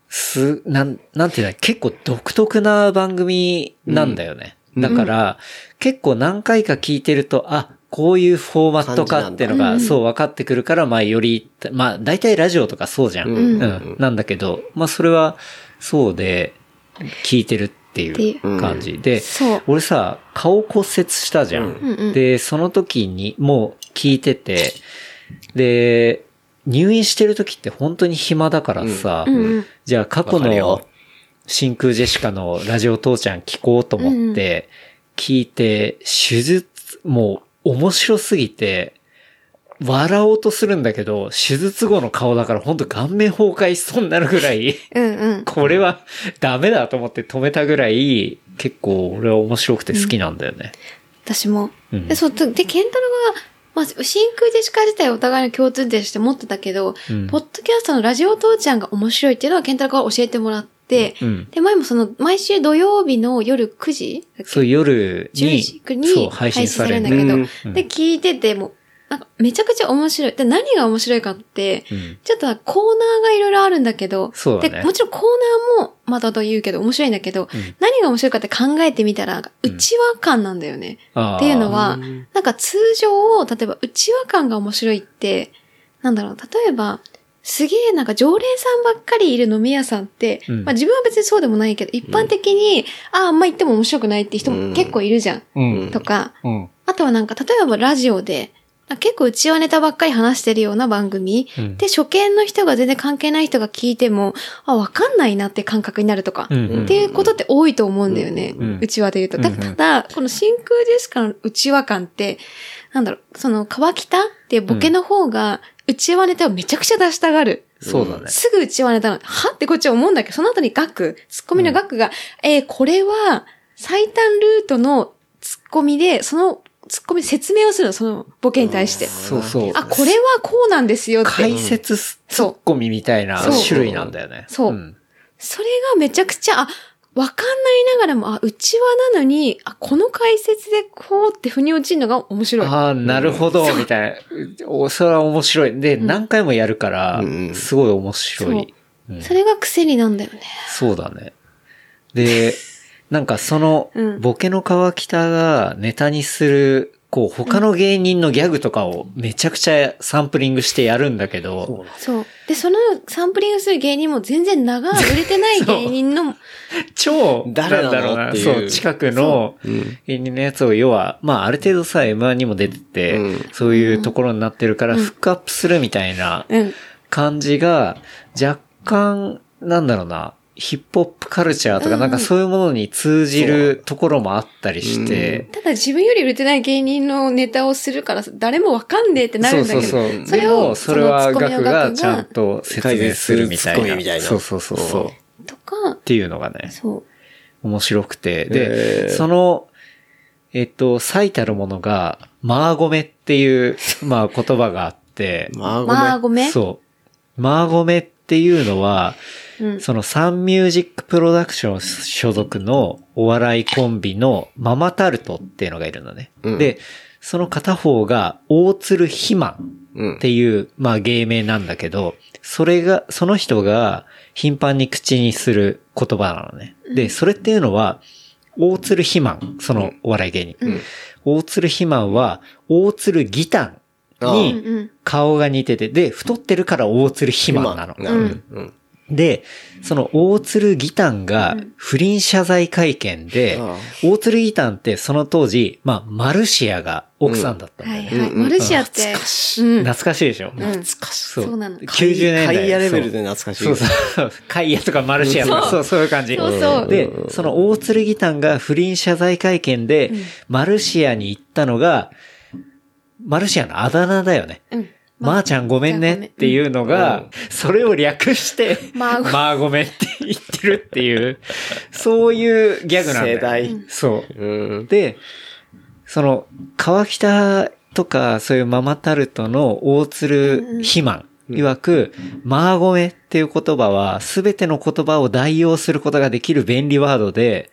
Speaker 2: す、なん、なんていうんだ、結構独特な番組なんだよね。だから、結構何回か聞いてると、あ、こういうフォーマットかっていうの
Speaker 4: 感
Speaker 2: が、
Speaker 4: じなんだ
Speaker 2: そう分かってくるから、まあより、まあ大体ラジオとかそうじゃん。
Speaker 3: うん
Speaker 2: うん。なんだけど、まあそれは、そうで、聞いてるって
Speaker 4: ってい
Speaker 2: いうう感じで、
Speaker 4: そう。
Speaker 2: 俺さ、顔骨折したじゃん。
Speaker 4: うんうん
Speaker 2: で、その時に、もう聞いてて、で、入院してる時って本当に暇だからさ、
Speaker 4: うんうん
Speaker 2: じゃあ過去
Speaker 3: わかるよ
Speaker 2: の真空ジェシカのラジオ父ちゃん聞こうと思って、聞いて、手術、もう面白すぎて、笑おうとするんだけど、手術後の顔だから本当顔面崩壊しそうになるぐらい、
Speaker 4: うんうん。
Speaker 2: これはダメだと思って止めたぐらい、結構俺は面白くて好きなんだよね。
Speaker 4: 私も。
Speaker 2: うん
Speaker 4: で、そう、で、ケンタロウが、まあ、真空ジェシカ自体お互いの共通点として持ってたけど、
Speaker 2: うん
Speaker 4: ポッドキャストのラジオ父ちゃんが面白いっていうのはケンタロウから教えてもらって、
Speaker 2: うん
Speaker 4: で、前もその、毎週土曜日の夜9時だっけ
Speaker 2: そう、夜
Speaker 4: 10
Speaker 2: に
Speaker 4: 時に、
Speaker 2: そう、配信されるんだけ
Speaker 4: んだ
Speaker 2: ど。
Speaker 4: けど、で、聞いてても、なんかめちゃくちゃ面白い。で、何が面白いかって、
Speaker 2: うん
Speaker 4: ちょっとコーナーがいろいろあるんだけど、
Speaker 2: そうだね
Speaker 4: で、もちろんコーナーも、またと言うけど、面白いんだけど、
Speaker 2: ん
Speaker 4: 何が面白いかって考えてみたら、なんか内輪感なんだよね。
Speaker 2: あー
Speaker 4: っていうのは、なんか通常を、例えば内輪感が面白いって、なんだろう、例えば、すげえなんか常連さんばっかりいる飲み屋さんって、
Speaker 2: うん
Speaker 4: まあ自分は別にそうでもないけど、一般的に、ああ、あんま行っても面白くないって人も結構いるじゃん。
Speaker 2: うん。
Speaker 4: とか、
Speaker 2: うん。
Speaker 4: あとはなんか、例えばラジオで、なんか結構うちはネタばっかり話してるような番組、
Speaker 2: うん
Speaker 4: で、初見の人が全然関係ない人が聞いても、あ、わかんないなって感覚になるとか、
Speaker 2: うんうん
Speaker 4: っていうことって多いと思うんだよね。
Speaker 2: うん
Speaker 4: うちわで言うと。
Speaker 2: うんう
Speaker 4: だ
Speaker 2: ん
Speaker 4: ただ、この真空ジェシカのうちわ感って、なんだろう、その、川北っていうボケの方が、うちわネタをめちゃくちゃ出したがる。
Speaker 2: そうだね。
Speaker 4: すぐうちわネタなの。はってこっちは思うんだけど、その後にガク、ツッコミのガクが、えー、これは、最短ルートのツッコミで、そのツッコミ説明をするの、そのボケに対して。
Speaker 2: そうそう。
Speaker 4: あ、これはこうなんですよって。
Speaker 2: 解説ツッコミみたいな
Speaker 4: そう
Speaker 2: 種類なんだよね。
Speaker 4: そうんそれがめちゃくちゃ、あ、わかんないながらも、あ、うちわなのに、あ、この解説でこうって腑に落ちるのが面白い。
Speaker 2: ああ、なるほど、みたいな。おそれは面白い。で、何回もやるから
Speaker 3: うん、
Speaker 2: すごい面白い。うん
Speaker 4: それが癖になんだよね。
Speaker 2: そうだね。で、なんかその
Speaker 4: うん、
Speaker 2: ボケの川北がネタにする、こう、他の芸人のギャグとかをめちゃくちゃサンプリングしてやるんだけど、
Speaker 4: そう。で、そのサンプリングする芸人も全然長売れてない
Speaker 2: そう
Speaker 4: 芸人の、
Speaker 2: 超、
Speaker 3: 誰なの
Speaker 2: んだろう
Speaker 3: っ
Speaker 2: な、
Speaker 3: ていう
Speaker 2: そう、近くの芸人のやつを、要は、まあ、ある程度さ、M1 にも出てて
Speaker 3: うん、
Speaker 2: そういうところになってるから、フックアップするみたいな
Speaker 4: うん。
Speaker 2: 感じが、若干、なんだろうな、ヒップホップカルチャーと
Speaker 4: うんう
Speaker 2: か
Speaker 4: ん
Speaker 2: なんかそういうものに通じるところもあったりして、
Speaker 4: ただ自分より売れてない芸人のネタをするから誰もわかんねえってなるんだけど。
Speaker 2: そうそうそう。
Speaker 4: それ
Speaker 2: でも
Speaker 4: を
Speaker 2: それは
Speaker 4: そのツッコ
Speaker 2: 額
Speaker 4: ミの額が
Speaker 2: がちゃんと説明するみた
Speaker 3: 解説するツッコミ
Speaker 2: い
Speaker 3: みたい
Speaker 2: な。
Speaker 3: な
Speaker 2: そうそうそう。
Speaker 3: そう
Speaker 4: とか
Speaker 2: っ、ていうのがね、
Speaker 4: そう。
Speaker 2: 面白くて。で、
Speaker 3: へー
Speaker 2: その、えっと、最たるものが、マーゴメって [LAUGHS] いう、まあ言葉があって、
Speaker 3: まあごめん。
Speaker 4: まあごめん。
Speaker 2: そう。マーゴメっていうのは、
Speaker 4: うん。
Speaker 2: そのサンミュージックプロダクション所属のお笑いコンビのママタルトっていうのがいるのね。
Speaker 3: うん
Speaker 2: で、その片方が大鶴ひま
Speaker 3: うん
Speaker 2: っていう、まあ芸名なんだけど、それが、その人が頻繁に口にする言葉なのね。で、それっていうのは、大鶴ひまん、そのお笑い芸人。
Speaker 4: うん
Speaker 2: 大鶴ひまんは、大鶴ギタン
Speaker 4: うん
Speaker 2: に
Speaker 4: うん。
Speaker 2: 顔が似てて、で、太ってるから大鶴ひまんなの。
Speaker 3: なるほどうん
Speaker 2: で、その大鶴ギタンが不倫謝罪会見で、
Speaker 3: ああ
Speaker 2: 大鶴ギタンってその当時、まあ、マルシアが奥さんだったんだ
Speaker 4: は
Speaker 2: よ
Speaker 4: い
Speaker 2: ね。
Speaker 4: はい。
Speaker 3: うんうん
Speaker 4: マルシアって、うん。
Speaker 2: 懐かしいでしょ、
Speaker 4: 懐
Speaker 3: かしい
Speaker 2: そう
Speaker 4: そうなの
Speaker 2: 90年代。
Speaker 3: カイヤレベルで懐かしい。
Speaker 2: そうそうそう。カイヤとかマルシアとか、そう、そういう感じ。
Speaker 4: そうそう
Speaker 2: で、その大鶴ギタンが不倫謝罪会見で、マルシアに行ったのが、マルシアのあだ名だよね。
Speaker 4: うん。
Speaker 2: まー、ちゃんごめんねっていうのが、それを略して、
Speaker 4: まあごめん
Speaker 2: まあごめんって言ってるっていう、そういうギャグなんだよ。
Speaker 3: 世代
Speaker 2: そう。
Speaker 3: うん。
Speaker 2: で、その、川北とか、そういうママタルトの大鶴ひまん曰く、マーゴメっていう言葉は、すべての言葉を代用することができる便利ワードで、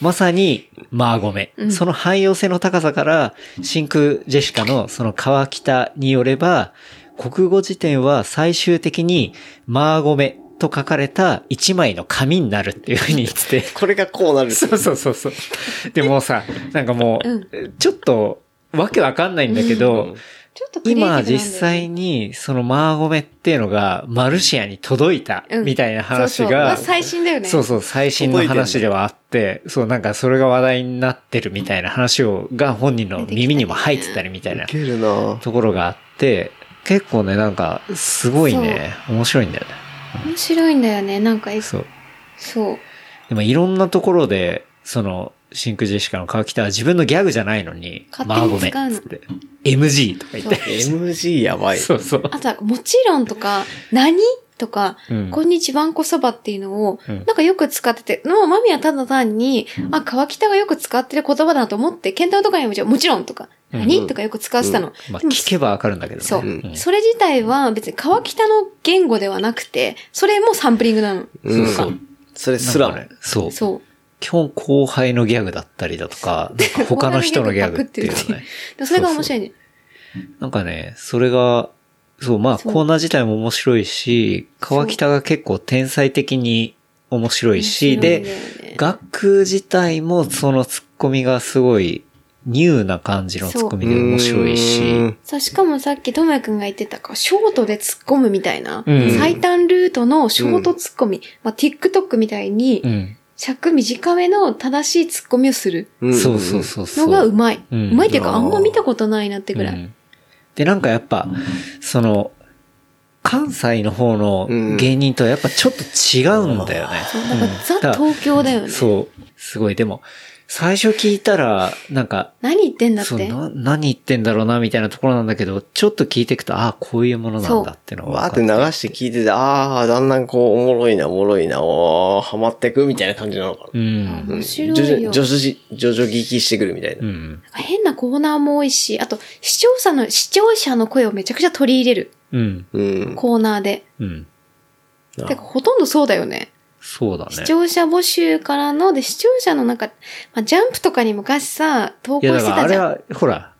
Speaker 2: まさに、マーゴメ。その汎用性の高さから、真空ジェシカのその川北によれば、国語辞典は最終的に、マーゴメと書かれた一枚の紙になるっていうふうに言ってて、
Speaker 3: これがこうなる。
Speaker 2: そうそうそうそう。でもうさ、なんかもう、ちょっと、わけわかんないんだけど、
Speaker 4: ちょっとクリエイティブな
Speaker 2: 今
Speaker 4: んだよね
Speaker 2: 実際に、そのマーゴメっていうのが、マルシアに届いた、
Speaker 4: うん
Speaker 2: みたいな話
Speaker 4: そうそうまあ
Speaker 2: が、
Speaker 4: 最新だよね。
Speaker 2: そうそう、最新の話ではあって、そう、なんかそれが話題になってるみたいな話を、が本人の耳にも入ってたりみたいな
Speaker 3: ウケるな
Speaker 2: ところがあって、結構ね、なんか、すごいね、面白いんだよね。
Speaker 4: 面白いんだよね。なんか、え
Speaker 2: そう。
Speaker 4: そう。
Speaker 2: でもいろんなところで、その、真空ジェシカの川北は自分のギャグじゃないのに、
Speaker 4: 勝
Speaker 2: まあごめ
Speaker 4: 手に使うんの
Speaker 2: つって。MG とか言って。
Speaker 3: MG やばい。
Speaker 2: そうそう。
Speaker 4: あとは、もちろんとか、何とか、
Speaker 2: うん
Speaker 4: こんにちはんこそばっていうのを、
Speaker 2: うん
Speaker 4: なんかよく使ってて、の、マミはただ単に、あ、川北がよく使ってる言葉だなと思って、ケンタロウとかにも、もちろんとか、
Speaker 2: うん
Speaker 4: 何、とかよく使ってたの。
Speaker 2: まあ
Speaker 4: でも
Speaker 2: 聞けばわかるんだけどね。
Speaker 4: そう、
Speaker 2: ん
Speaker 4: それ自体は別に川北の言語ではなくて、それもサンプリングなの。
Speaker 3: うん
Speaker 2: そうそう。
Speaker 3: それすらも
Speaker 2: なんかねそう。
Speaker 4: そう。
Speaker 2: 基本後輩のギャグだったりだとか、なんか他の人のギャグっていう
Speaker 4: パク
Speaker 2: のね。
Speaker 4: でそれが面白いね。
Speaker 2: なんかね、それが、そう、まあ
Speaker 4: そう
Speaker 2: コーナー自体も面白いし、川北が結構天才的に面白いし、
Speaker 4: 面白
Speaker 2: で
Speaker 4: いんだよね、
Speaker 2: 学自体もそのツッコミがすごいニューな感じのツッコミで面白いし、
Speaker 4: さ、しかもさっきともやくんが言ってたか、ショートで突っ込むみたいな、
Speaker 2: うん
Speaker 4: 最短ルートのショート突っ込み、まあ、TikTok みたいに、
Speaker 2: うん。
Speaker 4: 尺短めの正しい突っ込みをする
Speaker 3: うん
Speaker 2: そうそうそうそう。
Speaker 4: のがうまい。
Speaker 2: うん
Speaker 4: うまいっていうか、
Speaker 3: あー
Speaker 4: あんま見たことないなってぐら
Speaker 2: う
Speaker 4: い。
Speaker 2: んで、なんかやっぱ、その、関西の方の芸人とはやっぱちょっと違うんだよね。
Speaker 4: そう、なん
Speaker 2: うん
Speaker 4: かザ東京だよね。
Speaker 2: そう。すごい。でも、最初聞いたら、なんか、
Speaker 4: 何言ってんだっ
Speaker 2: そう
Speaker 4: て。
Speaker 2: な何言ってんだろうな、みたいなところなんだけど、ちょっと聞いていくと、ああ、こういうものなんだってのが
Speaker 3: わー
Speaker 2: 分
Speaker 3: っ
Speaker 2: か
Speaker 3: て
Speaker 2: る。
Speaker 3: 流して聞いてて、ああ、だんだんこう、おもろいな、おもろいな、おーハマってくみたいな感じなのかな。
Speaker 2: うん。
Speaker 4: 面白
Speaker 3: 徐々
Speaker 4: い
Speaker 3: に、
Speaker 4: よ。
Speaker 3: 徐々に、徐々に聞きしてくるみたいな
Speaker 2: う。ん。
Speaker 4: 変なコーナーも多いし、あと、視聴者の、視聴者の声をめちゃくちゃ取り入れる
Speaker 2: うん。
Speaker 3: うん。
Speaker 4: コーナーで。
Speaker 2: うん。
Speaker 3: あ
Speaker 4: てか、ほとんどそうだよね。
Speaker 2: そうだね。
Speaker 4: 視聴者募集からの、で、視聴者の中、まあ、ジャンプとかに昔さ、投
Speaker 2: い
Speaker 4: 稿
Speaker 2: や、だ
Speaker 4: し
Speaker 2: か
Speaker 4: て
Speaker 2: らあ
Speaker 4: たじ
Speaker 2: れ
Speaker 4: ゃん。
Speaker 2: は、ほら、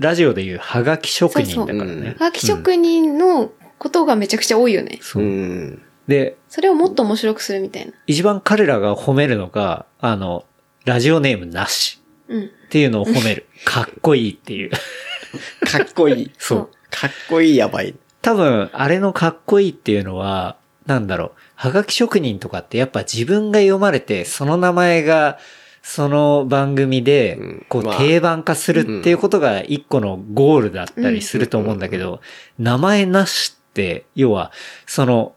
Speaker 2: ラジオでいうハガキ職人だから
Speaker 3: そうそうう
Speaker 2: ね
Speaker 3: ん。
Speaker 4: 楽器職人のことがめちゃくちゃ多いよね。
Speaker 2: そうう。
Speaker 3: ん。
Speaker 2: で、
Speaker 4: それをもっと面白くするみたいな。
Speaker 2: 一番彼らが褒めるのが、あの、ラジオネームなし
Speaker 4: うん。
Speaker 2: っていうのを褒める。かっこいいっていう。
Speaker 3: かっこいい。
Speaker 2: そう。
Speaker 3: かっこいいやばい。
Speaker 2: 多分、あれのかっこいいっていうのは、なんだろう。はがき職人とかってやっぱ自分が読まれて、その名前が、その番組で
Speaker 3: うん、
Speaker 2: こう
Speaker 3: まあ
Speaker 2: 定番化するっていうことが一個のゴールだったりすると思うんだけど、名前なしっって、要は、その、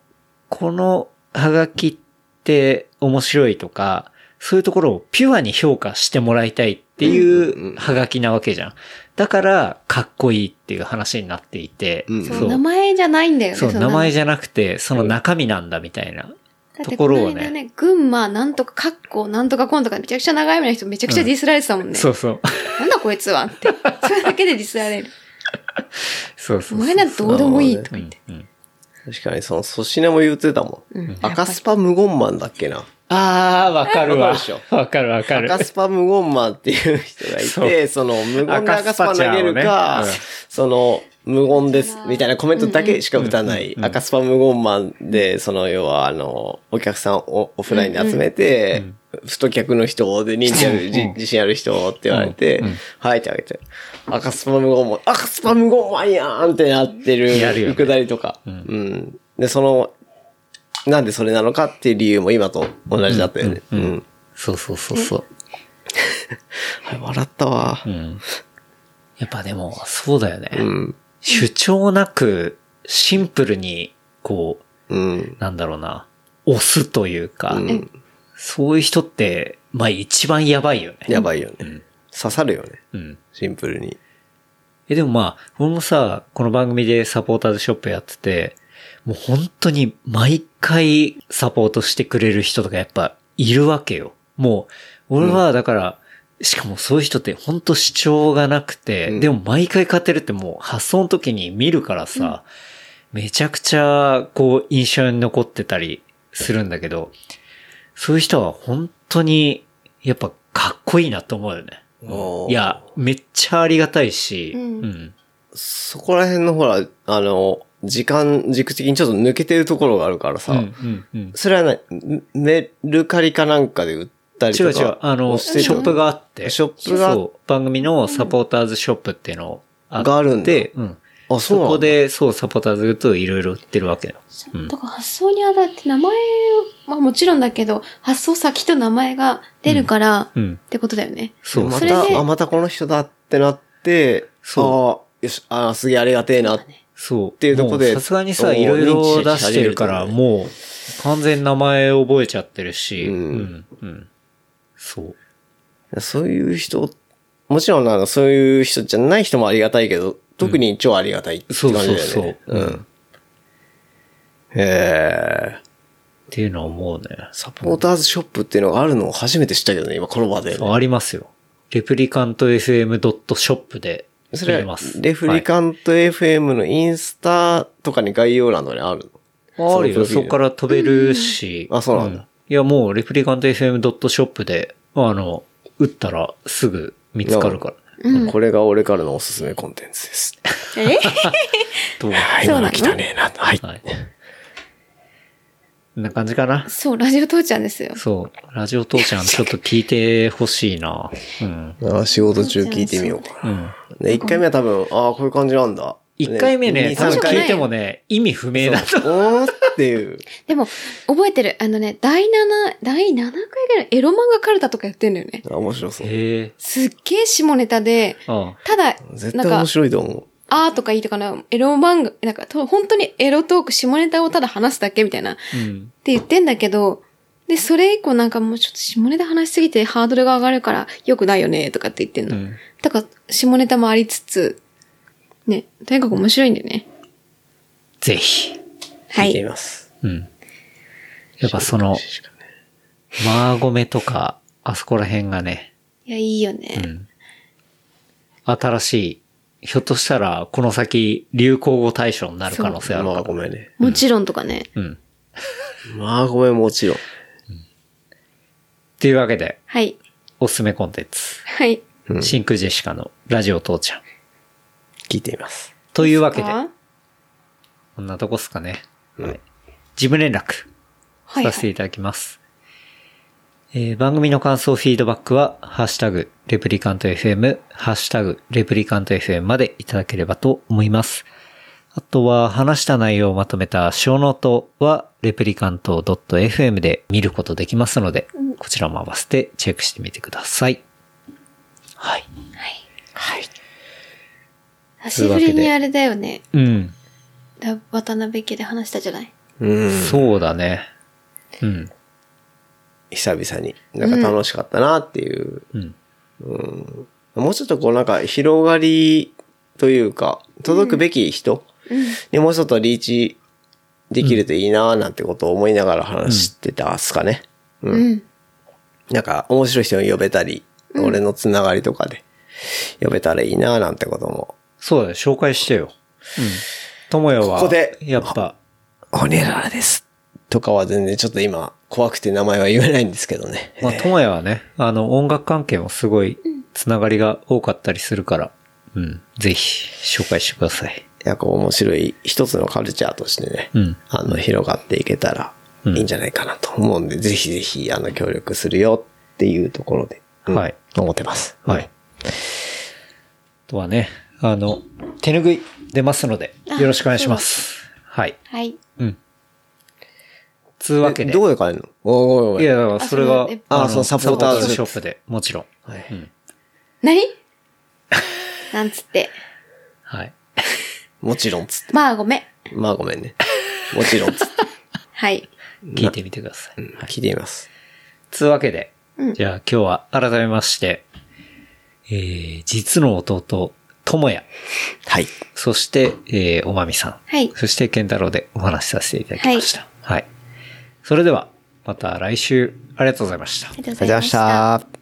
Speaker 2: このハガキって面白いとか、そういうところをピュアに評価してもらいたいって
Speaker 3: うんうんう
Speaker 2: い
Speaker 3: ん
Speaker 2: うハガキなわけじゃん。だから、かっこいいっていう話になっていて、
Speaker 3: うん
Speaker 4: そう、名前じゃないんだよね。
Speaker 2: そう、名前じ
Speaker 4: ゃ
Speaker 2: ゃなくて、その中身なんだみたいな。
Speaker 4: だって
Speaker 2: ところをね
Speaker 4: この間ね、群馬なんとか、かっこなんとかこんとか、めちゃくちゃ長い目の人めちゃくちゃディスられてたもんね。
Speaker 2: そうそう。
Speaker 4: なんだこいつ
Speaker 2: [LAUGHS]
Speaker 4: はって。それだけでディスられる。
Speaker 2: そうそ
Speaker 4: お
Speaker 2: うそう。
Speaker 4: 前なんてどうでもいいと
Speaker 2: う
Speaker 4: か言っ
Speaker 2: ん
Speaker 4: て。
Speaker 2: うん
Speaker 3: 確かに、その粗品も言ってたも
Speaker 4: うんん。
Speaker 3: 赤スパ無言マンだっけな。
Speaker 2: ああ、わかるわ
Speaker 3: わかるでしょ。
Speaker 2: わかるわかる。
Speaker 3: 赤スパ無言マンっていう人がいて、その無言で赤スパ投げるか、
Speaker 2: 赤ス
Speaker 3: その無言です、みたいなコメントだけしか打たない、
Speaker 2: うんうん
Speaker 3: 赤スパ無言マンで、その要はあの、お客さんをオフラインで集めて、太客の人で認知ある、じ
Speaker 2: うん
Speaker 3: 自信ある人って言われて、
Speaker 2: うんうん
Speaker 3: はいってあげて、赤スパ無言マン、赤スパ無言マンやんってなって
Speaker 2: やるよね
Speaker 3: るくだりとか、
Speaker 2: うん
Speaker 3: うん。で、その、なんでそれなのかっていう理由も今と同じだったよね。
Speaker 2: うんうん
Speaker 3: うん
Speaker 2: そうそうそうそう。
Speaker 3: はい笑ったわ
Speaker 2: う。ん。やっぱでも、そうだよね。
Speaker 3: うん。
Speaker 2: 主張なく、シンプルに、こ
Speaker 3: うん
Speaker 2: う、。なんだろうな、押すというか、
Speaker 3: うん
Speaker 2: そういう人って、まあ一番やばいよね。
Speaker 3: やばいよね。
Speaker 2: うん
Speaker 3: 刺さるよね。
Speaker 2: うん。
Speaker 3: シンプルに。
Speaker 2: え、でもまあ、俺もさ、この番組でサポーターズショップやってて、もう本当に毎回サポートしてくれる人とかやっぱいるわけよ。もう、俺はだから、しかもそういう人って本当主張がなくて、
Speaker 3: うん
Speaker 2: でも毎回勝てるってもう発想の時に見るからさ、めちゃくちゃこう印象に残ってたりするんだけど、そういう人は本当にやっぱかっこいいなと思うよね。
Speaker 3: おー
Speaker 2: いや、めっちゃありがたいし、
Speaker 4: うん
Speaker 2: うん
Speaker 3: そこら辺のほら、あの、時間軸的にちょっと抜けてるところがあるからさ、
Speaker 2: うんうんうん
Speaker 3: それはな、メメルカリかなんかで売ったり
Speaker 2: 違
Speaker 3: と
Speaker 2: う
Speaker 3: か。
Speaker 2: 違う、あの、
Speaker 3: 押して
Speaker 2: シ
Speaker 3: た
Speaker 2: ョップがあって、
Speaker 3: ショップが
Speaker 2: そう番組のサポーターズショップっていうのあ
Speaker 3: があ
Speaker 2: っ
Speaker 3: るんだ
Speaker 2: て、うん。
Speaker 3: あ、そう
Speaker 2: そ
Speaker 3: なんだ
Speaker 2: こ。で、そう、サポーターズといろいろ売ってるわけよ。うん
Speaker 4: だから発想にあたって名前はもちろんだけど、発想先と名前が出るからっ
Speaker 2: うん。
Speaker 4: てことだよね。
Speaker 2: そう
Speaker 3: ま
Speaker 4: それで
Speaker 3: た、あ、またこの人だってなって、
Speaker 2: そ
Speaker 3: そう。よし、あ、すげえありがてえなって。
Speaker 2: そう。って
Speaker 3: いうとこで
Speaker 2: さすがにさ、
Speaker 3: そう
Speaker 2: いろいろ出してるか
Speaker 3: 認
Speaker 2: ら、
Speaker 3: 知し始めるとね
Speaker 2: もう、完全に名前覚えちゃってるし、う
Speaker 3: うんん、
Speaker 2: うん。そう。
Speaker 3: そういう人、もちろんなんかそういう人じゃない人もありがたいけど、特に超ありがたいって
Speaker 2: そ
Speaker 3: 感
Speaker 2: う
Speaker 3: じだよ
Speaker 2: そう
Speaker 3: ね。
Speaker 2: そう。
Speaker 3: ん。。へー
Speaker 2: っていうのは思うね。
Speaker 3: サポーターズショップっていうのがあるのを初めて知ったけどね、今この場で。
Speaker 2: そうありますよ。レプリカント FM.shop で
Speaker 3: そ
Speaker 2: 見
Speaker 3: れ
Speaker 2: れ
Speaker 3: は
Speaker 2: ます。
Speaker 3: レフリカント FM のインスタとかに概要欄とかにあるの
Speaker 2: あるよ。そこか。ら飛べるし。
Speaker 3: うんあそうなんだ
Speaker 2: いや、もう、レプリカント FM.shop で、あの、打ったらすぐ見つかるから。
Speaker 3: のプロフィールこれが俺からのおすすめコンテンツです。
Speaker 4: え [LAUGHS]
Speaker 2: どう
Speaker 3: はい、
Speaker 4: そうな
Speaker 3: ま
Speaker 4: んだ
Speaker 3: だ汚ねえな。はい。
Speaker 2: はい。こんな感じかな。
Speaker 4: そう、ラジオ父ちゃんですよ。
Speaker 2: そう。ラジオ父ちゃん、ちょっと聞いてほしいな。うん。
Speaker 3: あ仕事中聞いてみようか
Speaker 2: う
Speaker 3: な。
Speaker 2: ん。
Speaker 3: ね、1回目は多分、ああ、こういう感じなんだ。
Speaker 2: 一回目ね、
Speaker 3: 二
Speaker 2: 多
Speaker 3: 三
Speaker 2: 分
Speaker 3: 回
Speaker 2: 聞いてもね、意味不明だと。
Speaker 3: おーっていう。
Speaker 4: でも、覚えてる。あのね、第7、第7回ぐらいエロ漫画カルタとかやってんだよね。
Speaker 3: あ面白そう。
Speaker 2: へえ。
Speaker 4: すっげえ下ネタで、
Speaker 2: あ
Speaker 4: ただ、
Speaker 3: 絶
Speaker 4: な
Speaker 3: 対
Speaker 4: んか
Speaker 3: 面、白いと思
Speaker 4: あーとかいいとかのエロ漫画、なんか、と本当にエロトーク、下ネタをただ話すだけみたいな、っ
Speaker 2: あ。うん。
Speaker 4: て言ってんだけど、で、それ以降なんかもうちょっと下ネタ話しすぎてハードルが上がるから、良くないよね、とかって言ってん
Speaker 2: う
Speaker 4: の。
Speaker 2: ん。
Speaker 4: だから、下ネタもありつつ、ね、とにかく面白いんだよね。
Speaker 2: ぜひ。
Speaker 3: う。
Speaker 4: は
Speaker 3: 聞いてみ
Speaker 4: い。
Speaker 3: ます。
Speaker 2: うん。やっぱその、マーゴメとか、あそこら辺がね、
Speaker 4: いや、いいよ
Speaker 2: う
Speaker 4: ね。
Speaker 2: ん。新しい、ひょっとしたら、この先、流行語大賞になる可能性ある
Speaker 3: ま
Speaker 2: か
Speaker 3: あ
Speaker 2: ら。
Speaker 3: ごめんね。
Speaker 4: もちろんとかね。
Speaker 2: うん。っ
Speaker 3: まあごめん、もちろん。
Speaker 2: ていうわけで、
Speaker 4: はい。
Speaker 2: おすすめコンテンツ。
Speaker 4: はい。
Speaker 3: うん
Speaker 2: 真空ジェシカのラジオ父ちゃん。
Speaker 3: 聞いてみます。
Speaker 2: というわけで、
Speaker 4: あ
Speaker 2: こんなとこっすかね。
Speaker 3: うん
Speaker 2: 事務連絡。
Speaker 4: はい、は
Speaker 2: させていただきます。えー番組の感想、フィードバックは、ハッシュタグ、レプリカント FM、ハッシュタグ、レプリカント FM までいただければと思います。あとは、話した内容をまとめた小ノートは、レプリカント .fm で見ることできますので、こちらも合わせてチェックしてみてください。はい。
Speaker 4: い。はい。久しぶりにあれだよね。
Speaker 2: うん。
Speaker 4: だ渡辺家で話したじゃない
Speaker 3: うん。
Speaker 2: そうだね。うん。
Speaker 3: 久々に。なんか楽しかったなっていう。
Speaker 2: うん。
Speaker 3: もうちょっとこうなんか広がりというか、届くべき人にもうちょっとリーチできるといいなーなんてことを思いながら話してたっすかね。
Speaker 4: うん。うん。
Speaker 3: なんか面白い人に呼べたり、俺のつながりとかで呼べたらいいなーなんてことも。
Speaker 2: そうだね。紹介してよ。うん。友也は、
Speaker 3: ここで
Speaker 2: やっぱ、
Speaker 3: ホニャララです。とかは全然ちょっと今怖くて名前は言えないんですけどね。
Speaker 2: まあ、友也はね、あの、音楽関係もすごい、つながりが多かったりするから、うん。ぜひ、紹介してください。
Speaker 3: なんか面白い一つのカルチャーとしてね、
Speaker 2: うん
Speaker 3: あの、広がっていけたら
Speaker 2: うん
Speaker 3: いいんじゃないかなと思うんで、ぜひぜひ、あの、協力するよっていうところで、うん
Speaker 2: はい
Speaker 3: 思ってます。
Speaker 2: はい。あとはね、あの、手拭い出ますので、よろしくお願いします。はい。
Speaker 4: はい。
Speaker 2: うん。つうわけ
Speaker 3: え
Speaker 2: で。
Speaker 3: どこで買えるのおーおいお
Speaker 2: い
Speaker 3: い
Speaker 2: や、だからそれが
Speaker 4: あその、
Speaker 3: あ
Speaker 2: の
Speaker 3: そのサポーター
Speaker 2: サショップで、もちろん。
Speaker 3: はい
Speaker 2: うん
Speaker 4: 何なんつって。
Speaker 2: はい。
Speaker 3: もちろんつって。
Speaker 4: まあごめん。
Speaker 3: まあごめんね。もちろんつって。
Speaker 4: はい。
Speaker 2: 聞いてみてください。
Speaker 3: うん聞いてみます。
Speaker 2: つうわけで、
Speaker 4: うん
Speaker 2: じゃあ今日は改めまして、えー、実の弟、ともや、
Speaker 3: はい。
Speaker 2: そして、えー、おまみさん、
Speaker 4: はい。
Speaker 2: そして健太郎でお話しさせていただきました。はい。それでは、また来週、ありがとうございました
Speaker 4: あ。りがとう
Speaker 3: ありがとうございまし。た。